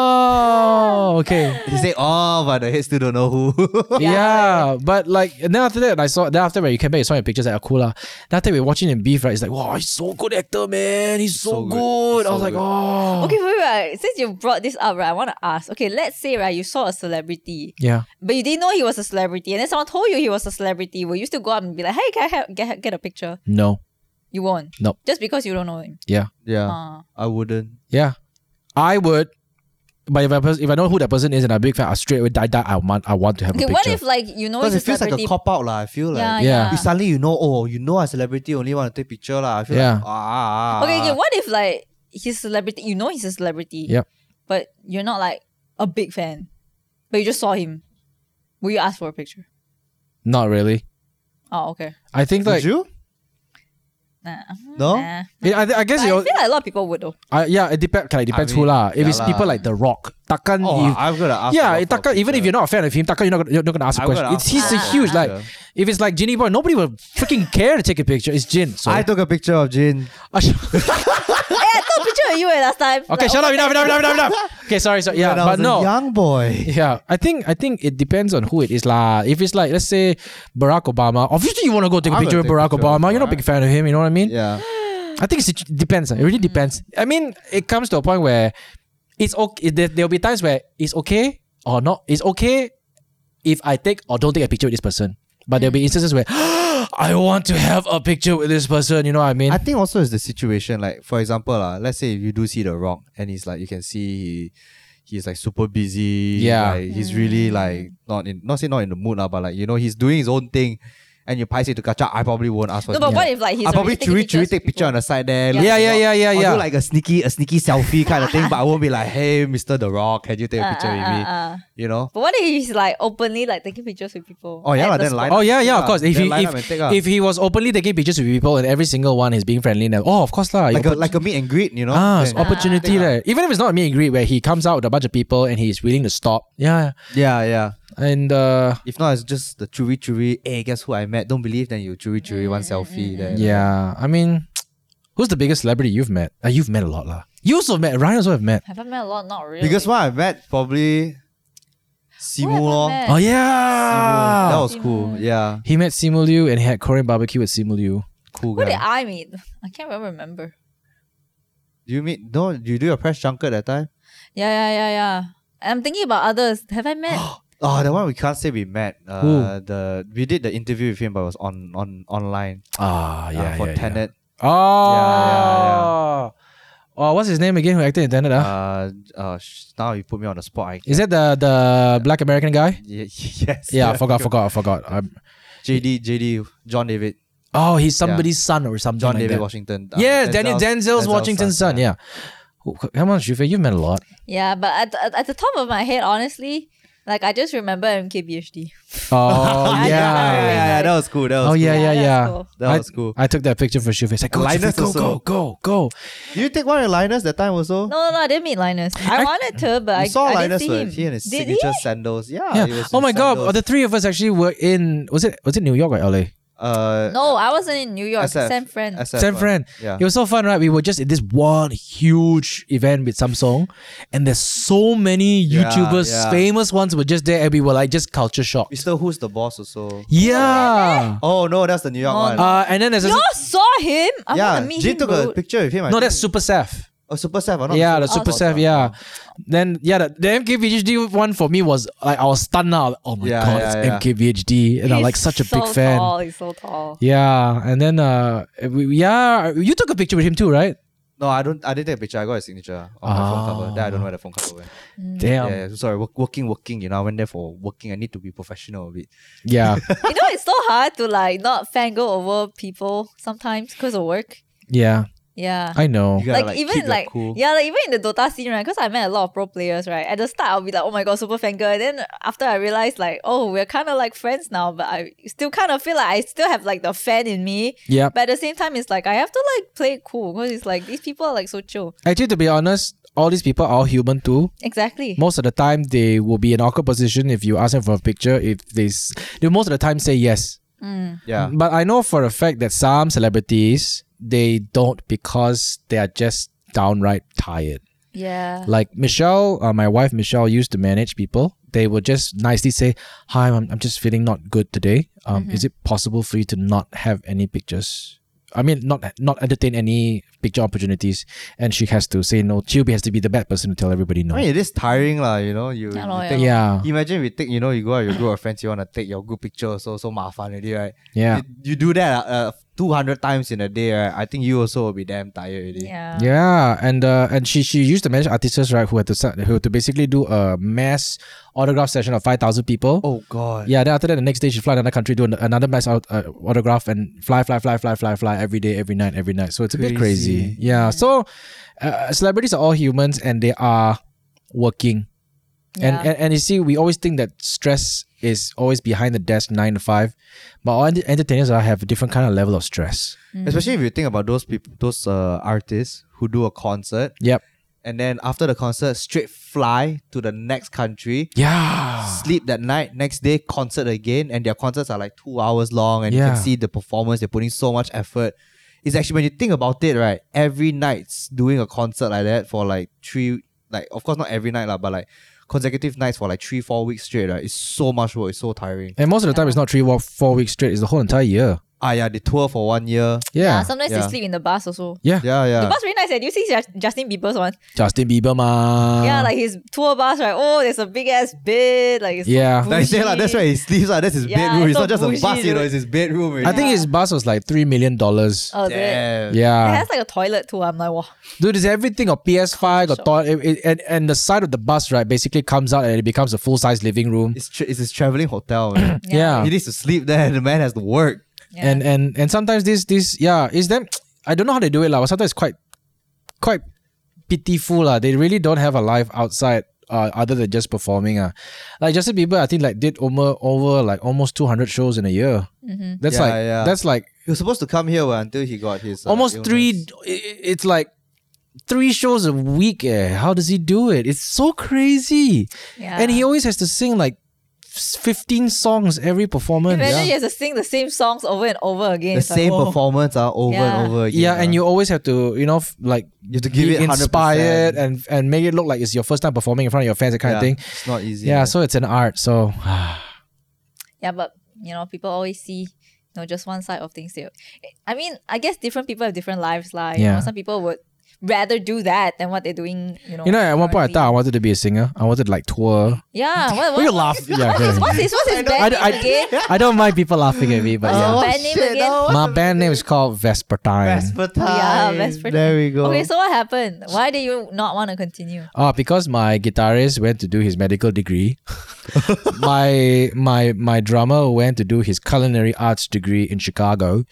Speaker 1: oh, okay.
Speaker 2: He said, oh, but the head still don't know who.
Speaker 1: Yeah, but like, and then after that, I saw. Then after that, you came back, you saw my pictures at Akula. Then after we were watching him beef, right? It's like, wow, he's so good actor, man. He's so,
Speaker 2: so
Speaker 1: good.
Speaker 2: good.
Speaker 1: I
Speaker 2: So
Speaker 1: was like,
Speaker 2: good.
Speaker 1: oh,
Speaker 3: Okay, wait, wait, wait. Since you brought this up, right, I want to ask. Okay, let's say, right, you saw a celebrity,
Speaker 1: yeah.
Speaker 3: but you didn't know he was a celebrity, and then someone told you he was a celebrity. Will you still go up and be like, hey, can I ha- get, get a picture?
Speaker 1: No,
Speaker 3: You won't.
Speaker 1: Nope.
Speaker 3: Just because you don't know him.
Speaker 2: yeah.
Speaker 3: Uh,
Speaker 2: I wouldn't.
Speaker 1: yeah, I would. But if I pers- if I know who that person is and I'm a big fan, I straight away die die. I want I want to have
Speaker 3: okay,
Speaker 1: a
Speaker 3: what
Speaker 1: picture.
Speaker 3: if, like, you know
Speaker 2: Because
Speaker 3: he's
Speaker 2: it feels like
Speaker 3: celebrity?
Speaker 2: a cop out, lah. I feel like.
Speaker 3: yeah,
Speaker 1: Yeah.
Speaker 3: yeah.
Speaker 2: If suddenly you know, oh, you know a celebrity only want to take picture, lah. I feel
Speaker 1: Yeah.
Speaker 2: like, ah, ah, ah.
Speaker 3: okay, okay, what if, like, he's a celebrity, you know he's a celebrity,
Speaker 1: Yep.
Speaker 3: but you're not, like, a big fan, but you just saw him. Will you ask for a picture?
Speaker 1: Not really.
Speaker 3: Oh, okay.
Speaker 1: I think
Speaker 2: Would
Speaker 1: like
Speaker 2: you?
Speaker 3: Nah.
Speaker 2: No?
Speaker 3: Nah.
Speaker 1: I, I guess
Speaker 3: But I
Speaker 1: you
Speaker 3: feel like a lot of people would, though.
Speaker 1: I, yeah, it depends. It depends who
Speaker 2: mean,
Speaker 1: lah. If
Speaker 2: yeah
Speaker 1: it's people
Speaker 2: lah.
Speaker 1: like The Rock, Takan,
Speaker 2: Oh,
Speaker 1: if-
Speaker 2: I'm gonna ask.
Speaker 1: yeah,
Speaker 2: a lot
Speaker 1: it,
Speaker 2: for
Speaker 1: Taka,
Speaker 2: a
Speaker 1: even if
Speaker 2: picture.
Speaker 1: you're not a fan of him, Taka, you're not gonna, you're not gonna ask a
Speaker 2: I would
Speaker 1: question. It's,
Speaker 2: ask
Speaker 1: he's a
Speaker 2: for a
Speaker 1: huge like.
Speaker 2: picture.
Speaker 1: If it's like Ginny Boy, nobody will freaking care to take a picture. It's Jin. So
Speaker 2: I took a picture of Jin.
Speaker 1: Ah, sh- okay,
Speaker 3: hey, I took a picture of you eh, last time. Like,
Speaker 1: shut up, enough, enough, enough, enough, enough. Okay, sorry, sorry. Yeah,
Speaker 2: when I
Speaker 1: but
Speaker 2: was
Speaker 1: no.
Speaker 2: a young boy.
Speaker 1: Yeah, I think I think it depends on who it is lah. If it's like let's say Barack Obama, obviously you want to go take a
Speaker 2: I would
Speaker 1: picture with
Speaker 2: take
Speaker 1: Barack
Speaker 2: picture with
Speaker 1: Obama. You're not a big fan of him. You know what I mean?
Speaker 2: Yeah,
Speaker 1: I think it's, it depends. ah. It really depends.
Speaker 2: Mm.
Speaker 1: I mean, it comes to a point where it's okay. There, there'll be times where it's okay or not. It's okay if I take or don't take a picture with this person. But there'll be
Speaker 2: Mm.
Speaker 1: instances where I want to have a picture with this person. You know what I mean?
Speaker 2: I think also is the situation. Like for example, lah, let's say if you do see the Rock, and he's like, you can see he, he's like super busy.
Speaker 1: Yeah.
Speaker 2: like, he's
Speaker 3: Mm.
Speaker 2: really like not in, not say not in the mood lah, but like you know he's doing his own thing, and you pass it to catch up. I probably won't ask for.
Speaker 3: No, but what if like he's
Speaker 2: I probably
Speaker 3: already
Speaker 2: chewy
Speaker 3: taking
Speaker 2: chewy
Speaker 3: pictures
Speaker 2: take
Speaker 3: with
Speaker 2: picture on the side there.
Speaker 3: Yeah.
Speaker 2: look
Speaker 1: Yeah,
Speaker 2: at
Speaker 1: yeah,
Speaker 2: the
Speaker 1: yeah,
Speaker 2: rock.
Speaker 1: yeah,
Speaker 2: I'll
Speaker 1: yeah.
Speaker 2: do like a sneaky a sneaky selfie kind of thing, but I won't be like, hey, Mister The Rock, can you take a
Speaker 3: people?
Speaker 2: picture
Speaker 3: Uh,
Speaker 2: with
Speaker 3: uh,
Speaker 2: me?
Speaker 3: uh, uh.
Speaker 2: You know.
Speaker 3: But what if he's like openly like taking pictures with people?
Speaker 2: Oh yeah,
Speaker 3: at
Speaker 2: lah,
Speaker 3: the
Speaker 2: then
Speaker 3: spot?
Speaker 2: line.
Speaker 1: Oh yeah,
Speaker 2: take
Speaker 1: yeah, of
Speaker 2: lah.
Speaker 1: course. If
Speaker 2: Then
Speaker 1: he
Speaker 2: line up
Speaker 1: if,
Speaker 2: and take lah.
Speaker 1: if he was openly taking pictures with people and every single one is being friendly now, oh of course lah.
Speaker 2: like a
Speaker 1: Oppor-
Speaker 2: like a meet and greet, you know.
Speaker 1: ah, it's
Speaker 2: Then-
Speaker 1: opportunity there. Even if it's not a meet and greet where he comes out with a bunch of people and he's willing to stop. Yeah,
Speaker 2: Yeah, yeah.
Speaker 1: and uh,
Speaker 2: If not, it's just the chewy chewy. Hey, guess who I met? Don't believe, then you chewy chewy one selfie. There.
Speaker 1: yeah, I mean, who's the biggest celebrity you've met? Uh, you've met a lot lah. You also met. Ryan also have met.
Speaker 3: Have I met a lot? Not really.
Speaker 2: Because one I met probably Simu
Speaker 3: Who have I
Speaker 2: long.
Speaker 3: met?
Speaker 1: Oh
Speaker 2: That
Speaker 1: yeah, Ah.
Speaker 2: was cool. Yeah.
Speaker 1: he met Simu Liu and he had Korean barbecue with Simu Liu.
Speaker 2: cool
Speaker 3: What did
Speaker 2: guy.
Speaker 3: I meet? I can't even remember.
Speaker 2: Do you meet? No, you do your press junket that time.
Speaker 3: Yeah, yeah, yeah, yeah. I'm thinking about others. Have I met?
Speaker 2: Oh, the one we can't say we met. Uh, the we did the interview with him, but it was on on online
Speaker 1: Ah,
Speaker 2: uh,
Speaker 1: yeah,
Speaker 2: for
Speaker 1: yeah, yeah.
Speaker 2: Tenet.
Speaker 1: Oh,
Speaker 2: yeah,
Speaker 1: Oh, what's his name again? Who acted in Tenet? ah?
Speaker 2: Uh, uh, sh- now you put me on the spot. I
Speaker 1: Is that the the black American guy?
Speaker 2: Ye- yes.
Speaker 1: Yeah, I forgot, forgot, I forgot. I'm-
Speaker 2: JD, JD, John David,
Speaker 1: oh, he's somebody's son or something.
Speaker 2: John
Speaker 1: like
Speaker 2: David
Speaker 1: that.
Speaker 2: Washington. uh,
Speaker 1: Yes, Daniel Denzel's, Washington's son.
Speaker 2: yeah.
Speaker 1: Yeah. Who- Come on, Shufei, you've met a lot.
Speaker 3: Yeah, but at, at, at the top of my head, honestly, like I just remember MKBHD.
Speaker 1: Oh
Speaker 3: I
Speaker 1: yeah.
Speaker 3: don't
Speaker 2: Yeah,
Speaker 3: know.
Speaker 2: yeah, yeah, that was cool. That was
Speaker 1: Oh yeah,
Speaker 2: cool.
Speaker 1: yeah,
Speaker 3: Yeah,
Speaker 1: yeah.
Speaker 3: that's cool.
Speaker 2: That
Speaker 1: I-
Speaker 2: was cool.
Speaker 1: I took that picture for Shufei. It's like, go,
Speaker 2: Linus
Speaker 1: Shufei, go, go,
Speaker 2: also.
Speaker 1: go, go.
Speaker 2: Did you take one with Linus that time also?
Speaker 3: No, no, no, I didn't meet Linus. I, wanted to, but I,
Speaker 2: you saw
Speaker 3: I
Speaker 2: Linus
Speaker 3: didn't see him.
Speaker 2: with he and his
Speaker 3: Did he?
Speaker 2: signature sandals. Yeah.
Speaker 1: Yeah.
Speaker 2: he was
Speaker 1: oh
Speaker 2: in
Speaker 1: my god,
Speaker 2: sandals.
Speaker 1: the three of us actually were in was it was it New York or LA?
Speaker 2: uh,
Speaker 3: No, I wasn't in New York.
Speaker 2: SF,
Speaker 3: San Fran.
Speaker 2: SF,
Speaker 1: San Fran.
Speaker 2: Yeah.
Speaker 1: It was so fun, right? We were just in this one huge event with Samsung, and there's so many
Speaker 2: Yeah,
Speaker 1: YouTubers,
Speaker 2: yeah.
Speaker 1: famous ones were just there, and we were like just culture shock.
Speaker 2: Mr. Who's the boss also?
Speaker 1: Yeah.
Speaker 2: Oh no, that's the New York
Speaker 3: No,
Speaker 2: one.
Speaker 1: Uh, and then there's
Speaker 3: Y'all saw him? I
Speaker 2: yeah,
Speaker 3: want to meet
Speaker 2: Jin
Speaker 3: him.
Speaker 2: took a
Speaker 3: bro.
Speaker 2: picture with him. I
Speaker 1: no,
Speaker 2: think.
Speaker 1: that's Super Seth.
Speaker 2: oh, Super Seth. or not?
Speaker 1: yeah, the
Speaker 2: Super
Speaker 1: Super
Speaker 2: Seth.
Speaker 1: Seth. Yeah. Then yeah, the, the MKBHD one for me was like I was stunned out. Oh my
Speaker 2: Yeah,
Speaker 1: god,
Speaker 2: yeah, yeah.
Speaker 1: it's MKBHD, and I'm
Speaker 3: He's
Speaker 1: like such a
Speaker 3: so
Speaker 1: big fan.
Speaker 3: Tall. He's so tall.
Speaker 1: Yeah, and then uh, we, yeah, you took a picture with him too, right?
Speaker 2: No, I don't. I didn't take a picture. I got a signature on my phone cover. Then I don't know where the phone cover went.
Speaker 1: Damn.
Speaker 2: Mm. Yeah, yeah, sorry. Work, working, working. You know, I went there for working. I need to be professional with it.
Speaker 1: Yeah.
Speaker 3: you know, it's so hard to like not fangirl over people sometimes because of work.
Speaker 1: yeah.
Speaker 3: Yeah.
Speaker 1: I know.
Speaker 2: You gotta,
Speaker 3: like,
Speaker 2: like, keep
Speaker 3: even
Speaker 2: your
Speaker 3: like
Speaker 2: cool.
Speaker 3: yeah, like even in the Dota scene, right? Because I met a lot of pro players, right? At the start, I'll be like, oh my god, super fangirl. And then after I realized, like, oh, we're kind of like friends now, but I still kind of feel like I still have like the fan in me.
Speaker 1: Yeah.
Speaker 3: But at the same time, it's like I have to like play it cool because it's like these people are like so chill.
Speaker 1: Actually, to be honest, all these people are human too.
Speaker 3: Exactly.
Speaker 1: Most of the time, they will be in awkward position if you ask them for a picture. If they, s- they most of the time say yes.
Speaker 2: Yeah.
Speaker 1: But I know for a fact that some celebrities they don't because they are just downright tired.
Speaker 3: Yeah.
Speaker 1: Like Michelle, uh, my wife Michelle used to manage people. They would just nicely say, "Hi, I'm, I'm just feeling not good today. Um, Is it possible for you to not have any pictures? I mean, not not entertain any picture opportunities." And she has to say no. She has to be the bad person to tell everybody no.
Speaker 2: I mean, it is tiring, lah. You know, you,
Speaker 3: Yeah, lor,
Speaker 2: you take.
Speaker 3: yeah.
Speaker 1: Yeah,
Speaker 2: Imagine we take, you know, you go out with your group of friends, you want to take your group picture, so so fun already, right?
Speaker 1: yeah,
Speaker 2: You, you do that uh, two hundred times in a day, right? I think you also will be damn tired already.
Speaker 3: Yeah.
Speaker 1: yeah. And uh, and she she used to manage artists right who had to sa- who had to basically do a mass autograph session of five thousand people.
Speaker 2: Oh god.
Speaker 1: Yeah, then after that, the next day she fly another country, do an- another mass out, uh, autograph, and fly, fly, fly, fly, fly, fly every day, every night, every night. So it's a bit crazy.
Speaker 2: Crazy.
Speaker 1: Yeah. So uh, celebrities are all humans and they are working.
Speaker 3: Yeah.
Speaker 1: And, and and you see, we always think that stress is always behind the desk nine to five, but all ent- entertainers are have a different kind of level of stress.
Speaker 2: Especially if you think about those people, those uh, artists who do a concert,
Speaker 1: Yep.
Speaker 2: and then after the concert, straight fly to the next country.
Speaker 1: Yeah.
Speaker 2: Ah. sleep that night, next day concert again, and their concerts are like two hours long, and you
Speaker 1: Yeah.
Speaker 2: can see the performers. They're putting so much effort. It's actually when you think about it, right? Every night s- doing a concert like that for like three, like of course not every night lah, but like consecutive nights for like three, four weeks straight, right? It's so much work. It's so tiring.
Speaker 1: And most of the time, it's not three or four weeks straight. It's the whole entire year.
Speaker 2: Ah yeah, they tour for one year.
Speaker 1: Yeah.
Speaker 3: Uh, Sometimes
Speaker 2: Yeah.
Speaker 3: they sleep in the bus also.
Speaker 1: Yeah.
Speaker 2: Yeah,
Speaker 3: The
Speaker 2: yeah.
Speaker 3: bus really nice. eh? Do you see Ju- Justin Bieber's one?
Speaker 1: Justin Bieber, ma.
Speaker 3: yeah, like his tour bus, right? Oh, there's a big ass bed. Like it's so
Speaker 1: Yeah.
Speaker 3: bougie.
Speaker 2: That's, it lah. that's where he sleeps. lah. That's his
Speaker 3: Yeah,
Speaker 2: bedroom.
Speaker 3: it's
Speaker 2: It's,
Speaker 3: so
Speaker 2: not just a
Speaker 3: bougie,
Speaker 2: bus, you know,
Speaker 3: dude.
Speaker 2: it's his bedroom.
Speaker 1: I think
Speaker 3: Yeah.
Speaker 1: his bus was like $3 million.
Speaker 3: Oh, yeah.
Speaker 2: Damn.
Speaker 1: Yeah.
Speaker 3: It has like a toilet too. I'm like, wow.
Speaker 1: Dude, it's everything. Got PS5, got
Speaker 3: Shop.
Speaker 1: toilet, it- it- and and the side of the bus right basically comes out and it becomes a full size living room.
Speaker 2: It's, tra- it's his traveling hotel, man.
Speaker 1: Yeah.
Speaker 2: He needs to sleep there. The man has to work.
Speaker 3: Yeah.
Speaker 1: And and and sometimes this this yeah is them. I don't know how they do it lah. but Sometimes it's quite quite pitiful lah. They really don't have a life outside. Uh, other than just performing, uh. like Justin Bieber, I think like did over over like almost two hundred shows in a year. That's
Speaker 3: Mm-hmm.
Speaker 2: Yeah,
Speaker 1: like
Speaker 2: yeah.
Speaker 1: that's like
Speaker 2: He was supposed to come here well, until he got his uh,
Speaker 1: almost
Speaker 2: illness.
Speaker 1: three. i- i- It's like three shows a week. Eh. How does he do it? It's so crazy.
Speaker 3: yeah.
Speaker 1: And he always has to sing like s- 15 songs every performance.
Speaker 3: Imagine he
Speaker 1: yeah.
Speaker 3: has to sing the same songs over and over again.
Speaker 2: The
Speaker 3: It's like,
Speaker 2: same
Speaker 3: oh.
Speaker 2: performance are over
Speaker 3: Yeah.
Speaker 2: and over again.
Speaker 1: and
Speaker 2: uh.
Speaker 1: you always have to, you know, f- like
Speaker 2: You have to give
Speaker 1: be
Speaker 2: it 100%.
Speaker 1: inspired and and make it look like it's your first time performing in front of your fans, that kind
Speaker 2: Yeah,
Speaker 1: of thing.
Speaker 2: It's not easy.
Speaker 1: Yeah, so it's an art. So
Speaker 3: Yeah, but you know, people always see No, just one side of things. Still, I mean, I guess different people have different lives. Like,
Speaker 1: Yeah.
Speaker 3: you know, some people would rather do that than what they're doing. You know.
Speaker 1: You know, at one point I
Speaker 3: currently.
Speaker 1: thought I wanted to be a singer. I wanted to like tour.
Speaker 3: Yeah. What?
Speaker 1: Why you
Speaker 3: what
Speaker 1: laugh? Yeah,
Speaker 3: what's his? What's his? What's his
Speaker 1: I,
Speaker 3: band
Speaker 1: d-
Speaker 3: name
Speaker 1: I d-
Speaker 3: again?
Speaker 1: I don't mind people laughing at me, but
Speaker 3: Oh,
Speaker 1: yeah.
Speaker 3: bad name again?
Speaker 1: My band name is called Vespertine.
Speaker 2: Vespertine.
Speaker 3: Yeah, Vespertine.
Speaker 2: There we go.
Speaker 3: Okay, so what happened? Why did you not want to continue?
Speaker 1: Oh, because my guitarist went to do his medical degree. my my my drummer went to do his culinary arts degree in Chicago.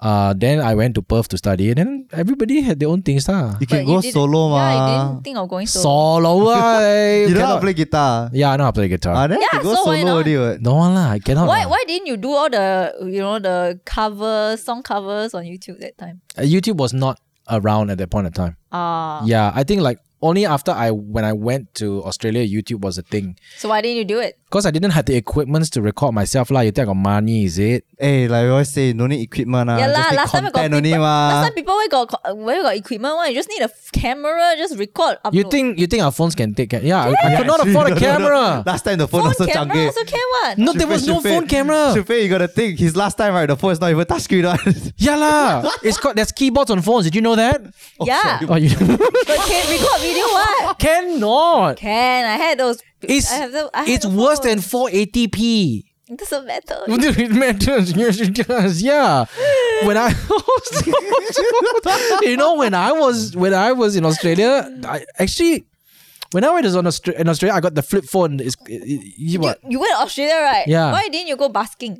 Speaker 1: Uh, then I went to Perth to study, and then everybody had their own things, lah.
Speaker 2: you can
Speaker 3: But you
Speaker 2: go
Speaker 3: didn't-
Speaker 2: solo,
Speaker 3: Yeah, I
Speaker 2: ma.
Speaker 3: didn't think of going solo.
Speaker 1: Solo, I
Speaker 2: you don't know how
Speaker 1: cannot-
Speaker 2: to play guitar.
Speaker 1: Yeah, I know how to play guitar.
Speaker 2: Ah, then
Speaker 3: Yeah,
Speaker 2: you go
Speaker 3: so why
Speaker 2: solo
Speaker 3: not?
Speaker 2: already. What?
Speaker 1: no one lah, I cannot.
Speaker 3: Why?
Speaker 1: lah.
Speaker 3: Why didn't you do all the you know the cover song covers on YouTube that time?
Speaker 1: Uh, YouTube was not around at that point in time.
Speaker 3: Ah,
Speaker 1: Yeah, I think like only after I when I went to Australia, YouTube was a thing.
Speaker 3: so why didn't you do it?
Speaker 1: Cause I didn't have the equipments to record myself lah. You think I got money? Is it?
Speaker 2: Hey, like we always say, no need equipment. Ah,
Speaker 3: yeah
Speaker 2: just
Speaker 3: lah.
Speaker 2: need
Speaker 3: Last time I
Speaker 2: content
Speaker 3: got
Speaker 2: only,
Speaker 3: people,
Speaker 2: ma.
Speaker 3: last time people where got co- where got equipment one. You just need a f- camera, just record. Upload.
Speaker 1: You think you think our phones can take? Ca- yeah, I- I,
Speaker 2: Yeah,
Speaker 1: could not
Speaker 2: actually,
Speaker 1: afford
Speaker 2: no,
Speaker 1: a
Speaker 2: no, no.
Speaker 1: camera.
Speaker 2: Last time the phone,
Speaker 3: phone
Speaker 2: also
Speaker 3: camera
Speaker 2: canggih.
Speaker 3: also can what?
Speaker 1: No, there was no phone camera.
Speaker 2: Shufei, you gotta think. His last time, right? The phone is not even touchscreen on.
Speaker 1: Yeah lah, it's called there's keyboards on phones. Did you know that?
Speaker 3: yeah,
Speaker 1: Oh, you
Speaker 3: but can record video what?
Speaker 1: cannot.
Speaker 3: Can I had those?
Speaker 1: It's
Speaker 3: I have the, I had
Speaker 1: it's
Speaker 3: the
Speaker 1: worse than
Speaker 3: phone.
Speaker 1: 480p.
Speaker 3: It doesn't matter.
Speaker 1: it matters. Yes, it does. Yeah. When I, you know, when I was when I was in Australia, I actually. When I was on Austra- in Australia, I got the flip phone. It's, it- it- you
Speaker 3: You,
Speaker 1: what?
Speaker 3: you went to Australia, right?
Speaker 1: Yeah.
Speaker 3: Why didn't you go basking?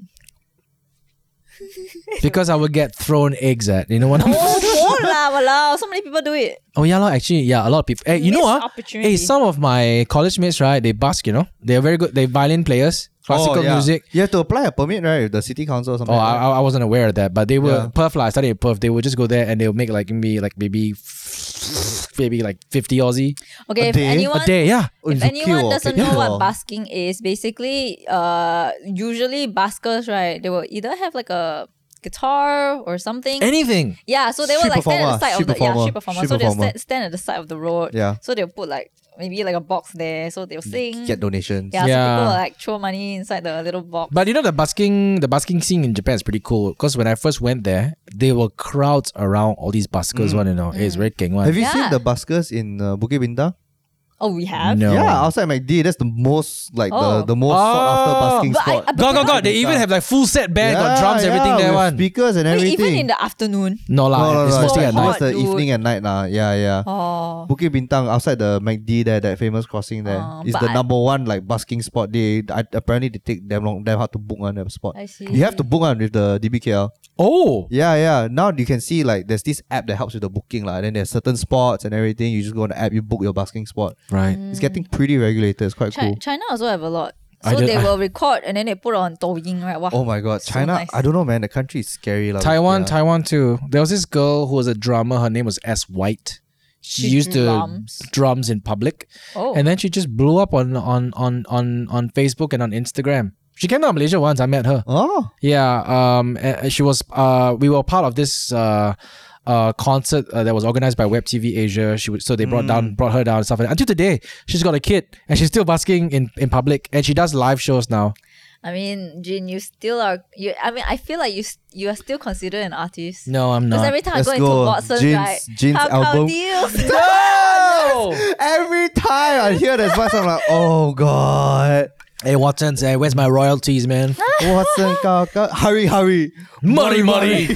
Speaker 1: Because I would get thrown eggs at. You know what? I'm
Speaker 3: Oh, won't lah, walao. So many people do it.
Speaker 1: Oh yeah, lah. Actually, yeah, a lot of people. Hey, you know
Speaker 3: Missed
Speaker 1: what?
Speaker 3: opportunity.
Speaker 1: Hey, some of my college mates, right? They bask. You know, they're very good. They violin players, classical
Speaker 2: Oh, yeah.
Speaker 1: music.
Speaker 2: You have to apply a permit, right? With the city council or something.
Speaker 1: Oh,
Speaker 2: like that.
Speaker 1: I, I wasn't aware of that, but they were
Speaker 2: Yeah.
Speaker 1: Perth. Like, I studied in Perth. They would just go there and they'll make like maybe like maybe maybe like fifty Aussie
Speaker 3: Okay,
Speaker 2: A
Speaker 3: if
Speaker 2: day? A
Speaker 1: a
Speaker 3: anyone
Speaker 1: day. Yeah,
Speaker 2: Oh,
Speaker 3: If
Speaker 2: it's a
Speaker 3: anyone
Speaker 2: queue,
Speaker 3: doesn't
Speaker 2: okay.
Speaker 3: know what
Speaker 2: Yeah.
Speaker 3: basking is, basically, uh, usually baskers, right? They will either have like a guitar or something.
Speaker 1: anything.
Speaker 3: yeah, so they will
Speaker 2: Street
Speaker 3: like stand at the
Speaker 2: performer,
Speaker 3: side of
Speaker 2: street
Speaker 3: the yeah
Speaker 2: performer,
Speaker 3: street performer.
Speaker 2: street
Speaker 3: so they'll
Speaker 2: performer.
Speaker 3: stand, stand at the side of the road.
Speaker 2: Yeah.
Speaker 3: So they'll put like maybe like a box there. So they'll sing.
Speaker 2: Get donations.
Speaker 3: yeah,
Speaker 1: Yeah.
Speaker 3: So people will, like throw money inside the little box.
Speaker 1: But you know the busking, the busking scene in Japan is pretty cool. Because when I first went there, there were crowds around all these buskers. One, you know, eh, it's very king one.
Speaker 2: Mm. Have you
Speaker 3: Yeah.
Speaker 2: seen the buskers in uh, Bukit Bintang?
Speaker 3: oh, we have.
Speaker 1: No.
Speaker 2: Yeah, outside MacD. That's the most like
Speaker 3: Oh.
Speaker 2: the, the most sought after
Speaker 1: Oh.
Speaker 2: busking
Speaker 3: But I-
Speaker 2: spot.
Speaker 3: I-
Speaker 1: God, God, God! They even have like full set band, got
Speaker 2: Yeah,
Speaker 1: drums,
Speaker 2: yeah,
Speaker 1: everything there.
Speaker 2: with
Speaker 1: One,
Speaker 2: speakers and
Speaker 3: Wait,
Speaker 2: everything.
Speaker 3: even in the afternoon.
Speaker 1: no
Speaker 2: no,
Speaker 1: lah,
Speaker 2: no, no,
Speaker 1: it's
Speaker 2: it's
Speaker 1: mostly
Speaker 2: like
Speaker 1: at night.
Speaker 2: almost the
Speaker 3: Dude.
Speaker 2: evening and night lah. Yeah, yeah.
Speaker 3: Oh.
Speaker 2: Bukit Bintang outside the MacD there, that famous crossing there,
Speaker 3: Oh,
Speaker 2: is
Speaker 3: but
Speaker 2: the
Speaker 3: I-
Speaker 2: number one like busking spot. They I, apparently they take damn long, damn hard to book on that spot.
Speaker 3: I see.
Speaker 2: You have to book on with the DBKL.
Speaker 1: Oh,
Speaker 2: Yeah, yeah. Now you can see like there's this app that helps with the booking lah. Then there's certain spots and everything. You just go on the app, you book your busking spot.
Speaker 1: right.
Speaker 2: It's getting pretty regulated. It's quite
Speaker 3: Chi-
Speaker 2: cool.
Speaker 3: Mm. China also have a lot.
Speaker 1: I
Speaker 3: So
Speaker 1: did-
Speaker 3: they
Speaker 1: I-
Speaker 3: will record and then they put on Douyin, right? Wow.
Speaker 2: Oh my god,
Speaker 3: So
Speaker 2: China!
Speaker 3: nice.
Speaker 2: I don't know, man. The country is scary, like
Speaker 1: Taiwan, Taiwan too. There was this girl who was a drummer. Her name was S. White. She,
Speaker 3: She
Speaker 1: used
Speaker 3: drums.
Speaker 1: to drums in public,
Speaker 3: Oh.
Speaker 1: and then she just blew up on on on on on Facebook and on Instagram. She came to Malaysia once. I met her.
Speaker 2: Oh,
Speaker 1: Yeah. Um. uh, She was. Uh. We were part of this. Uh. Uh, concert uh, that was organized by Web TV Asia. She would, so they brought
Speaker 2: Mm.
Speaker 1: down, brought her down and stuff. And until today, she's got a kid and she's still busking in, in public and she does live shows now.
Speaker 3: I mean, Jin, you still are. You, I mean, I feel like you s- you are still considered an artist.
Speaker 1: No, I'm
Speaker 3: Because
Speaker 1: not.
Speaker 3: every time
Speaker 2: Let's
Speaker 3: I go,
Speaker 2: go.
Speaker 3: into Watson's,
Speaker 2: Jin's-
Speaker 3: right?
Speaker 2: Jin's
Speaker 3: how, How
Speaker 2: album.
Speaker 3: deals?
Speaker 1: No!
Speaker 2: every time I hear that voice, I'm like, oh god.
Speaker 1: hey Watson, hey, where's my royalties, man?
Speaker 2: Watson, kau, kau, hurry, hurry.
Speaker 1: Money, money.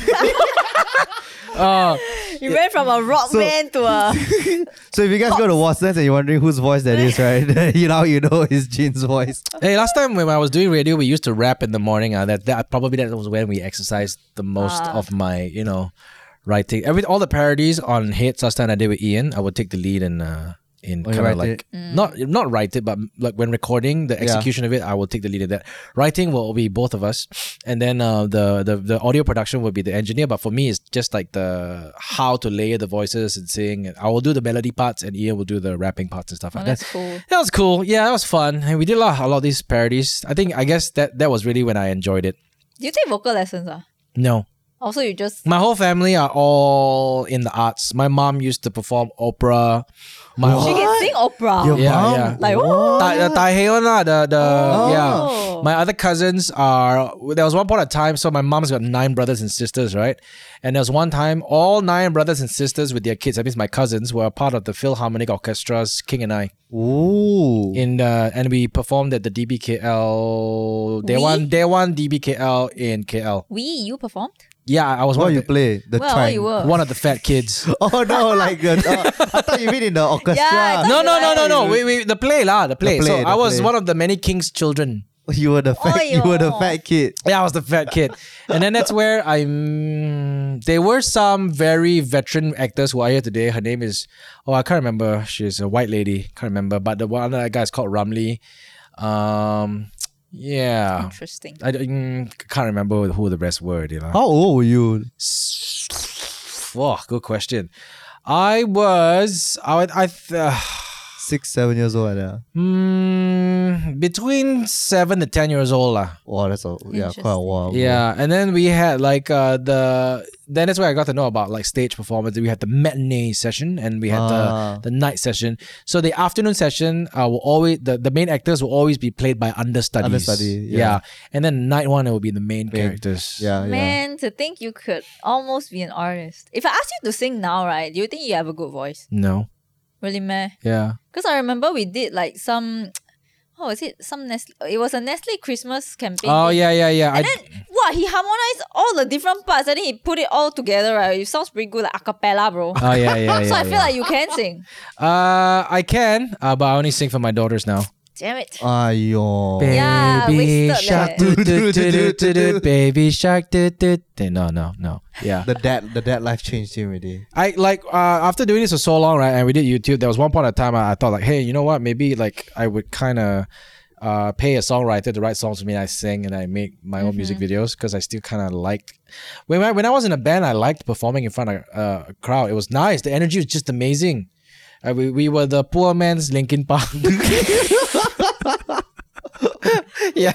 Speaker 1: uh,
Speaker 3: you went from a rock
Speaker 2: So-
Speaker 3: band to a.
Speaker 2: So if you guys go to Watson's and you're wondering whose voice that is, right? you know, you know it's Jin's voice.
Speaker 1: hey, last time when I was doing radio, we used to rap in the morning. Uh, that that probably that was when we exercised the most
Speaker 3: Ah.
Speaker 1: of my you know writing. Every all the parodies on hits last time I did with Ian, I would take the lead and. Uh, in
Speaker 2: Oh, you
Speaker 1: kind of
Speaker 2: write
Speaker 1: like not
Speaker 3: Mm.
Speaker 1: not write it, but like when recording the execution of it, I will take the lead in that. Writing will be both of us, and then uh, the the the audio production will be the engineer. But for me, it's just like the how to layer the voices and sing. And I will do the melody parts, and Ian will do the rapping parts and stuff
Speaker 3: Oh,
Speaker 1: like that.
Speaker 3: that's cool.
Speaker 1: That was cool. Yeah, that was fun. And we did a lot, a lot of these parodies. I think I guess that that was really when I enjoyed it.
Speaker 3: Do you take vocal lessons? Ah?
Speaker 1: No.
Speaker 3: Also, you just
Speaker 1: My whole family are all in the arts. My mom used to perform opera. My
Speaker 3: she
Speaker 1: whole,
Speaker 3: can sing opera.
Speaker 2: Your
Speaker 1: Yeah,
Speaker 2: mom?
Speaker 1: yeah.
Speaker 3: Like,
Speaker 2: What?
Speaker 1: Tai- uh, Tai Hei one lah, the the
Speaker 3: Oh.
Speaker 1: yeah. My other cousins are there was one point of time. So my mom's got nine brothers and sisters, right? And there was one time all nine brothers and sisters with their kids. That means my cousins were part of the Philharmonic Orchestra's King and I
Speaker 2: Ooh.
Speaker 1: in uh, and we performed at the DBKL day
Speaker 3: We?
Speaker 1: one day one DBKL in KL.
Speaker 3: we you performed.
Speaker 1: Yeah, I was
Speaker 2: what
Speaker 1: one
Speaker 2: you
Speaker 1: of the,
Speaker 2: play? The
Speaker 3: Well,
Speaker 2: trine.
Speaker 3: you were
Speaker 1: one of the fat kids.
Speaker 2: Oh no, like the, uh, I thought you mean in the orchestra.
Speaker 3: Yeah,
Speaker 1: No,
Speaker 3: I thought-
Speaker 1: no, no, no, no. Wait, wait. The play, lah. The play.
Speaker 2: play,
Speaker 1: so
Speaker 2: the
Speaker 1: I was
Speaker 2: play.
Speaker 1: one of the many king's children.
Speaker 2: you were the fat.
Speaker 3: Oh,
Speaker 2: you were the
Speaker 3: yo.
Speaker 2: fat kid.
Speaker 1: Yeah, I was the fat kid, and then that's where I. Mm, there were some very veteran actors who are here today. Her name is, oh, I can't remember. She's a white lady. Can't remember. But the one that guy is called Ramli. Um,
Speaker 2: Oh.
Speaker 1: yeah.
Speaker 3: Interesting.
Speaker 1: I don't- mm, can't remember who the rest were. You know.
Speaker 2: How old were you?
Speaker 1: Oh, good question. I was. I. would- I. Th- uh,
Speaker 2: Six, seven years old. Yeah.
Speaker 1: Mm, between seven to ten years old, lah.
Speaker 2: Wow, that's a yeah, quite a
Speaker 3: Interesting.
Speaker 2: while. ago.
Speaker 1: Yeah, and then we had like uh the then that's where I got to know about like stage performance. We had the matinee session and we had
Speaker 2: Ah.
Speaker 1: the the night session. So the afternoon session uh, will always the, the main actors will always be played by understudies.
Speaker 2: Understudy, yeah.
Speaker 1: and then night one it will be the main,
Speaker 2: Main,
Speaker 1: characters.
Speaker 2: Yeah, yeah.
Speaker 3: Man, to think you could almost be an artist. If I ask you to sing now, right? Do you think you have a good voice?
Speaker 1: No.
Speaker 3: Really, meh?
Speaker 1: Yeah.
Speaker 3: Because I remember we did like some. Oh, is it some Nestle? It was a Nestle Christmas campaign.
Speaker 1: Oh
Speaker 3: thing.
Speaker 1: yeah, yeah, yeah. I,
Speaker 3: And then, wow, he harmonized all the different parts and then he put it all together, right? It sounds pretty good, like a cappella, bro.
Speaker 2: Ah,
Speaker 1: oh yeah, yeah, yeah.
Speaker 3: so I
Speaker 1: yeah.
Speaker 3: feel like you can sing.
Speaker 1: uh, I can, uh, but I only sing for my daughters now.
Speaker 3: Damn it.
Speaker 2: Ayo.
Speaker 3: Yeah,
Speaker 1: baby
Speaker 3: wasted
Speaker 1: shark,
Speaker 3: leh.
Speaker 1: do, do, do, do, do, do, baby shark, do, do, do. no, no, no, yeah.
Speaker 2: The dad, the dad life changed him already.
Speaker 1: I like uh, after doing this for so long, right? And we did YouTube. There was one point of time I, I thought like, hey, you know what? Maybe like I would kind of uh, pay a songwriter to write songs for me. And I sing and I make my own music videos because I still kind of liked when I, when I was in a band. I liked performing in front of uh, a crowd. It was nice. The energy was just amazing. Uh, we, we were the poor man's Linkin Park. yeah,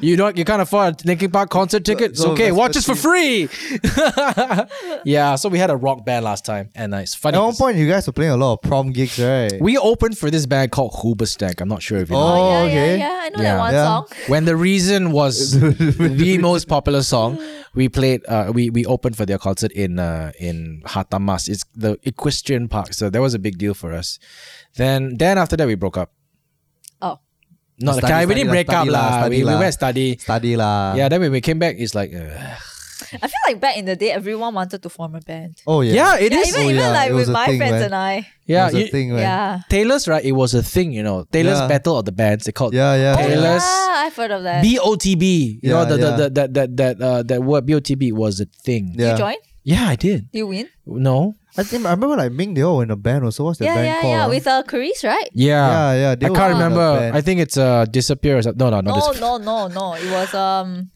Speaker 1: you don't you can't afford a Linkin Park concert ticket. It's
Speaker 2: So- so
Speaker 1: okay, watch us for
Speaker 2: expensive.
Speaker 1: free. yeah, so we had a rock band last time, and uh, it's funny.
Speaker 2: At one
Speaker 1: 'cause
Speaker 2: point, you guys were playing a lot of prom gigs, right?
Speaker 1: we opened for this band called Hoobastank. I'm not sure if you know.
Speaker 2: Oh,
Speaker 3: yeah,
Speaker 2: okay.
Speaker 3: yeah, yeah. I know
Speaker 1: Yeah.
Speaker 3: that one
Speaker 2: Yeah.
Speaker 3: song.
Speaker 1: When the reason was the most popular song, we played. Uh, we we opened for their concert in uh, in Hatamas. It's the equestrian park, so that was a big deal for us. Then then after that we broke up.
Speaker 3: Oh.
Speaker 1: Not
Speaker 2: Study,
Speaker 1: okay, we
Speaker 2: study
Speaker 1: didn't
Speaker 2: lah,
Speaker 1: break up
Speaker 2: study lah,
Speaker 1: lah.
Speaker 2: study
Speaker 1: We, we
Speaker 2: lah.
Speaker 1: went study.
Speaker 2: Study lah.
Speaker 1: Yeah, then when we came back, it's like, uh, ugh.
Speaker 3: I feel like back in the day, everyone wanted to form a band.
Speaker 2: Oh yeah.
Speaker 1: yeah, it
Speaker 3: Yeah,
Speaker 1: is.
Speaker 3: even,
Speaker 2: Oh,
Speaker 3: even
Speaker 2: yeah,
Speaker 3: like
Speaker 2: it was
Speaker 3: with
Speaker 2: a
Speaker 3: my
Speaker 2: thing,
Speaker 3: friends
Speaker 2: man.
Speaker 3: and I.
Speaker 2: That
Speaker 1: Yeah,
Speaker 2: was a
Speaker 1: you-
Speaker 2: thing, man.
Speaker 3: Yeah.
Speaker 1: Taylor's right. It was a thing, you know. Taylor's
Speaker 2: Yeah.
Speaker 1: battle of the bands. They called
Speaker 2: Yeah, yeah.
Speaker 3: Oh,
Speaker 1: Taylor-
Speaker 2: yeah.
Speaker 1: Taylor's-
Speaker 3: yeah, I've heard of that.
Speaker 1: BOTB. You know
Speaker 2: Yeah,
Speaker 1: the, the,
Speaker 2: yeah.
Speaker 1: the, that that that uh, that word BOTB was a thing.
Speaker 3: Did
Speaker 2: Yeah.
Speaker 3: you join?
Speaker 1: Yeah, I did.
Speaker 3: Did you win?
Speaker 1: No.
Speaker 2: I think I remember like Ming they all were in a band also. What's the
Speaker 3: yeah,
Speaker 2: band
Speaker 3: yeah,
Speaker 2: called?
Speaker 3: yeah.
Speaker 2: ah?
Speaker 3: With uh, Carice, right?
Speaker 1: Yeah.
Speaker 2: yeah, yeah. They
Speaker 1: I
Speaker 2: were
Speaker 1: can't
Speaker 2: in a
Speaker 1: remember.
Speaker 2: band.
Speaker 1: I think it's uh disappear or something. No, no, no.
Speaker 3: No,
Speaker 1: Disappear.
Speaker 3: no, no, no. It was um.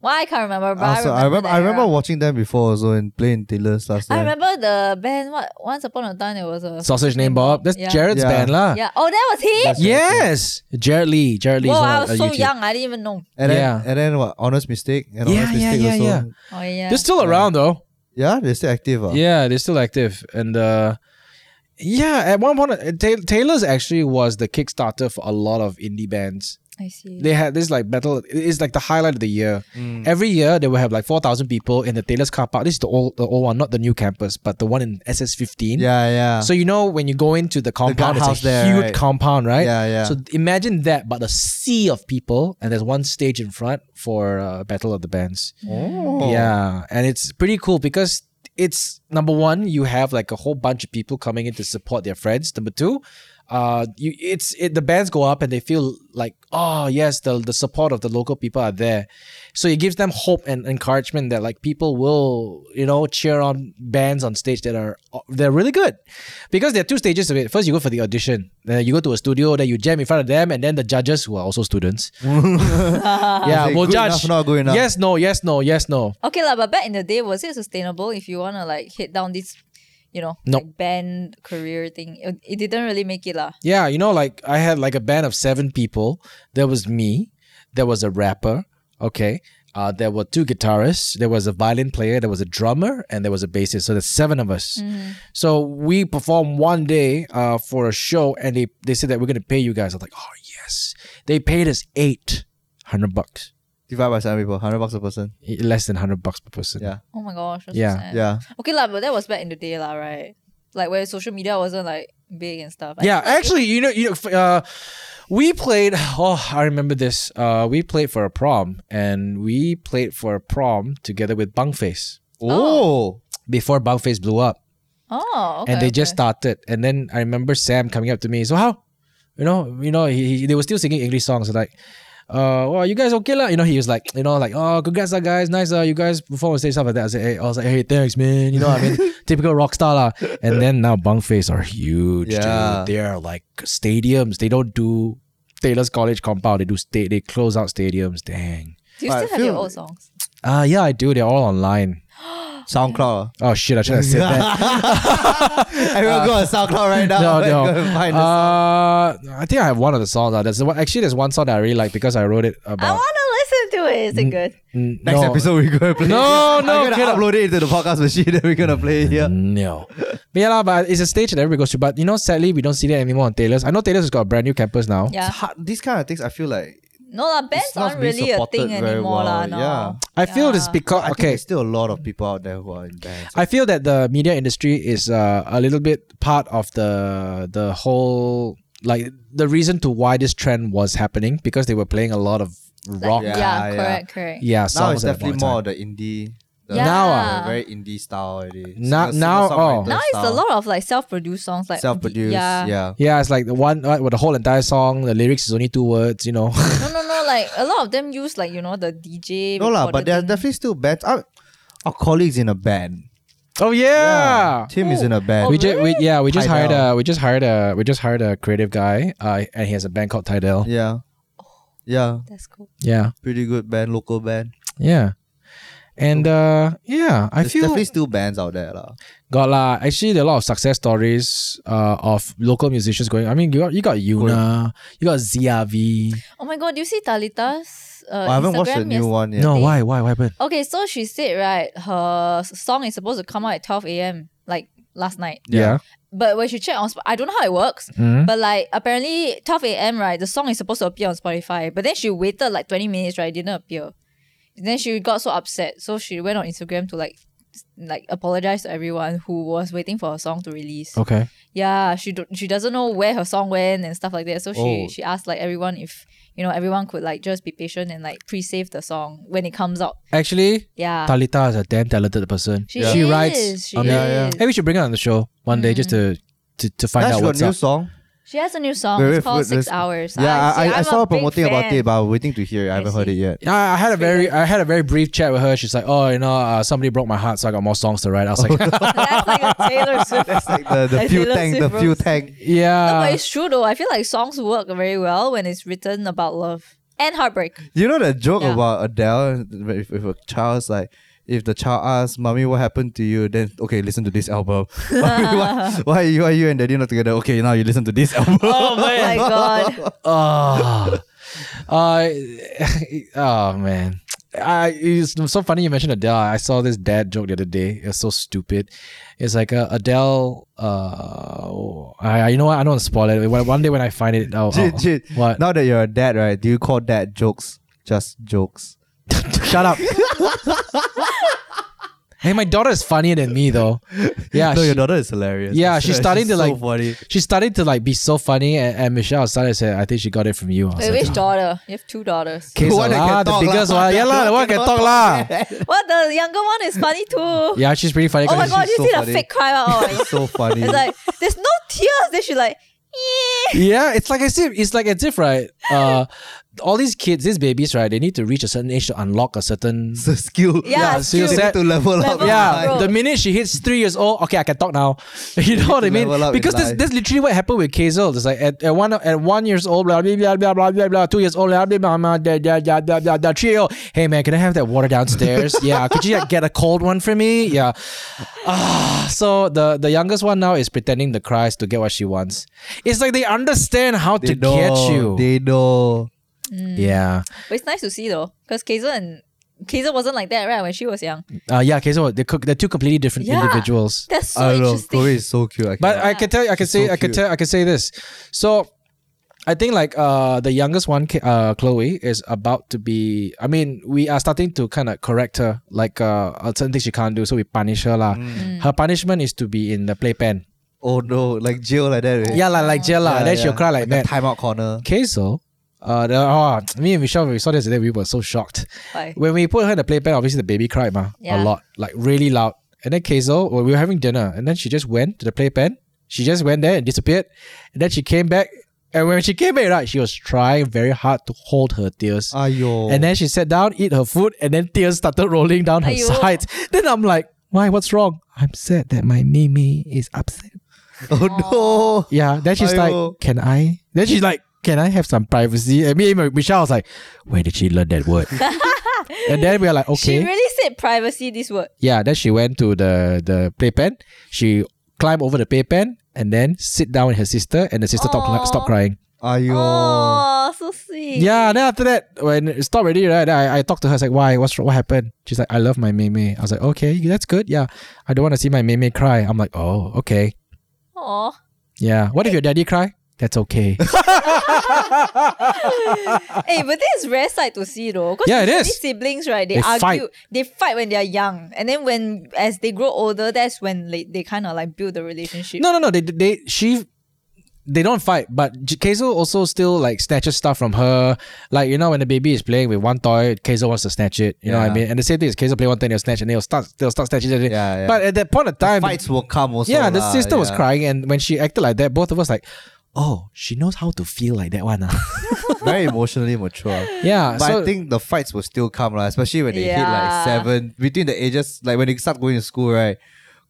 Speaker 3: Why I can't remember, but
Speaker 2: Also, Ah, I
Speaker 3: I remember.
Speaker 2: remember,
Speaker 3: that
Speaker 2: I remember
Speaker 3: era.
Speaker 2: watching them before also and playing Taylor's last time.
Speaker 3: I remember the band. What once upon a time it was a
Speaker 1: Sausage name Bob. That's
Speaker 3: Yeah.
Speaker 1: Jared's
Speaker 2: Yeah.
Speaker 1: band, lah.
Speaker 3: yeah. Oh, that was him.
Speaker 1: Yes, Jared Lee. Jared Lee's
Speaker 3: Whoa,
Speaker 1: on
Speaker 3: I
Speaker 1: uh,
Speaker 3: was so
Speaker 1: YouTube.
Speaker 3: young. I didn't even know.
Speaker 2: And then,
Speaker 1: Yeah.
Speaker 2: and then what? Honest mistake and
Speaker 1: Yeah,
Speaker 2: honest
Speaker 1: yeah,
Speaker 2: mistake
Speaker 1: yeah,
Speaker 2: also.
Speaker 1: yeah.
Speaker 3: Oh yeah.
Speaker 1: They're still around though.
Speaker 2: Yeah, they're still active. ah?
Speaker 1: Yeah, they're still active, and uh, yeah, at one point, uh, Ta- Taylor's actually was the Kickstarter for a lot of indie bands.
Speaker 3: I see.
Speaker 1: They had this like battle. It's like the highlight of the year. Every year they will have like four thousand people in the Taylor's car park. This is the old, the old one, not the new campus, but the one in SS fifteen.
Speaker 2: Yeah, yeah.
Speaker 1: So you know when you go into the compound,
Speaker 2: guardhouse
Speaker 1: it's a
Speaker 2: there,
Speaker 1: huge
Speaker 2: right?
Speaker 1: compound, right?
Speaker 2: Yeah, yeah.
Speaker 1: So imagine that, but a sea of people, and there's one stage in front for uh, Battle of the Bands.
Speaker 2: oh.
Speaker 1: Yeah, and it's pretty cool because it's number one, you have like a whole bunch of people coming in to support their friends. Number two, uh, you it's it, the bands go up and they feel like oh yes, the the support of the local people are there, so it gives them hope and encouragement that like people will you know cheer on bands on stage that are they're really good, because there are two stages of it. First, you go for the audition, then you go to a studio, then you jam in front of them, and then the judges who are also students,
Speaker 3: Ah.
Speaker 1: yeah,
Speaker 2: Is it
Speaker 1: will
Speaker 2: good
Speaker 1: judge.
Speaker 2: enough, not good enough?
Speaker 1: Yes, no, yes, no, yes, no.
Speaker 3: Okay lah, but back in the day, was it sustainable? If you wanna like hit down this, you know,
Speaker 1: No.
Speaker 3: like band career thing, it, it didn't really make it lah.
Speaker 1: Yeah, you know, like I had like a band of seven people. There was me, there was a rapper, okay, uh, there were two guitarists, there was a violin player, there was a drummer, and there was a bassist. So there's seven of us.
Speaker 3: Mm.
Speaker 2: Mm-hmm.
Speaker 1: So we performed one day uh, for a show, and they, they said that we're going to pay you guys. I was like, oh, yes. They paid us 800 bucks,
Speaker 2: Divide by seven people, hundred bucks a person.
Speaker 1: Eh, less than 100 bucks per person.
Speaker 2: Yeah.
Speaker 3: Oh my gosh. That's
Speaker 1: Yeah.
Speaker 3: So sad.
Speaker 2: Yeah.
Speaker 3: Okay, lah, but that was back in the day, lah, right? Like where social media wasn't like big and stuff. I
Speaker 1: yeah,
Speaker 3: think, like,
Speaker 1: actually, you know, you know, f- uh, we played. Oh, I remember this. Uh, we played for a prom, and we played for a prom together with Bungface
Speaker 2: Oh.
Speaker 1: before Bungface blew up,
Speaker 3: Oh, okay.
Speaker 1: and they just
Speaker 3: okay.
Speaker 1: started. And then I remember Sam coming up to me. So how, you know, you know, he, he- they were still singing English songs like. Uh, well, you guys okay lah? You know, he was like, you know, like, oh, congrats lah, guys, nice uh, you guys perform on stage stuff like that. I said, hey, I was like, hey, thanks, man. You know, what I mean, typical rock star lah. And then now Bungface are huge,
Speaker 2: Yeah.
Speaker 1: dude. They are like stadiums. They don't do Taylor's College compound. They do sta- They close out stadiums. Dang.
Speaker 3: Do you
Speaker 2: I
Speaker 3: still have your
Speaker 2: feel-
Speaker 3: old songs?
Speaker 1: Ah, yeah, I do. They're all online.
Speaker 2: SoundCloud. ah.
Speaker 1: Oh shit, I should have said that.
Speaker 2: Everyone go on SoundCloud right now.
Speaker 1: no,
Speaker 2: and
Speaker 1: no.
Speaker 2: go and find us.
Speaker 1: Uh, I think I have one of the songs. Uh, there's the one, actually there's one song that I really like because I wrote it
Speaker 3: I
Speaker 1: about.
Speaker 3: want to listen to it. Is it good?
Speaker 1: Mm,
Speaker 2: Next
Speaker 1: no,
Speaker 2: episode we're gonna play.
Speaker 1: No,
Speaker 2: it.
Speaker 1: no,
Speaker 2: I'm gonna
Speaker 1: cannot.
Speaker 2: upload it into the podcast machine and we're gonna play it here.
Speaker 1: No, but yeah, lah, but it's a stage that everybody goes to. But you know, sadly, we don't see that anymore on Taylor's. I know Taylor's has got a brand new campus now.
Speaker 3: Yeah.
Speaker 2: It's hard- These kind of things I feel like
Speaker 3: No, la, bands
Speaker 2: It's not
Speaker 3: aren't
Speaker 2: being
Speaker 3: really a
Speaker 2: supported
Speaker 3: thing
Speaker 2: very
Speaker 3: anymore, lah.
Speaker 2: well,
Speaker 3: No.
Speaker 2: yeah.
Speaker 1: I feel this
Speaker 3: Yeah.
Speaker 1: because
Speaker 2: I think
Speaker 1: okay,
Speaker 2: there's still a lot of people out there who are in bands.
Speaker 1: I feel that the media industry is uh, a little bit part of the the whole like the reason to why this trend was happening because they were playing a lot of rock. yeah.
Speaker 3: Yeah,
Speaker 2: Yeah, yeah.
Speaker 3: correct, correct.
Speaker 2: now
Speaker 1: songs
Speaker 2: it's
Speaker 1: at that
Speaker 2: definitely
Speaker 1: point in time.
Speaker 2: more the indie. The
Speaker 3: Yeah. Now, ah.
Speaker 2: the very indie style already.
Speaker 1: Now-
Speaker 2: Singer-
Speaker 1: now,
Speaker 2: singer-songwriter
Speaker 1: oh.
Speaker 3: Now it's a
Speaker 2: style.
Speaker 3: lot of like self-produced songs, like
Speaker 2: self-produced.
Speaker 3: Yeah.
Speaker 2: Yeah.
Speaker 1: Yeah, it's like the one uh, with the whole entire song. The lyrics is only two words. You know,
Speaker 3: No, no, no. Like a lot of them use like you know the DJ.
Speaker 2: No lah, but there are
Speaker 3: recording.
Speaker 2: definitely still bands. Our, our colleagues in a band.
Speaker 1: oh yeah.
Speaker 2: Tim is in a band.
Speaker 3: Oh,
Speaker 1: We just we,
Speaker 3: really?
Speaker 1: yeah we just
Speaker 2: Tidal.
Speaker 1: hired a we just hired a we just hired a creative guy uh, and he has a band called Tidal
Speaker 2: Yeah. Yeah.
Speaker 3: That's cool.
Speaker 1: yeah
Speaker 2: Pretty good band, local band.
Speaker 1: yeah and uh yeah I
Speaker 2: There's
Speaker 1: feel
Speaker 2: definitely still bands out there. lah.
Speaker 1: Got lah. Actually, there are a lot of success stories uh, of local musicians going. I mean, you got you got Yuna, you got ZRV.
Speaker 3: Oh my god, do you see Talita's? Uh,
Speaker 2: Oh, I haven't watched the
Speaker 3: Instagram
Speaker 2: new
Speaker 3: yes-
Speaker 2: one yet.
Speaker 1: No,
Speaker 3: They-
Speaker 1: why why what happened?
Speaker 3: Okay, so she said right, her s- song is supposed to come out at twelve a.m. like last night.
Speaker 1: Yeah.
Speaker 3: But when she checked on, Sp- I don't know how it works.
Speaker 1: Mhm.
Speaker 3: But like apparently twelve a.m. right, the song is supposed to appear on Spotify. But then she waited like twenty minutes right, it didn't appear. Then she got so upset, so she went on Instagram to like s- like apologize to everyone who was waiting for her song to release.
Speaker 1: Okay.
Speaker 3: Yeah, she do- she doesn't know where her song went and stuff like that. So she
Speaker 2: Oh.
Speaker 3: she asked like everyone if you know everyone could like just be patient and like pre-save the song when it comes out.
Speaker 1: Actually,
Speaker 3: Yeah,
Speaker 1: Talita is a damn talented person.
Speaker 3: she,
Speaker 2: Yeah.
Speaker 1: She
Speaker 3: is,
Speaker 1: writes.
Speaker 3: She,
Speaker 1: I mean,
Speaker 2: Yeah,
Speaker 3: is.
Speaker 1: Hey, we should bring her on the show one day just to to, to find
Speaker 2: Now
Speaker 1: out
Speaker 2: she got
Speaker 1: what's
Speaker 2: new
Speaker 1: up.
Speaker 2: song.
Speaker 3: she has a new song.
Speaker 2: Wait,
Speaker 3: it's
Speaker 2: wait,
Speaker 3: called
Speaker 2: wait,
Speaker 3: Six
Speaker 2: let's-
Speaker 3: Hours.
Speaker 2: Yeah, I,
Speaker 3: see,
Speaker 2: I, I
Speaker 3: I'm
Speaker 2: saw
Speaker 3: a
Speaker 2: her promoting
Speaker 3: big
Speaker 2: about
Speaker 3: fan.
Speaker 2: it, but I was waiting to hear it. I
Speaker 3: I
Speaker 2: haven't heard it
Speaker 3: see.
Speaker 2: yet.
Speaker 1: I I had a very I had a very brief chat with her. She's like, oh, you know, uh, somebody broke my heart, so I got more songs to write. I was like,
Speaker 3: That's like a Taylor Swift.
Speaker 2: That's like the, the
Speaker 3: I
Speaker 2: few
Speaker 3: Taylor
Speaker 2: tank, the
Speaker 3: Swift
Speaker 2: few
Speaker 3: roast.
Speaker 2: tank.
Speaker 3: No, but
Speaker 1: yeah,
Speaker 3: it's true though. I feel like songs work very well when it's written about love and heartbreak.
Speaker 2: You know the joke
Speaker 3: Yeah.
Speaker 2: about Adele if, if a child's like if the child asks, Mommy, what happened to you? Then okay, listen to this album. Mommy, why, why, are you, why are you and Daddy not together? Okay, now you listen to this album.
Speaker 3: Oh my god.
Speaker 1: oh, uh, oh man. I, it's so funny you mentioned Adele. I saw this dad joke the other day. It's so stupid. It's like uh, Adele. Uh, oh, I, I- you know what? I don't want to spoil it. One one day when I find it, I'll,
Speaker 2: Jit,
Speaker 1: I'll-
Speaker 2: jit.
Speaker 1: Oh. what?
Speaker 2: Now that you're a dad, right? Do you call dad jokes just jokes?
Speaker 1: Shut up. hey, my daughter is funnier than me though. Yeah,
Speaker 2: no,
Speaker 1: she-
Speaker 2: your daughter is hilarious.
Speaker 1: Yeah,
Speaker 2: I
Speaker 1: she's
Speaker 2: swear,
Speaker 1: starting to,
Speaker 2: so
Speaker 1: like-
Speaker 2: funny.
Speaker 1: she started to like be so funny, and, and Michelle started to say, "I think she got it from you." I was
Speaker 3: Wait,
Speaker 1: like, "Ah,
Speaker 3: which daughter? You have two daughters.
Speaker 1: Okay,
Speaker 2: The
Speaker 1: so
Speaker 2: one that can
Speaker 1: lah, Ah, the
Speaker 2: talk
Speaker 1: biggest
Speaker 2: lah.
Speaker 1: one. Yeah, lah, the one can talk lah.
Speaker 3: What the younger one is funny too. Oh
Speaker 1: Yeah, she's pretty funny. 'cause
Speaker 3: my
Speaker 1: she-
Speaker 3: god, you
Speaker 2: so
Speaker 3: see the
Speaker 2: funny.
Speaker 3: fake cry out. Oh my
Speaker 2: It's so funny.
Speaker 3: It's like there's no tears. Then she like, "Eh."
Speaker 1: yeah, it's like as if it's like as if right. Uh, all these kids, these babies, right? They need to reach a certain age to unlock a certain.
Speaker 2: it's a skill.
Speaker 3: Yeah, Yeah,
Speaker 1: so you
Speaker 2: They
Speaker 1: said-
Speaker 2: need to level, up.
Speaker 3: Level
Speaker 2: in
Speaker 1: Oh, Yeah,
Speaker 3: up,
Speaker 2: life.
Speaker 3: bro.
Speaker 1: the minute she hits three years old, okay, I can talk now. You know what I mean?
Speaker 2: level up in
Speaker 1: Because that's,
Speaker 2: life.
Speaker 1: that's literally what happened with Kazel. It's like at, at one at one years old, blah blah blah blah blah blah blah. Two years old, blah blah blah blah blah blah blah. blah, blah, blah. Three year old, hey man, can I have that water downstairs? yeah, could you like, get a cold one for me? Yeah. Ah, so the the youngest one now is pretending to cry to get what she wants. It's like they understand how to
Speaker 2: They know,
Speaker 1: get you.
Speaker 2: They Mm. know.
Speaker 1: yeah.
Speaker 3: But it's nice to see though, because Kazel and Kaiser wasn't like that, right? When she was young.
Speaker 1: Uh, yeah, okay, so they're, co- they're two completely different
Speaker 3: Yeah.
Speaker 1: individuals.
Speaker 3: That's so
Speaker 2: I don't know.
Speaker 3: interesting.
Speaker 2: Chloe is so cute. I
Speaker 1: But
Speaker 2: cannot-
Speaker 1: I can tell you, I can
Speaker 2: She's
Speaker 1: say,
Speaker 2: so
Speaker 1: I can
Speaker 2: cute.
Speaker 1: tell, I can say this. So, I think like uh the youngest one, K- uh Chloe, is about to be. I mean, we are starting to kind of correct her, like uh certain things she can't do, so we punish her lah.
Speaker 2: Mm.
Speaker 1: Her punishment is to be in the playpen.
Speaker 2: oh no, like jail like that. eh?
Speaker 1: Yeah, like like jail lah.
Speaker 2: Yeah,
Speaker 1: then she'll
Speaker 2: yeah.
Speaker 1: cry like,
Speaker 2: a
Speaker 1: that.
Speaker 2: Timeout corner.
Speaker 1: Okay, so. Uh, the, oh, me and Michelle, when we saw this today, we were so shocked.
Speaker 3: Why?
Speaker 1: When we put her in the playpen, obviously the baby cried ma, a
Speaker 3: Yeah.
Speaker 1: lot, like really loud. And then Kazel, well, we were having dinner, and then she just went to the playpen. She just went there and disappeared. And then she came back. And when she came back, right, she was trying very hard to hold her tears.
Speaker 2: Oh. Ayo.
Speaker 1: And then she sat down, eat her food, and then tears started rolling down her
Speaker 3: Aiyo.
Speaker 1: sides. Then I'm like, why? What's wrong? I'm sad that my Mimi is upset.
Speaker 2: oh no.
Speaker 1: Yeah. Then she's
Speaker 2: Aiyo.
Speaker 1: like, can I? Then she's like, can I have some privacy? And me and Michelle was like, where did she learn that word? and then we are like, okay.
Speaker 3: She really said privacy. This word.
Speaker 1: Yeah, then she went to the the playpen. She climbed over the playpen and then sit down with her sister, and the sister stopped
Speaker 3: Aw.
Speaker 1: stopped crying.
Speaker 2: Ayo.
Speaker 3: Oh, so sweet.
Speaker 1: Yeah, then after that, when it stopped already, right? then I, I talked to her. I was like, why? What's wrong? What happened? She's like, I love my meme. I was like, okay, that's good. Yeah, I don't want to see my meme cry. I'm like, oh, okay.
Speaker 3: Aw.
Speaker 1: Yeah. What if your daddy cry? That's okay.
Speaker 3: hey, but this is rare sight to see though. 'cause
Speaker 1: Yeah, it
Speaker 3: usually
Speaker 1: is.
Speaker 3: Siblings, right? They,
Speaker 1: They
Speaker 3: argue.
Speaker 1: fight.
Speaker 3: They fight when they are young, and then when as they grow older, that's when they, they kind of like build the relationship.
Speaker 1: No, no, no. They they she they don't fight, but J- Keizo also still like snatches stuff from her. Like you know, when the baby is playing with one toy, Keizo wants to snatch it. You know what I
Speaker 2: Yeah.
Speaker 1: mean? And the same thing is Keizo play one thing, they'll snatch, and they'll start they'll start snatching. it.
Speaker 2: Yeah, yeah.
Speaker 1: But at that point of time,
Speaker 2: Fights will come also.
Speaker 1: yeah, the
Speaker 2: lah,
Speaker 1: sister was
Speaker 2: yeah.
Speaker 1: crying, and when she acted like that, both of us like, oh, she knows how to feel like that one. ah."
Speaker 2: Very emotionally mature.
Speaker 1: yeah,
Speaker 2: But
Speaker 1: so-
Speaker 2: I think the fights will still come, lah, especially when they
Speaker 3: Yeah.
Speaker 2: hit like seven, between the ages, like when they start going to school, right?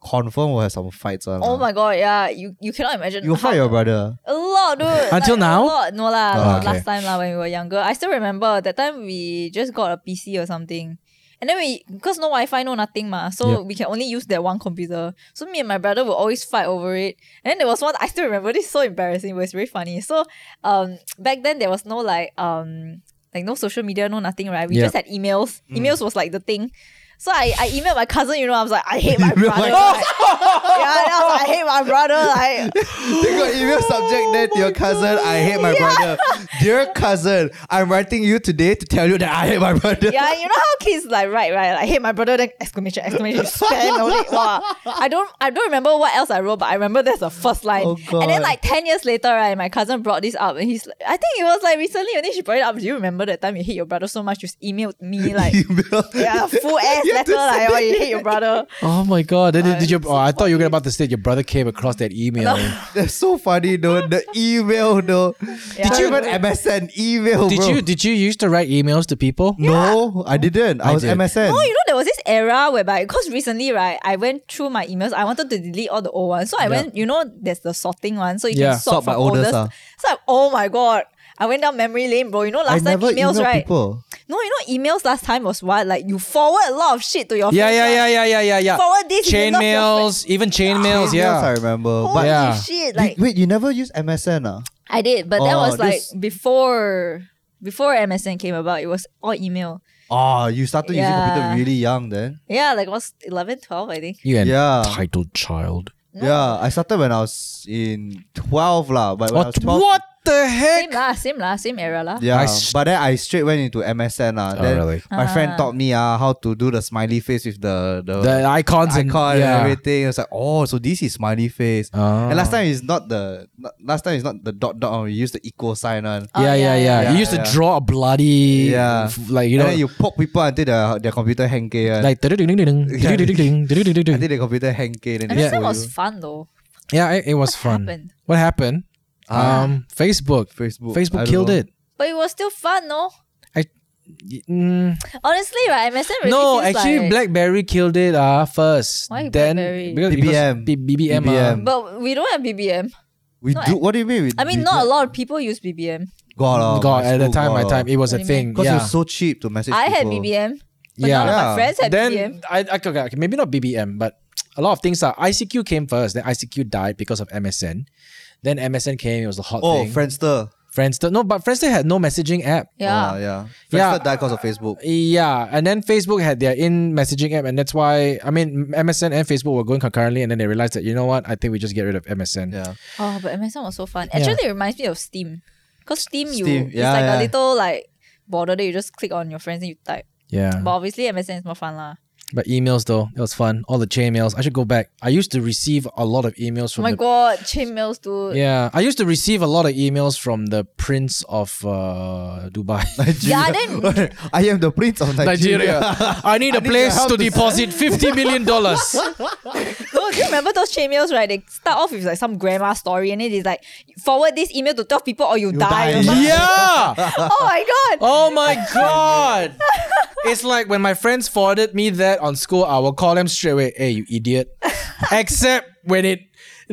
Speaker 2: Confirm will have some fights on.
Speaker 3: Oh my god, yeah. You you cannot imagine.
Speaker 2: You'll
Speaker 3: how-
Speaker 2: fight your brother.
Speaker 3: A lot, dude.
Speaker 1: Until
Speaker 3: Like,
Speaker 1: now?
Speaker 3: A lot. No lah.
Speaker 2: Oh,
Speaker 3: not
Speaker 2: okay.
Speaker 3: Last time lah, when we were younger, I still remember that time we just got a PC or something. And then we, because no Wi-Fi, no nothing ma, so
Speaker 1: Yeah.
Speaker 3: we can only use that one computer. So me and my brother would always fight over it. And then there was one I still remember. This is so embarrassing, but it's very funny. So, um, back then there was no like um like no social media, no nothing, right? We
Speaker 1: Yeah. Hmm.
Speaker 3: just had emails. Emails was like the thing. So I, I emailed my cousin, you know, I was like, I hate my brother.
Speaker 2: Emailed my-
Speaker 3: Like, yeah, and I was like, I hate my brother. Like,
Speaker 2: They got email subject there to
Speaker 3: Oh
Speaker 2: your cousin. I hate my brother. Dear cousin, I'm writing you today to tell you that I hate my brother.
Speaker 3: yeah, you know how kids like right, right. Like, I hate my brother. Then exclamation, exclamation, spam. all that. Wow. I don't, I don't remember what else I wrote, but I remember that's the first line.
Speaker 2: Oh, God.
Speaker 3: And then like ten years later, right, my cousin brought this up, and he's, like- I think it was like recently. I think she brought it up. Do you remember that time you hate your brother so much? You emailed me like.
Speaker 2: Email.
Speaker 3: Yeah, full ass
Speaker 2: You have
Speaker 3: letter
Speaker 2: to
Speaker 3: like
Speaker 2: send
Speaker 3: oh you
Speaker 2: it.
Speaker 3: hate your brother.
Speaker 1: oh my god, did, did, did you? Oh, I thought you were about to say your brother came across that email.
Speaker 2: That's so funny though. The email though. Did you even MSN email?
Speaker 1: Did
Speaker 2: bro.
Speaker 1: you did you used to write emails to people?
Speaker 2: No, I didn't. I,
Speaker 1: I
Speaker 2: was
Speaker 1: did.
Speaker 2: MSN.
Speaker 3: Oh, you know there was this era whereby because recently right, I went through my emails. I wanted to delete all the old ones, so I
Speaker 1: Yeah.
Speaker 3: went. You know, there's the sorting one, so you
Speaker 1: Yeah.
Speaker 3: can sort,
Speaker 2: Sort by
Speaker 3: from
Speaker 2: oldest,
Speaker 3: oldest.
Speaker 2: ah.
Speaker 3: So I, oh my god, I went down memory lane, bro. You know
Speaker 2: I
Speaker 3: last time
Speaker 2: never
Speaker 3: emails,
Speaker 2: emailed
Speaker 3: right?
Speaker 2: people.
Speaker 3: No, you know emails last time was what like you forward a lot of shit to your
Speaker 1: Yeah,
Speaker 3: friends,
Speaker 1: yeah,
Speaker 3: right?
Speaker 1: yeah, yeah, yeah, yeah, yeah.
Speaker 3: Forward this, you
Speaker 1: chain
Speaker 3: love your
Speaker 1: mails, even chain mails.
Speaker 2: Emails, I
Speaker 1: Yeah.
Speaker 2: remember.
Speaker 3: Holy
Speaker 2: but
Speaker 1: yeah.
Speaker 3: shit!
Speaker 2: You-
Speaker 3: Like
Speaker 2: wait, you never used MSN? Ah?
Speaker 3: I did, but that
Speaker 2: Oh,
Speaker 3: was like
Speaker 2: this-
Speaker 3: before before MSN came about. It was all email.
Speaker 2: Oh, you started using
Speaker 3: Yeah.
Speaker 2: computer really young then.
Speaker 3: Yeah, like it was 11, 12, I think.
Speaker 1: You
Speaker 2: Yeah.
Speaker 1: entitled child.
Speaker 2: Yeah, I started when I was in 12 lah. But when I was
Speaker 1: What,
Speaker 2: 12,
Speaker 1: Oh, what the heck?
Speaker 3: Same lah, same lah, same era lah.
Speaker 2: Yeah,
Speaker 1: I s-
Speaker 2: but then I straight went into MSN. Uh,
Speaker 1: Oh,
Speaker 2: then
Speaker 1: really?
Speaker 2: My
Speaker 3: Ah.
Speaker 2: friend taught me uh, how to do the smiley face with the, the,
Speaker 1: The icons and-
Speaker 2: icon
Speaker 1: yeah.
Speaker 2: and everything. I was like, oh, so this is smiley face.
Speaker 1: Ah.
Speaker 2: And last time is not the not- last time is not the dot dot. one, We use the equal sign on.
Speaker 3: Oh,
Speaker 1: yeah, yeah,
Speaker 3: yeah,
Speaker 1: yeah,
Speaker 2: yeah,
Speaker 1: You used to
Speaker 2: yeah.
Speaker 1: draw a bloody,
Speaker 2: Yeah.
Speaker 1: f- like you know,
Speaker 2: and then you poke people until their, their computer hang gay. uh,
Speaker 1: like
Speaker 2: Yeah.
Speaker 1: yeah,
Speaker 2: until the computer hang gay. Then
Speaker 3: MSN
Speaker 2: they show
Speaker 3: was
Speaker 2: you.
Speaker 3: fun though.
Speaker 1: it, it was
Speaker 3: What
Speaker 1: fun.
Speaker 3: happened?
Speaker 1: What happened? Um, Facebook,
Speaker 2: Facebook. I
Speaker 1: Facebook
Speaker 2: don't
Speaker 1: killed
Speaker 2: know.
Speaker 1: it.
Speaker 3: But it was still fun, no?
Speaker 1: Mm,
Speaker 3: Honestly, right? MSN really
Speaker 1: no,
Speaker 3: feels
Speaker 1: actually,
Speaker 3: like-
Speaker 1: BlackBerry killed it. Uh, first,
Speaker 3: Why
Speaker 1: then
Speaker 3: BlackBerry?
Speaker 1: because because
Speaker 2: BBM.
Speaker 1: B- BBM,
Speaker 2: BBM.
Speaker 1: BBM.
Speaker 3: But we don't have BBM.
Speaker 2: We
Speaker 3: No,
Speaker 2: do. What do you mean? We,
Speaker 3: I mean,
Speaker 2: we
Speaker 3: not a
Speaker 2: do-
Speaker 3: lot of people use BBM.
Speaker 2: God, oh,
Speaker 1: God,
Speaker 2: my
Speaker 1: at the
Speaker 2: school,
Speaker 1: time, my
Speaker 2: God,
Speaker 1: time, it was a
Speaker 3: What do you mean?
Speaker 1: thing.
Speaker 2: Because
Speaker 1: yeah.
Speaker 2: it was so cheap to message.
Speaker 3: I had
Speaker 2: people.
Speaker 3: BBM. But
Speaker 1: Yeah.
Speaker 3: none of my
Speaker 2: Yeah.
Speaker 3: friends had BBM.
Speaker 1: then I, I- okay, okay, maybe not BBM, but a lot of things are ICQ came first. Then ICQ died because of MSN. Then MSN came. It was the hot
Speaker 2: Oh,
Speaker 1: thing.
Speaker 2: Friendster.
Speaker 1: Friendster. No, but Friendster had no messaging app.
Speaker 3: Yeah.
Speaker 2: Oh,
Speaker 1: Yeah.
Speaker 2: yeah. Friendster died because of Facebook.
Speaker 1: Yeah, and then Facebook had their in messaging app, and that's why I mean MSN and Facebook were going concurrently, and then they realized that you know what, I think we just get rid of MSN.
Speaker 2: Yeah.
Speaker 3: Oh, but MSN was so fun. Actually, it reminds me of Steam. Because Steam, you
Speaker 2: Steam,
Speaker 3: it's
Speaker 2: yeah,
Speaker 3: like
Speaker 2: yeah.
Speaker 3: a little like border that you just click on your friends and you type.
Speaker 1: Yeah.
Speaker 3: But obviously, MSN is more fun lah.
Speaker 1: But emails though, it was fun. All the chain mails. I should go back. I used to receive a lot of emails
Speaker 3: Oh
Speaker 1: from
Speaker 3: my
Speaker 1: the
Speaker 3: god, chain mails dude.
Speaker 1: Yeah, I used to receive a lot of emails from the Prince of uh, Dubai.
Speaker 3: Yeah, then
Speaker 2: I am the prince of Nigeria.
Speaker 1: I need a
Speaker 2: need your
Speaker 1: place
Speaker 2: help
Speaker 1: to
Speaker 2: to-
Speaker 1: deposit fifty million dollars.
Speaker 3: no, do you remember those chain mails, right? They start off with like some grandma story and it is like forward this email to 12 people or you, die.
Speaker 2: die.
Speaker 3: I'm like,
Speaker 1: yeah.
Speaker 3: oh my god.
Speaker 1: Oh my god. It's like when my friends forwarded me that on school, I will call them straight away. Hey, you idiot. Except when it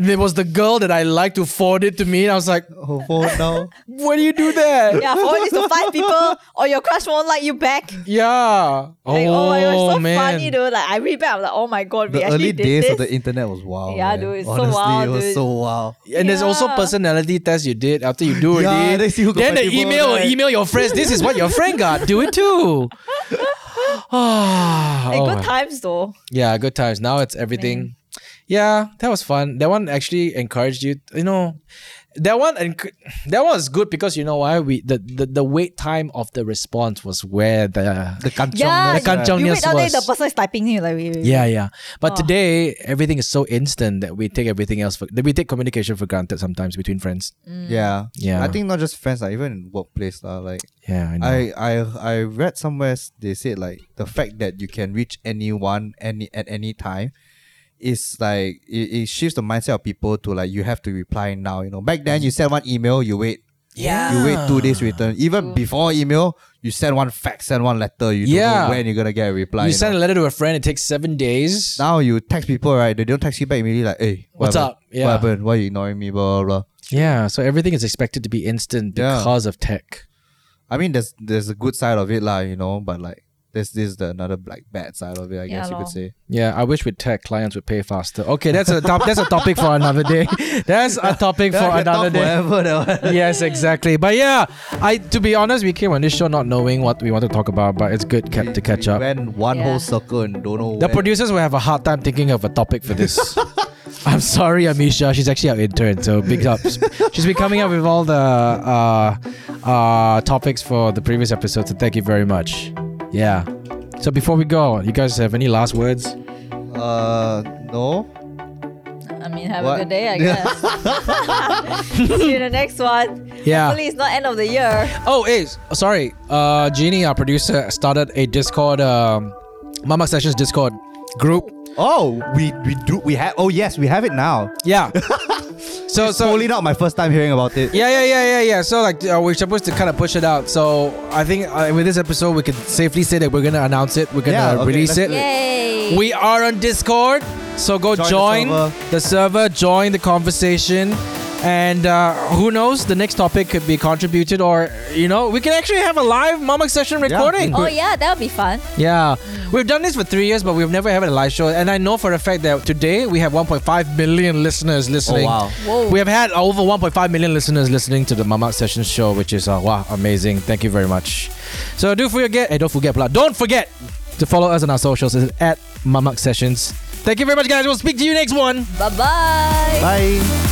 Speaker 1: there was the girl that I liked to forward it to me, and I was like,
Speaker 2: Oh, for now.
Speaker 1: "Why do you do that?"
Speaker 3: Yeah, forward this to five people or your crush won't like you back.
Speaker 1: Yeah.
Speaker 3: Like, oh, my god, it's so
Speaker 1: man.
Speaker 3: funny dude. Like I read back, I'm like, oh my god, we
Speaker 2: The
Speaker 3: actually
Speaker 2: early
Speaker 3: did
Speaker 2: days
Speaker 3: this.
Speaker 2: of the internet was wild.
Speaker 3: Yeah,
Speaker 2: man.
Speaker 3: dude, it's so
Speaker 2: Honestly,
Speaker 3: wild,
Speaker 2: It was
Speaker 3: dude.
Speaker 2: so wild.
Speaker 1: And there's also
Speaker 3: Yeah.
Speaker 1: personality tests you did after you do it.
Speaker 2: Yeah, they see who
Speaker 1: then the
Speaker 2: compatible,
Speaker 1: email will
Speaker 2: right?
Speaker 1: email your friends. This is what your friend got. Do it too. Ah,
Speaker 3: Like,
Speaker 1: oh
Speaker 3: good
Speaker 1: my-
Speaker 3: times though.
Speaker 1: yeah, good times. Now it's everything. Yeah, that was fun. That one actually encouraged you. You know, that one and that one was good because you know why we the, the the wait time of the response was where the
Speaker 2: The kanchong.
Speaker 3: Yeah,
Speaker 1: the kanchong
Speaker 3: you wait
Speaker 1: news
Speaker 3: down there, the
Speaker 1: was-
Speaker 3: person is typing you like wait, wait, wait.
Speaker 1: yeah yeah. But
Speaker 3: Oh.
Speaker 1: today everything is so instant that we take everything else for that we take communication for granted sometimes between friends.
Speaker 2: Yeah.
Speaker 1: Yeah.
Speaker 2: I think not just friends, like even in workplace, lah. like
Speaker 1: Yeah, I know.
Speaker 2: I, I I read somewhere s- they said like the fact that you can reach anyone any at any time is like it, it shifts the mindset of people to like you have to reply now. You know, back then you send one email, you wait.
Speaker 1: Yeah.
Speaker 2: You wait two days return. Even before email, you send one fax, send one letter. You don't
Speaker 1: Yeah.
Speaker 2: know when you're gonna get a reply.
Speaker 1: you
Speaker 2: know.
Speaker 1: send a letter to a friend, it takes seven days.
Speaker 2: now you text people, right? They don't text you back immediately like, hey, what
Speaker 1: What's
Speaker 2: happened?
Speaker 1: up? Yeah.
Speaker 2: What happened? Why you ignoring me? Blah blah blah.
Speaker 1: Yeah, so everything is expected to be instant
Speaker 2: Yeah.
Speaker 1: because of tech.
Speaker 2: I mean, there's there's a good side of it, lah, you know, but like there's this is the another like bad side of it, I
Speaker 3: Yeah
Speaker 2: guess you
Speaker 3: lor.
Speaker 2: could say.
Speaker 1: Yeah, I wish with tech clients would pay faster. Okay, that's a top, that's a topic for another day. That's a topic for another day. Yes, exactly. But yeah, I to be honest, we came on this show not knowing what we want to talk about, but it's good ca- to catch up.
Speaker 2: Went one
Speaker 3: Yeah.
Speaker 2: whole circle and don't know.
Speaker 1: The
Speaker 2: where-
Speaker 1: producers will have a hard time thinking of a topic for this. I'm sorry, Amisha. She's actually our intern, so big ups. She's been coming up with all the uh, uh, topics for the previous episode, so thank you very much. Yeah. So before we go, you guys have any last words?
Speaker 2: Uh, no.
Speaker 3: I mean, have
Speaker 2: What?
Speaker 3: a good day, I guess. See you in the next one.
Speaker 2: Ah.
Speaker 1: Yeah.
Speaker 3: Hopefully, it's not end of the year.
Speaker 1: Oh, is sorry. Uh, Jeannie, our producer, started a Discord, um, Mama Sessions Discord group.
Speaker 2: Oh, we we do we have. Oh yes, we have it now.
Speaker 1: Yeah. so so
Speaker 2: Totally not my first time hearing about it.
Speaker 1: Yeah, yeah, yeah, yeah, yeah. So like uh, we're supposed to kind of push it out. So I think uh, with this episode, we can safely say that we're gonna announce it. We're gonna
Speaker 2: Yeah, okay,
Speaker 1: release
Speaker 2: let's
Speaker 1: it.
Speaker 2: do it.
Speaker 3: Yay!
Speaker 1: We are on Discord, so go join,
Speaker 2: Join the
Speaker 1: the, server. join the conversation, and uh, who knows, the next topic could be contributed, or you know, we can actually have a live Mamak session recording.
Speaker 3: oh yeah, that would be fun.
Speaker 1: Yeah, we've done this for three years, but we've never had a live show. And I know for a fact that today we have 1.5 million listeners listening.
Speaker 2: wow.
Speaker 3: Whoa.
Speaker 1: We have had over 1.5 million listeners listening to the Mamak Session show, which is uh, wow, amazing. Thank you very much. So do forget, hey, don't forget, blah, don't forget to follow us on our socials It's at Mamak Sessions. Thank you very much, guys. We'll speak to you next one.
Speaker 3: Bye bye.
Speaker 2: Bye.